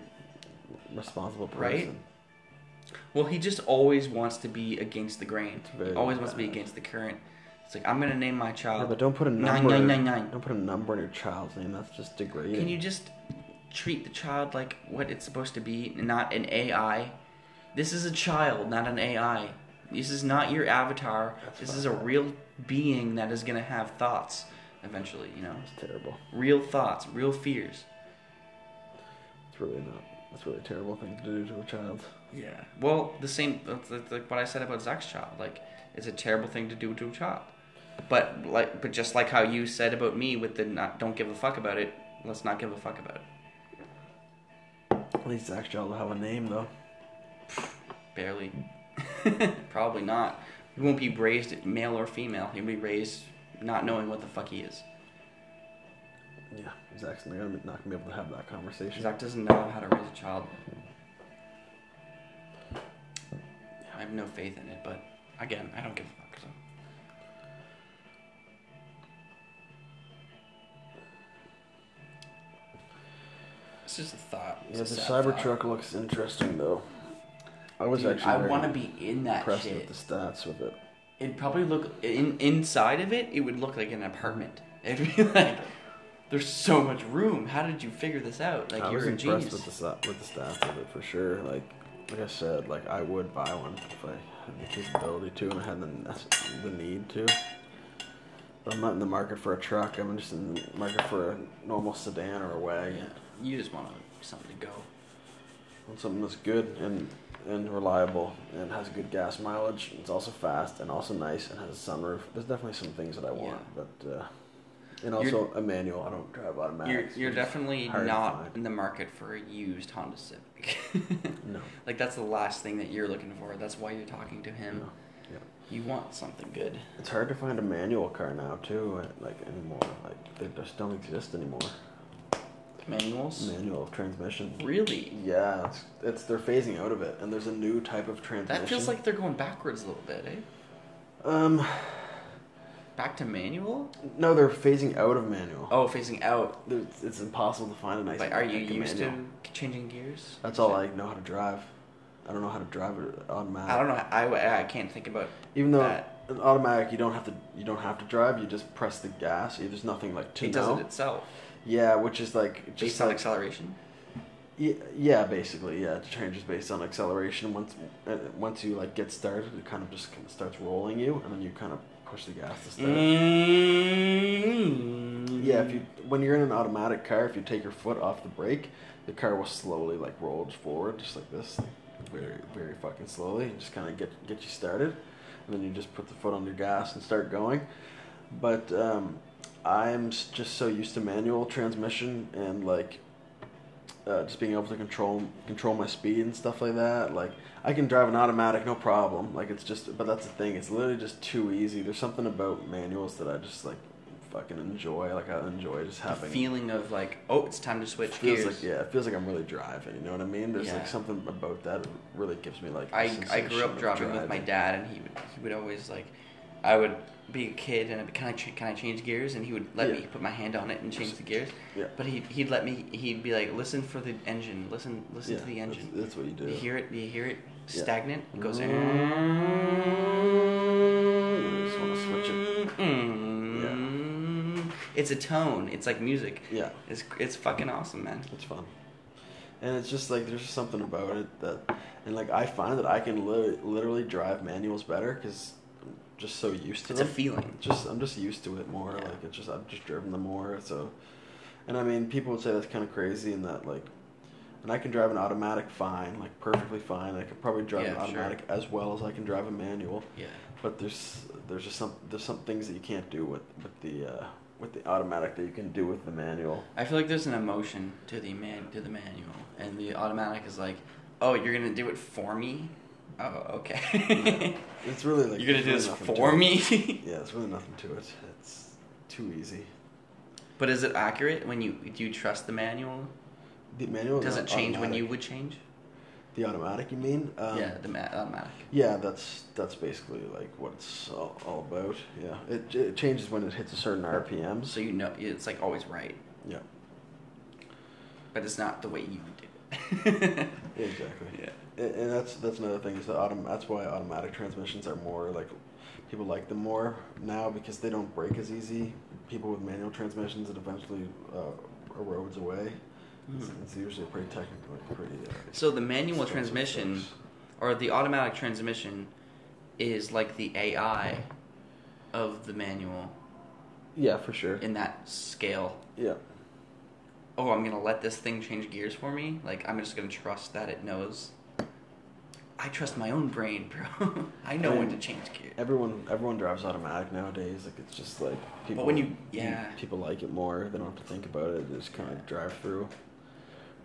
Speaker 1: responsible person.
Speaker 2: Right? Well, he just always wants to be against the grain. He
Speaker 1: very
Speaker 2: always wants to be
Speaker 1: bad.
Speaker 2: against the current. It's like I'm gonna name my
Speaker 1: Yeah,
Speaker 2: child.
Speaker 1: but don't put a
Speaker 2: Nine,
Speaker 1: number.
Speaker 2: nine, nine, nine.
Speaker 1: Don't put a number in your child's name. That's just degrading.
Speaker 2: Can you just treat the child like what it's supposed to be, and not an AI? This is a child, not an AI. This is not your avatar. this is a real being that is gonna have thoughts eventually. You know,
Speaker 1: It's terrible.
Speaker 2: real thoughts, real fears.
Speaker 1: It's really not. It's really a terrible thing to do to a child.
Speaker 2: Yeah. Well, the same. That's, that's like what I said about Zach's child. Like, it's a terrible thing to do to a child. But like, but just like how you said about me with the not, don't give a fuck about it. Let's not give a fuck about it.
Speaker 1: At least Zach's child will have a name though.
Speaker 2: Barely. Probably not. He won't be raised male or female. He'll be raised not knowing what the fuck he is.
Speaker 1: Yeah, Zach's not gonna, not gonna be able to have that conversation.
Speaker 2: Zach doesn't know how to raise a child. I have no faith in it, but again, I don't give a fuck. So. It's just a thought. It's
Speaker 1: Yeah,
Speaker 2: a
Speaker 1: the
Speaker 2: sad thought.
Speaker 1: Cybertruck looks interesting though. I was
Speaker 2: Dude,
Speaker 1: actually.
Speaker 2: I
Speaker 1: very
Speaker 2: want to be in that
Speaker 1: impressed
Speaker 2: shit.
Speaker 1: with the stats with it.
Speaker 2: It'd probably look in inside of it. It would look like an apartment. It'd be like there's so much room. How did you figure this out? Like
Speaker 1: I
Speaker 2: you're
Speaker 1: was
Speaker 2: a
Speaker 1: impressed
Speaker 2: genius.
Speaker 1: with the sta- with the stats of it for sure. Like like I said, like I would buy one if I had the capability to and I had the nec- the need to. But I'm not in the market for a truck. I'm just in the market for a normal sedan or a wagon.
Speaker 2: You just want something to go.
Speaker 1: I want something that's good and and reliable and has good gas mileage. It's also fast and also nice and has a sunroof. There's definitely some things that I want, but. Uh, and also a manual. I don't drive
Speaker 2: You're
Speaker 1: automatics.
Speaker 2: you're
Speaker 1: which is
Speaker 2: definitely
Speaker 1: hard to
Speaker 2: not
Speaker 1: find.
Speaker 2: in the market for a used Honda Civic.
Speaker 1: No.
Speaker 2: like that's the last thing that you're looking for. That's why you're talking to him.
Speaker 1: No. Yeah.
Speaker 2: You want something good.
Speaker 1: It's hard to find a manual car now too, like anymore. Like they just don't exist anymore.
Speaker 2: Manuals.
Speaker 1: Manual transmission.
Speaker 2: Really.
Speaker 1: Yeah, it's, it's they're phasing out of it, and there's a new type of transmission.
Speaker 2: That feels like they're going backwards a little bit, eh?
Speaker 1: um,
Speaker 2: back to manual?
Speaker 1: No, they're phasing out of manual.
Speaker 2: Oh, phasing out.
Speaker 1: It's, it's impossible to find a nice.
Speaker 2: But are you
Speaker 1: pick of
Speaker 2: used to
Speaker 1: manual.
Speaker 2: changing gears?
Speaker 1: That's all I know how to drive. I don't know how to drive it automatic.
Speaker 2: I don't know. I, I can't think about.
Speaker 1: Even though
Speaker 2: that.
Speaker 1: an automatic, you don't have to you don't have to drive. You just press the gas. There's nothing like to
Speaker 2: It
Speaker 1: know.
Speaker 2: does it itself
Speaker 1: Yeah, which is like
Speaker 2: based
Speaker 1: just
Speaker 2: on
Speaker 1: like
Speaker 2: acceleration.
Speaker 1: yeah, yeah, basically yeah. It changes based on acceleration. Once uh, once you like get started, it kind of just kind of starts rolling you, and then you kind of push the gas to start.
Speaker 2: Mm-hmm. Mm.
Speaker 1: Yeah, if you when you're in an automatic car, if you take your foot off the brake, the car will slowly like roll forward, just like this, like, very very fucking slowly, and just kind of get get you started, and then you just put the foot on your gas and start going. But um, I'm s- just so used to manual transmission and like uh, just being able to control control my speed and stuff like that. Like I can drive an automatic, no problem. Like it's just, but that's the thing. It's literally just too easy. There's something about manuals that I just like fucking enjoy. Like I enjoy just
Speaker 2: the
Speaker 1: having.
Speaker 2: feeling of like, oh, it's time to switch
Speaker 1: feels
Speaker 2: gears.
Speaker 1: like yeah, it feels like I'm really driving. You know what I mean? There's
Speaker 2: Yeah.
Speaker 1: like something about that that really gives me like. the
Speaker 2: I, I
Speaker 1: sensation
Speaker 2: grew up
Speaker 1: of
Speaker 2: driving with my dad, and he would he would always like, I would be a kid, and I'd be, can I ch- can I change gears? And he would let me
Speaker 1: Yeah.
Speaker 2: put my hand on it and change the gears.
Speaker 1: Yeah.
Speaker 2: But he he'd let me. He'd be like, listen for the engine. Listen listen
Speaker 1: Yeah,
Speaker 2: to the
Speaker 1: that's-
Speaker 2: engine.
Speaker 1: That's, what you do.
Speaker 2: You hear it. You hear it.
Speaker 1: Yeah. Mm-hmm.
Speaker 2: Stagnant. It goes.
Speaker 1: I just wanna switch it.
Speaker 2: Mm, It's a tone. It's like music.
Speaker 1: Yeah.
Speaker 2: It's it's fucking awesome, man.
Speaker 1: It's fun. And it's just like there's just something about it that, and like I find that I can li- literally drive manuals better because I'm just so used to
Speaker 2: It's a
Speaker 1: them.
Speaker 2: feeling.
Speaker 1: just I'm just used to it more.
Speaker 2: Yeah.
Speaker 1: Like it's just I've just driven them more. So, and I mean people would say that's kind of crazy and that like, and I can drive an automatic fine, like perfectly fine. I could probably drive
Speaker 2: Yeah,
Speaker 1: an
Speaker 2: sure.
Speaker 1: automatic as well as I can drive a manual.
Speaker 2: Yeah.
Speaker 1: But there's there's just some there's some things that you can't do with with the uh, with the automatic that you can do with the manual.
Speaker 2: I feel like there's an emotion to the man to the manual, and the automatic is like, oh, you're gonna do it for me. Oh, okay.
Speaker 1: It's really like
Speaker 2: you're gonna
Speaker 1: there's
Speaker 2: do this
Speaker 1: really nothing to
Speaker 2: for
Speaker 1: it.
Speaker 2: me.
Speaker 1: Yeah, there's really nothing to it. It's too easy.
Speaker 2: but is it accurate when you do you trust the manual?
Speaker 1: The manual is
Speaker 2: Does
Speaker 1: not
Speaker 2: it change when
Speaker 1: automatic.
Speaker 2: you would change?
Speaker 1: the automatic. You mean? Um,
Speaker 2: yeah, the ma- automatic.
Speaker 1: Yeah, that's that's basically like what it's all, all about. Yeah, it, it changes when it hits a certain RPMs.
Speaker 2: So you know it's like always right,
Speaker 1: Yeah,
Speaker 2: but it's not the way you would do it.
Speaker 1: exactly.
Speaker 2: yeah.
Speaker 1: And, and that's that's another thing is that autom- that's why automatic transmissions are more like people like them more now because they don't break as easy. People with manual transmissions it eventually uh, erodes away. It's, it's usually pretty technical, like pretty. Uh,
Speaker 2: Hmm. So the manual
Speaker 1: expensive
Speaker 2: transmission
Speaker 1: stuff.
Speaker 2: or the automatic transmission is like the AI of the manual
Speaker 1: Yeah, for sure.
Speaker 2: in that scale.
Speaker 1: Yeah.
Speaker 2: Oh, I'm gonna let this thing change gears for me. Like I'm just gonna trust that it knows. I trust my own brain, bro. I know when to change gears.
Speaker 1: Everyone everyone drives automatic nowadays. Like it's just like people.
Speaker 2: when you- yeah.
Speaker 1: People like it more. They don't have to think about it. They just kind of drive through.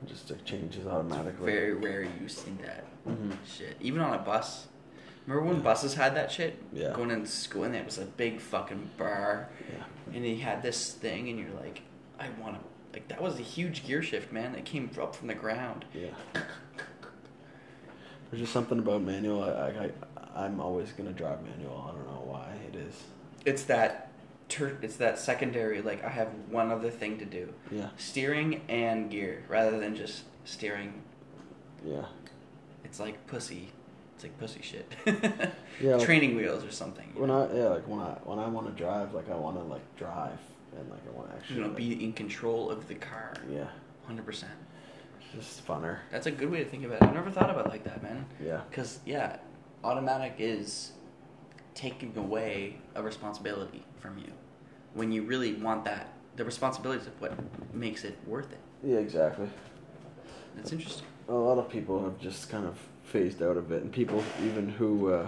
Speaker 1: It just like changes automatically.
Speaker 2: Very rare you see that
Speaker 1: Mhm.
Speaker 2: shit. Even on a bus. Remember when
Speaker 1: Yeah.
Speaker 2: buses had that shit?
Speaker 1: Yeah.
Speaker 2: Going into school and it was a big fucking bar.
Speaker 1: Yeah.
Speaker 2: and he had this thing, and you're like, I want to. Like that was a huge gear shift, man. That came up from the ground.
Speaker 1: Yeah. There's just something about manual. I, I, I I'm always gonna drive manual. I don't know why it is.
Speaker 2: It's that, ter- it's that secondary. Like I have one other thing to do:
Speaker 1: Yeah.
Speaker 2: steering and gear, rather than just steering.
Speaker 1: Yeah.
Speaker 2: It's like pussy. It's like pussy shit.
Speaker 1: Yeah, like-
Speaker 2: Training wheels or something. You
Speaker 1: When
Speaker 2: know?
Speaker 1: I yeah like when I when I want to drive like I want to like drive and like I want to actually
Speaker 2: You know,
Speaker 1: like,
Speaker 2: be in control of the car.
Speaker 1: yeah
Speaker 2: Hundred percent.
Speaker 1: just funner
Speaker 2: That's a good way to think about it. I've never thought about it like that, man.
Speaker 1: yeah
Speaker 2: Because, yeah, automatic is taking away a responsibility from you when you really want that. The responsibility is what makes it worth it.
Speaker 1: yeah exactly.
Speaker 2: That's interesting.
Speaker 1: a lot of people have just kind of phased out of it, and people even who uh,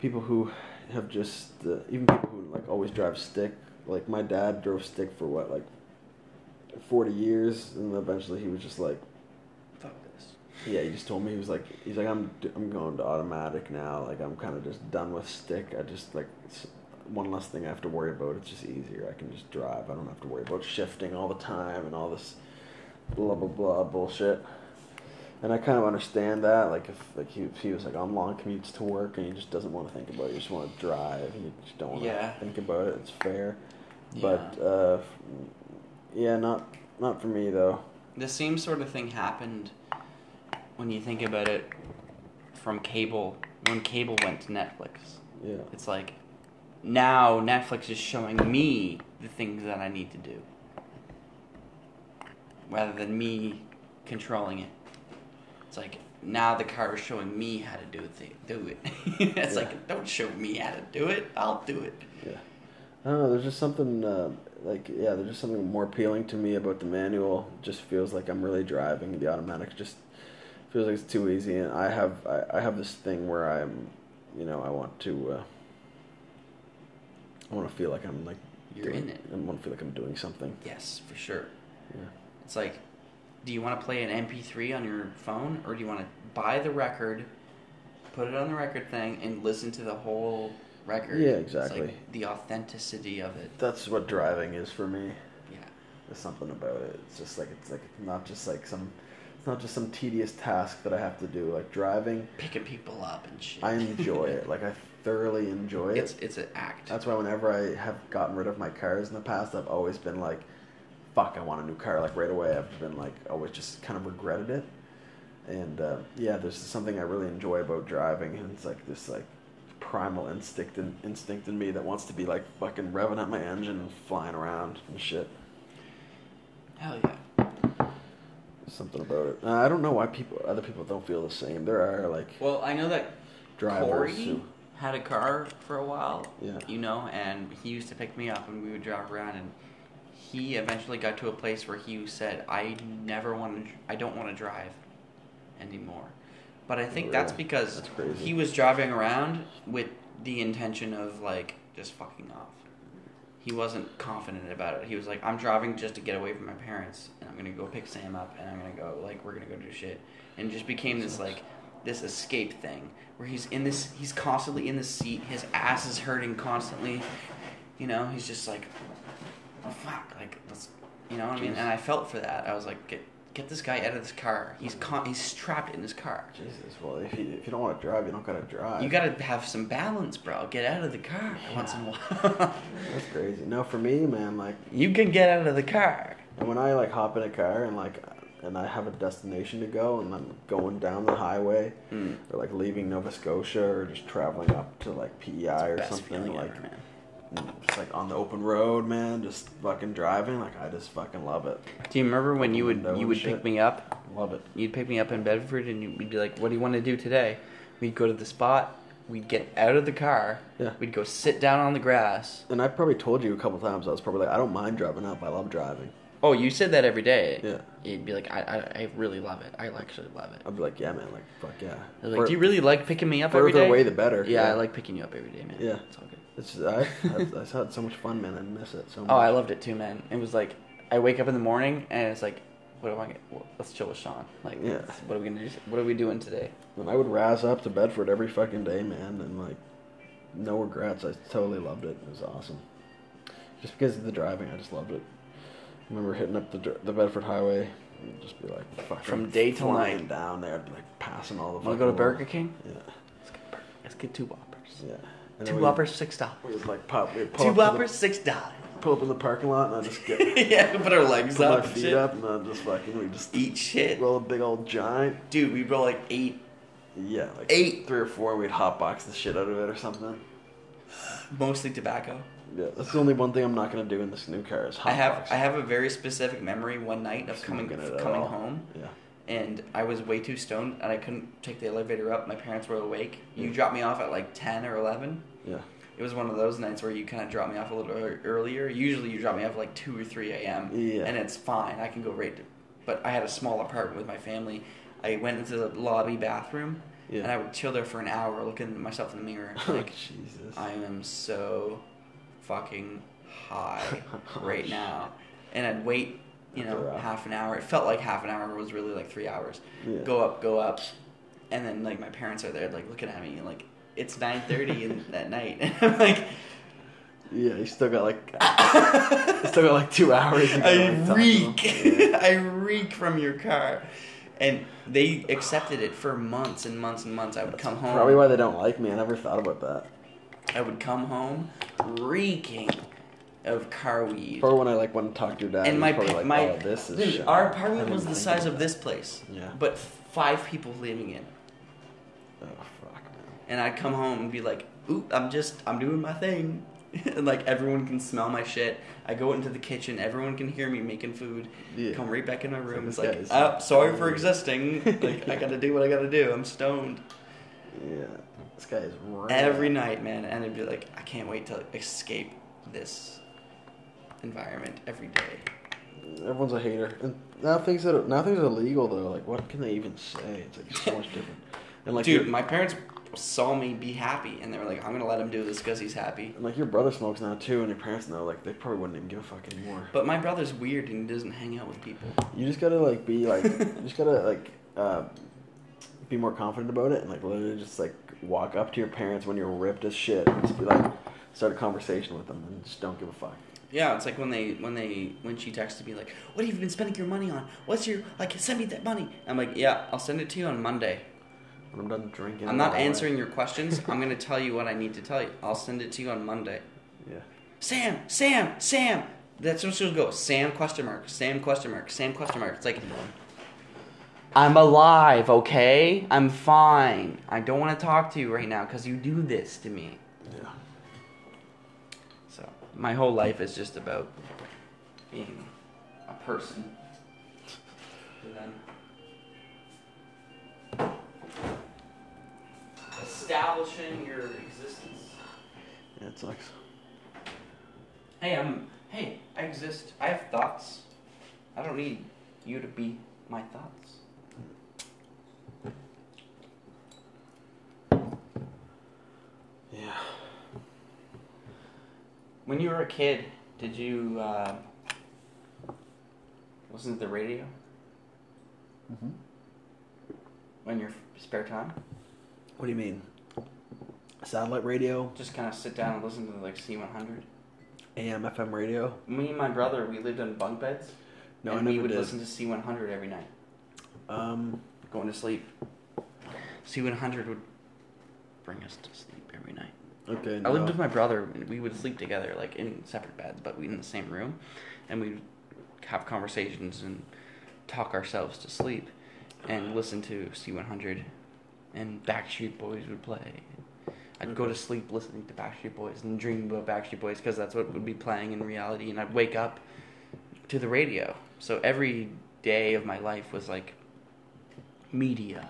Speaker 1: people who have just uh, even people who like always drive stick. Like my dad drove stick for what like forty years, and eventually he was just like,
Speaker 2: Fuck this.
Speaker 1: yeah, he just told me he was like, he's like, I'm I'm going to automatic now. Like I'm kind of just done with stick. I just like. It's, one less thing I have to worry about. It's just easier. I can just drive. I don't have to worry about shifting all the time and all this blah blah blah bullshit. And I kind of understand that, like if like he, if he was like on long commutes to work and he just doesn't want to think about it, you just want to drive and you just don't want to
Speaker 2: Yeah.
Speaker 1: think about it. It's fair, but uh, f- yeah, not not for me though.
Speaker 2: The same sort of thing happened when you think about it from cable, when cable went to Netflix.
Speaker 1: Yeah,
Speaker 2: It's like now Netflix is showing me the things that I need to do rather than me controlling it. It's like now the car is showing me how to do it. Do it. it's
Speaker 1: Yeah.
Speaker 2: like don't show me how to do it. I'll do it.
Speaker 1: yeah. I don't know. There's just something uh, like yeah, there's just something more appealing to me about the manual. It just feels like I'm really driving. The automatic just feels like it's too easy. And I have I, I have this thing where I'm, you know, I want to. Uh, I want to feel like I'm like
Speaker 2: You're
Speaker 1: doing-
Speaker 2: in it.
Speaker 1: I want to feel like I'm doing something.
Speaker 2: Yes, for sure.
Speaker 1: Yeah.
Speaker 2: It's like, do you want to play an MP3 on your phone, or do you want to buy the record, put it on the record thing, and listen to the whole record?
Speaker 1: Yeah,
Speaker 2: It's like
Speaker 1: exactly.
Speaker 2: the authenticity of it.
Speaker 1: That's what driving is for me.
Speaker 2: Yeah.
Speaker 1: There's something about it. It's just like it's like it's not just like some, it's not just some tedious task that I have to do. Like driving,
Speaker 2: Picking people up and shit.
Speaker 1: I enjoy it. Like I thoroughly enjoy it.
Speaker 2: It's it's an act.
Speaker 1: That's why whenever I have gotten rid of my cars in the past, I've always been like, "Fuck, I want a new car!" Like right away, I've been like, always just kind of regretted it. And uh, yeah, there's something I really enjoy about driving, and it's like this like primal instinct in, instinct in me that wants to be like fucking revving up my engine and flying around and shit.
Speaker 2: Hell yeah.
Speaker 1: There's something about it. Uh, I don't know why people other people don't feel the same. There are like
Speaker 2: Well, I know that
Speaker 1: drivers
Speaker 2: Corey
Speaker 1: who
Speaker 2: had a car for a while.
Speaker 1: Yeah.
Speaker 2: You know, and he used to pick me up, and we would drive around, and he eventually got to a place where he said, "I never want to. I don't want to drive anymore." But I think that's
Speaker 1: Oh, Really?
Speaker 2: because
Speaker 1: That's crazy.
Speaker 2: he was driving around with the intention of like just fucking off. He wasn't confident about it. He was like, "I'm driving just to get away from my parents, and I'm gonna go pick Sam up, and I'm gonna go like we're gonna go do shit." And it just became this like this escape thing where he's in this he's constantly in the seat his ass is hurting constantly you know he's just like oh, fuck like let's you know what i mean and i felt for that i was like get get this guy out of this car he's con- he's trapped in this car
Speaker 1: Jesus, well, if you, if you don't want to drive, you don't gotta drive.
Speaker 2: you gotta have some balance bro get out of the car once in a while
Speaker 1: That's crazy. No, for me, man, like
Speaker 2: you can get out of the car
Speaker 1: And when I like hop in a car and like and I have a destination to go and I'm going down the highway
Speaker 2: Mm.
Speaker 1: or like leaving Nova Scotia or just traveling up to like PEI or
Speaker 2: Best
Speaker 1: something
Speaker 2: feeling
Speaker 1: like mm,
Speaker 2: ever, man.
Speaker 1: just like on the open road, man, just fucking driving, like I just fucking love it.
Speaker 2: do you remember when you would
Speaker 1: Window
Speaker 2: you
Speaker 1: and
Speaker 2: would
Speaker 1: shit.
Speaker 2: pick me up
Speaker 1: Love it.
Speaker 2: You'd pick me up in Bedford and you'd be like, What do you want to do today? We'd go to the spot, we'd get out of the car,
Speaker 1: Yeah.
Speaker 2: we'd go sit down on the grass.
Speaker 1: And I probably told you a couple times I was probably like I don't mind driving up, I love driving.
Speaker 2: Oh, you said that every day.
Speaker 1: Yeah.
Speaker 2: You'd be like, I, I, I really love it. I actually love it.
Speaker 1: I'd be like, Yeah man, like fuck yeah.
Speaker 2: They're like,
Speaker 1: For-
Speaker 2: Do you really like picking me up every
Speaker 1: further
Speaker 2: day?
Speaker 1: away the better.
Speaker 2: Yeah,
Speaker 1: Yeah.
Speaker 2: I like picking you up every day, man.
Speaker 1: Yeah.
Speaker 2: It's all good.
Speaker 1: it's just, I I I had so much fun man, I miss it so much.
Speaker 2: Oh, I loved it too, man. It was like, I wake up in the morning and it's like, What am I going to Let's chill with Sean. Like,
Speaker 1: Yeah.
Speaker 2: let's- what are we going to do? What are we doing today?
Speaker 1: And I would razz up to Bedford every fucking day, man, and like, no regrets. I totally loved it. It was awesome. Just because of the driving, I just loved it. I remember hitting up the dr- the Bedford Highway and just be like, fucking
Speaker 2: From day till
Speaker 1: flying
Speaker 2: night.
Speaker 1: down there, like passing all the.
Speaker 2: Want to
Speaker 1: fucking
Speaker 2: go to
Speaker 1: world.
Speaker 2: Burger King?
Speaker 1: Yeah,
Speaker 2: Let's get, Burger- let's get two Whoppers.
Speaker 1: yeah. And then
Speaker 2: Two
Speaker 1: we-
Speaker 2: Whoppers, $6.
Speaker 1: We would like pop. We'd pull
Speaker 2: Two
Speaker 1: up to the-
Speaker 2: whoppers, six dollars.
Speaker 1: pull up in the parking lot, and I just get
Speaker 2: yeah, put our legs
Speaker 1: put my
Speaker 2: up,
Speaker 1: feet
Speaker 2: shit.
Speaker 1: up, and I just fucking we just
Speaker 2: eat shit.
Speaker 1: roll a big old giant.
Speaker 2: Dude, we roll like eight
Speaker 1: Yeah, like
Speaker 2: Eight.
Speaker 1: three or four. and We'd hotbox the shit out of it or something.
Speaker 2: mostly tobacco.
Speaker 1: Yeah, that's the only one thing I'm not gonna do in this new car is hot
Speaker 2: I have
Speaker 1: box.
Speaker 2: I have a very specific memory one night of coming
Speaker 1: Smoking it at
Speaker 2: coming
Speaker 1: all.
Speaker 2: home
Speaker 1: Yeah,
Speaker 2: and I was way too stoned and I couldn't take the elevator up. My parents were awake. You dropped me off at like ten or eleven.
Speaker 1: yeah,
Speaker 2: It was one of those nights where you kind of drop me off a little ear- earlier. Usually you drop me off at like 2 or 3 a.m.
Speaker 1: Yeah.
Speaker 2: And it's fine. I can go right to. But I had a small apartment with my family. I went into the lobby bathroom
Speaker 1: Yeah.
Speaker 2: and I would chill there for an hour looking at myself in the mirror.
Speaker 1: like
Speaker 2: Like,
Speaker 1: Jesus.
Speaker 2: I am so fucking high right now. And I'd wait, you
Speaker 1: That's
Speaker 2: know,
Speaker 1: rough.
Speaker 2: half an hour. It felt like half an hour, but it was really like three hours.
Speaker 1: Yeah.
Speaker 2: Go up, go up. And then like my parents are there like looking at me and, like it's nine thirty in that night. And I'm like
Speaker 1: yeah, you still got like, you still got like two hours. You gotta,
Speaker 2: I
Speaker 1: like, talk to them.
Speaker 2: reek. I reek from your car. and they accepted it for months and months and months. I would come home.
Speaker 1: Probably why they don't like me. I never thought about that.
Speaker 2: I would come home reeking of car weed.
Speaker 1: Probably when I like went and talked to your dad.
Speaker 2: and
Speaker 1: he
Speaker 2: my
Speaker 1: was probably
Speaker 2: pa-
Speaker 1: like,
Speaker 2: my
Speaker 1: oh, this is
Speaker 2: dude,
Speaker 1: shit.
Speaker 2: our
Speaker 1: I
Speaker 2: apartment
Speaker 1: didn't
Speaker 2: was the
Speaker 1: think
Speaker 2: size of
Speaker 1: that.
Speaker 2: this place.
Speaker 1: Yeah.
Speaker 2: But five people living in.
Speaker 1: Oh fuck, man.
Speaker 2: And I'd come home and be like, "Oop, I'm just I'm doing my thing." and like everyone can smell my shit. I go into the kitchen, everyone can hear me making food.
Speaker 1: Yeah.
Speaker 2: Come right back in my room.
Speaker 1: this
Speaker 2: It's
Speaker 1: guy
Speaker 2: like,
Speaker 1: is
Speaker 2: "Oh,
Speaker 1: like-
Speaker 2: sorry for existing. like I got to do what I got to do. I'm stoned."
Speaker 1: Yeah, this guy is rad.
Speaker 2: every night, man, and I'd be like, I can't wait to escape this environment every day.
Speaker 1: Everyone's a hater, and now things that now things are illegal though. Like, what can they even say? It's like so much different. And like,
Speaker 2: Dude,
Speaker 1: your,
Speaker 2: my parents saw me be happy, and they were like, I'm gonna let him do this because he's happy.
Speaker 1: and like your brother smokes now too, and your parents know. Like, they probably wouldn't even give a fuck anymore.
Speaker 2: But my brother's weird and he doesn't hang out with people.
Speaker 1: You just gotta like be like, you just gotta like uh, be more confident about it, and like literally just like walk up to your parents when you're ripped as shit, and just be like, start a conversation with them, and just don't give a fuck.
Speaker 2: Yeah, it's like when they when they when she texted me like, "What have you been spending your money on? What's your like? Send me that money." I'm like, "Yeah, I'll send it to you on Monday.
Speaker 1: When I'm done drinking,
Speaker 2: I'm not
Speaker 1: I'll-
Speaker 2: answering your questions. I'm gonna tell you what I need to tell you. I'll send it to you on Monday."
Speaker 1: Yeah.
Speaker 2: Sam, Sam, Sam. That's what she'll go. Sam question mark. Sam question mark. Sam question mark. It's like I'm alive, okay? I'm fine. I don't want to talk to you right now because you do this to me.
Speaker 1: Yeah.
Speaker 2: So my whole life is just about being a person. To them. Establishing your existence.
Speaker 1: Yeah, it sucks.
Speaker 2: Hey, I'm. Hey, I exist. I have thoughts. I don't need you to be my thoughts.
Speaker 1: Yeah.
Speaker 2: When you were a kid, did you uh, listen to the radio
Speaker 1: Mm-hmm.
Speaker 2: in your spare time?
Speaker 1: What do you mean? Satellite radio,
Speaker 2: Just kind of sit down and listen to like C100.
Speaker 1: AM, FM radio.
Speaker 2: Me and my brother, we lived on bunk beds.
Speaker 1: No,
Speaker 2: and
Speaker 1: I never
Speaker 2: we would
Speaker 1: did.
Speaker 2: listen to C100 every night,
Speaker 1: Um,
Speaker 2: going to sleep. C100 would bring us to sleep every night.
Speaker 1: okay.
Speaker 2: I lived
Speaker 1: no.
Speaker 2: with my brother. and We would sleep together, like in separate beds, but we in the same room, and we'd have conversations and talk ourselves to sleep, and listen to C one hundred, and Backstreet Boys would play. I'd go to sleep listening to Backstreet Boys and dream about Backstreet Boys because that's what would be playing in reality, and I'd wake up to the radio. So every day of my life was like media.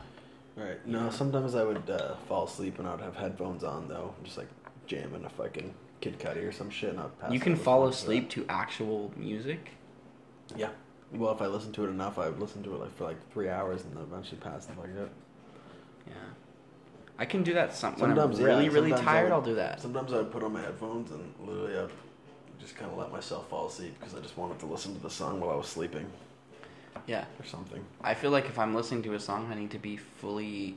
Speaker 1: Right. No, sometimes I would uh, fall asleep and I would have headphones on though, just like jamming a fucking Kid Cudi or some shit, and I'd pass.
Speaker 2: you can
Speaker 1: out
Speaker 2: fall
Speaker 1: listening
Speaker 2: asleep to actual music.
Speaker 1: to that. Yeah. Well, if I listen to it enough, I would listen to it like for like three hours and then eventually pass the fuck out.
Speaker 2: Yeah. I can do that some, when I'm
Speaker 1: Sometimes yeah,
Speaker 2: really, really
Speaker 1: sometimes I
Speaker 2: tired,
Speaker 1: would-
Speaker 2: I'll do that.
Speaker 1: Sometimes I would put on my headphones and literally I'd just kind of let myself fall asleep because I just wanted to listen to the song while I was sleeping
Speaker 2: Yeah.
Speaker 1: or something.
Speaker 2: I feel like if I'm listening to a song, I need to be fully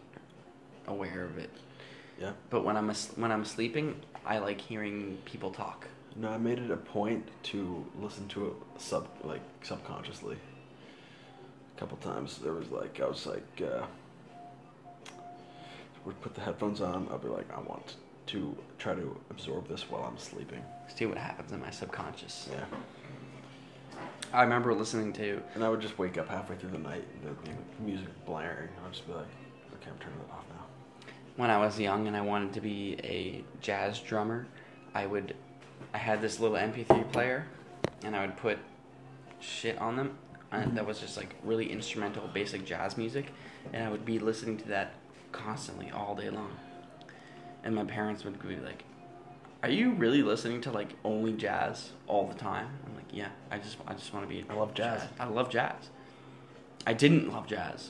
Speaker 2: aware of it.
Speaker 1: Yeah.
Speaker 2: But when I'm as- when I'm sleeping, I like hearing people talk.
Speaker 1: No, I made it a point to listen to it sub like subconsciously. A couple times there was like I was like uh, would put the headphones on. I'll be like I want to try to absorb this while I'm sleeping.
Speaker 2: See what happens in my subconscious.
Speaker 1: Yeah,
Speaker 2: I remember listening to
Speaker 1: and I would just wake up halfway through the night and there'd be music blaring. I'd just be like, okay, I'm turning that off now.
Speaker 2: when I was young and I wanted to be a jazz drummer, I would I had this little MP3 player and I would put shit on them
Speaker 1: Mm-hmm.
Speaker 2: and that was just like really instrumental basic jazz music and I would be listening to that constantly all day long. And my parents would be like, "Are you really listening to like only jazz all the time?" I'm like, "Yeah, I just I just want to be
Speaker 1: I love jazz.
Speaker 2: I love jazz. I didn't love jazz.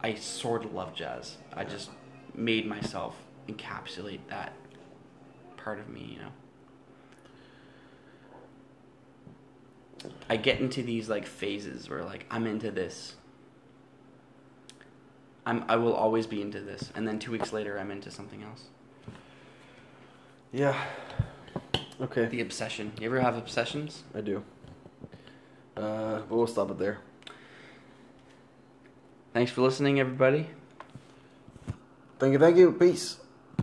Speaker 2: I sort of love jazz. I just made myself encapsulate that part of me, you know. I get into these like phases where like I'm into this. I'm I will always be into this, and then two weeks later I'm into something else.
Speaker 1: Yeah. Okay,
Speaker 2: The obsession. You ever have obsessions?
Speaker 1: I do. Uh, but we'll stop it there.
Speaker 4: Thanks for listening, everybody.
Speaker 2: Thank you, thank you. Peace.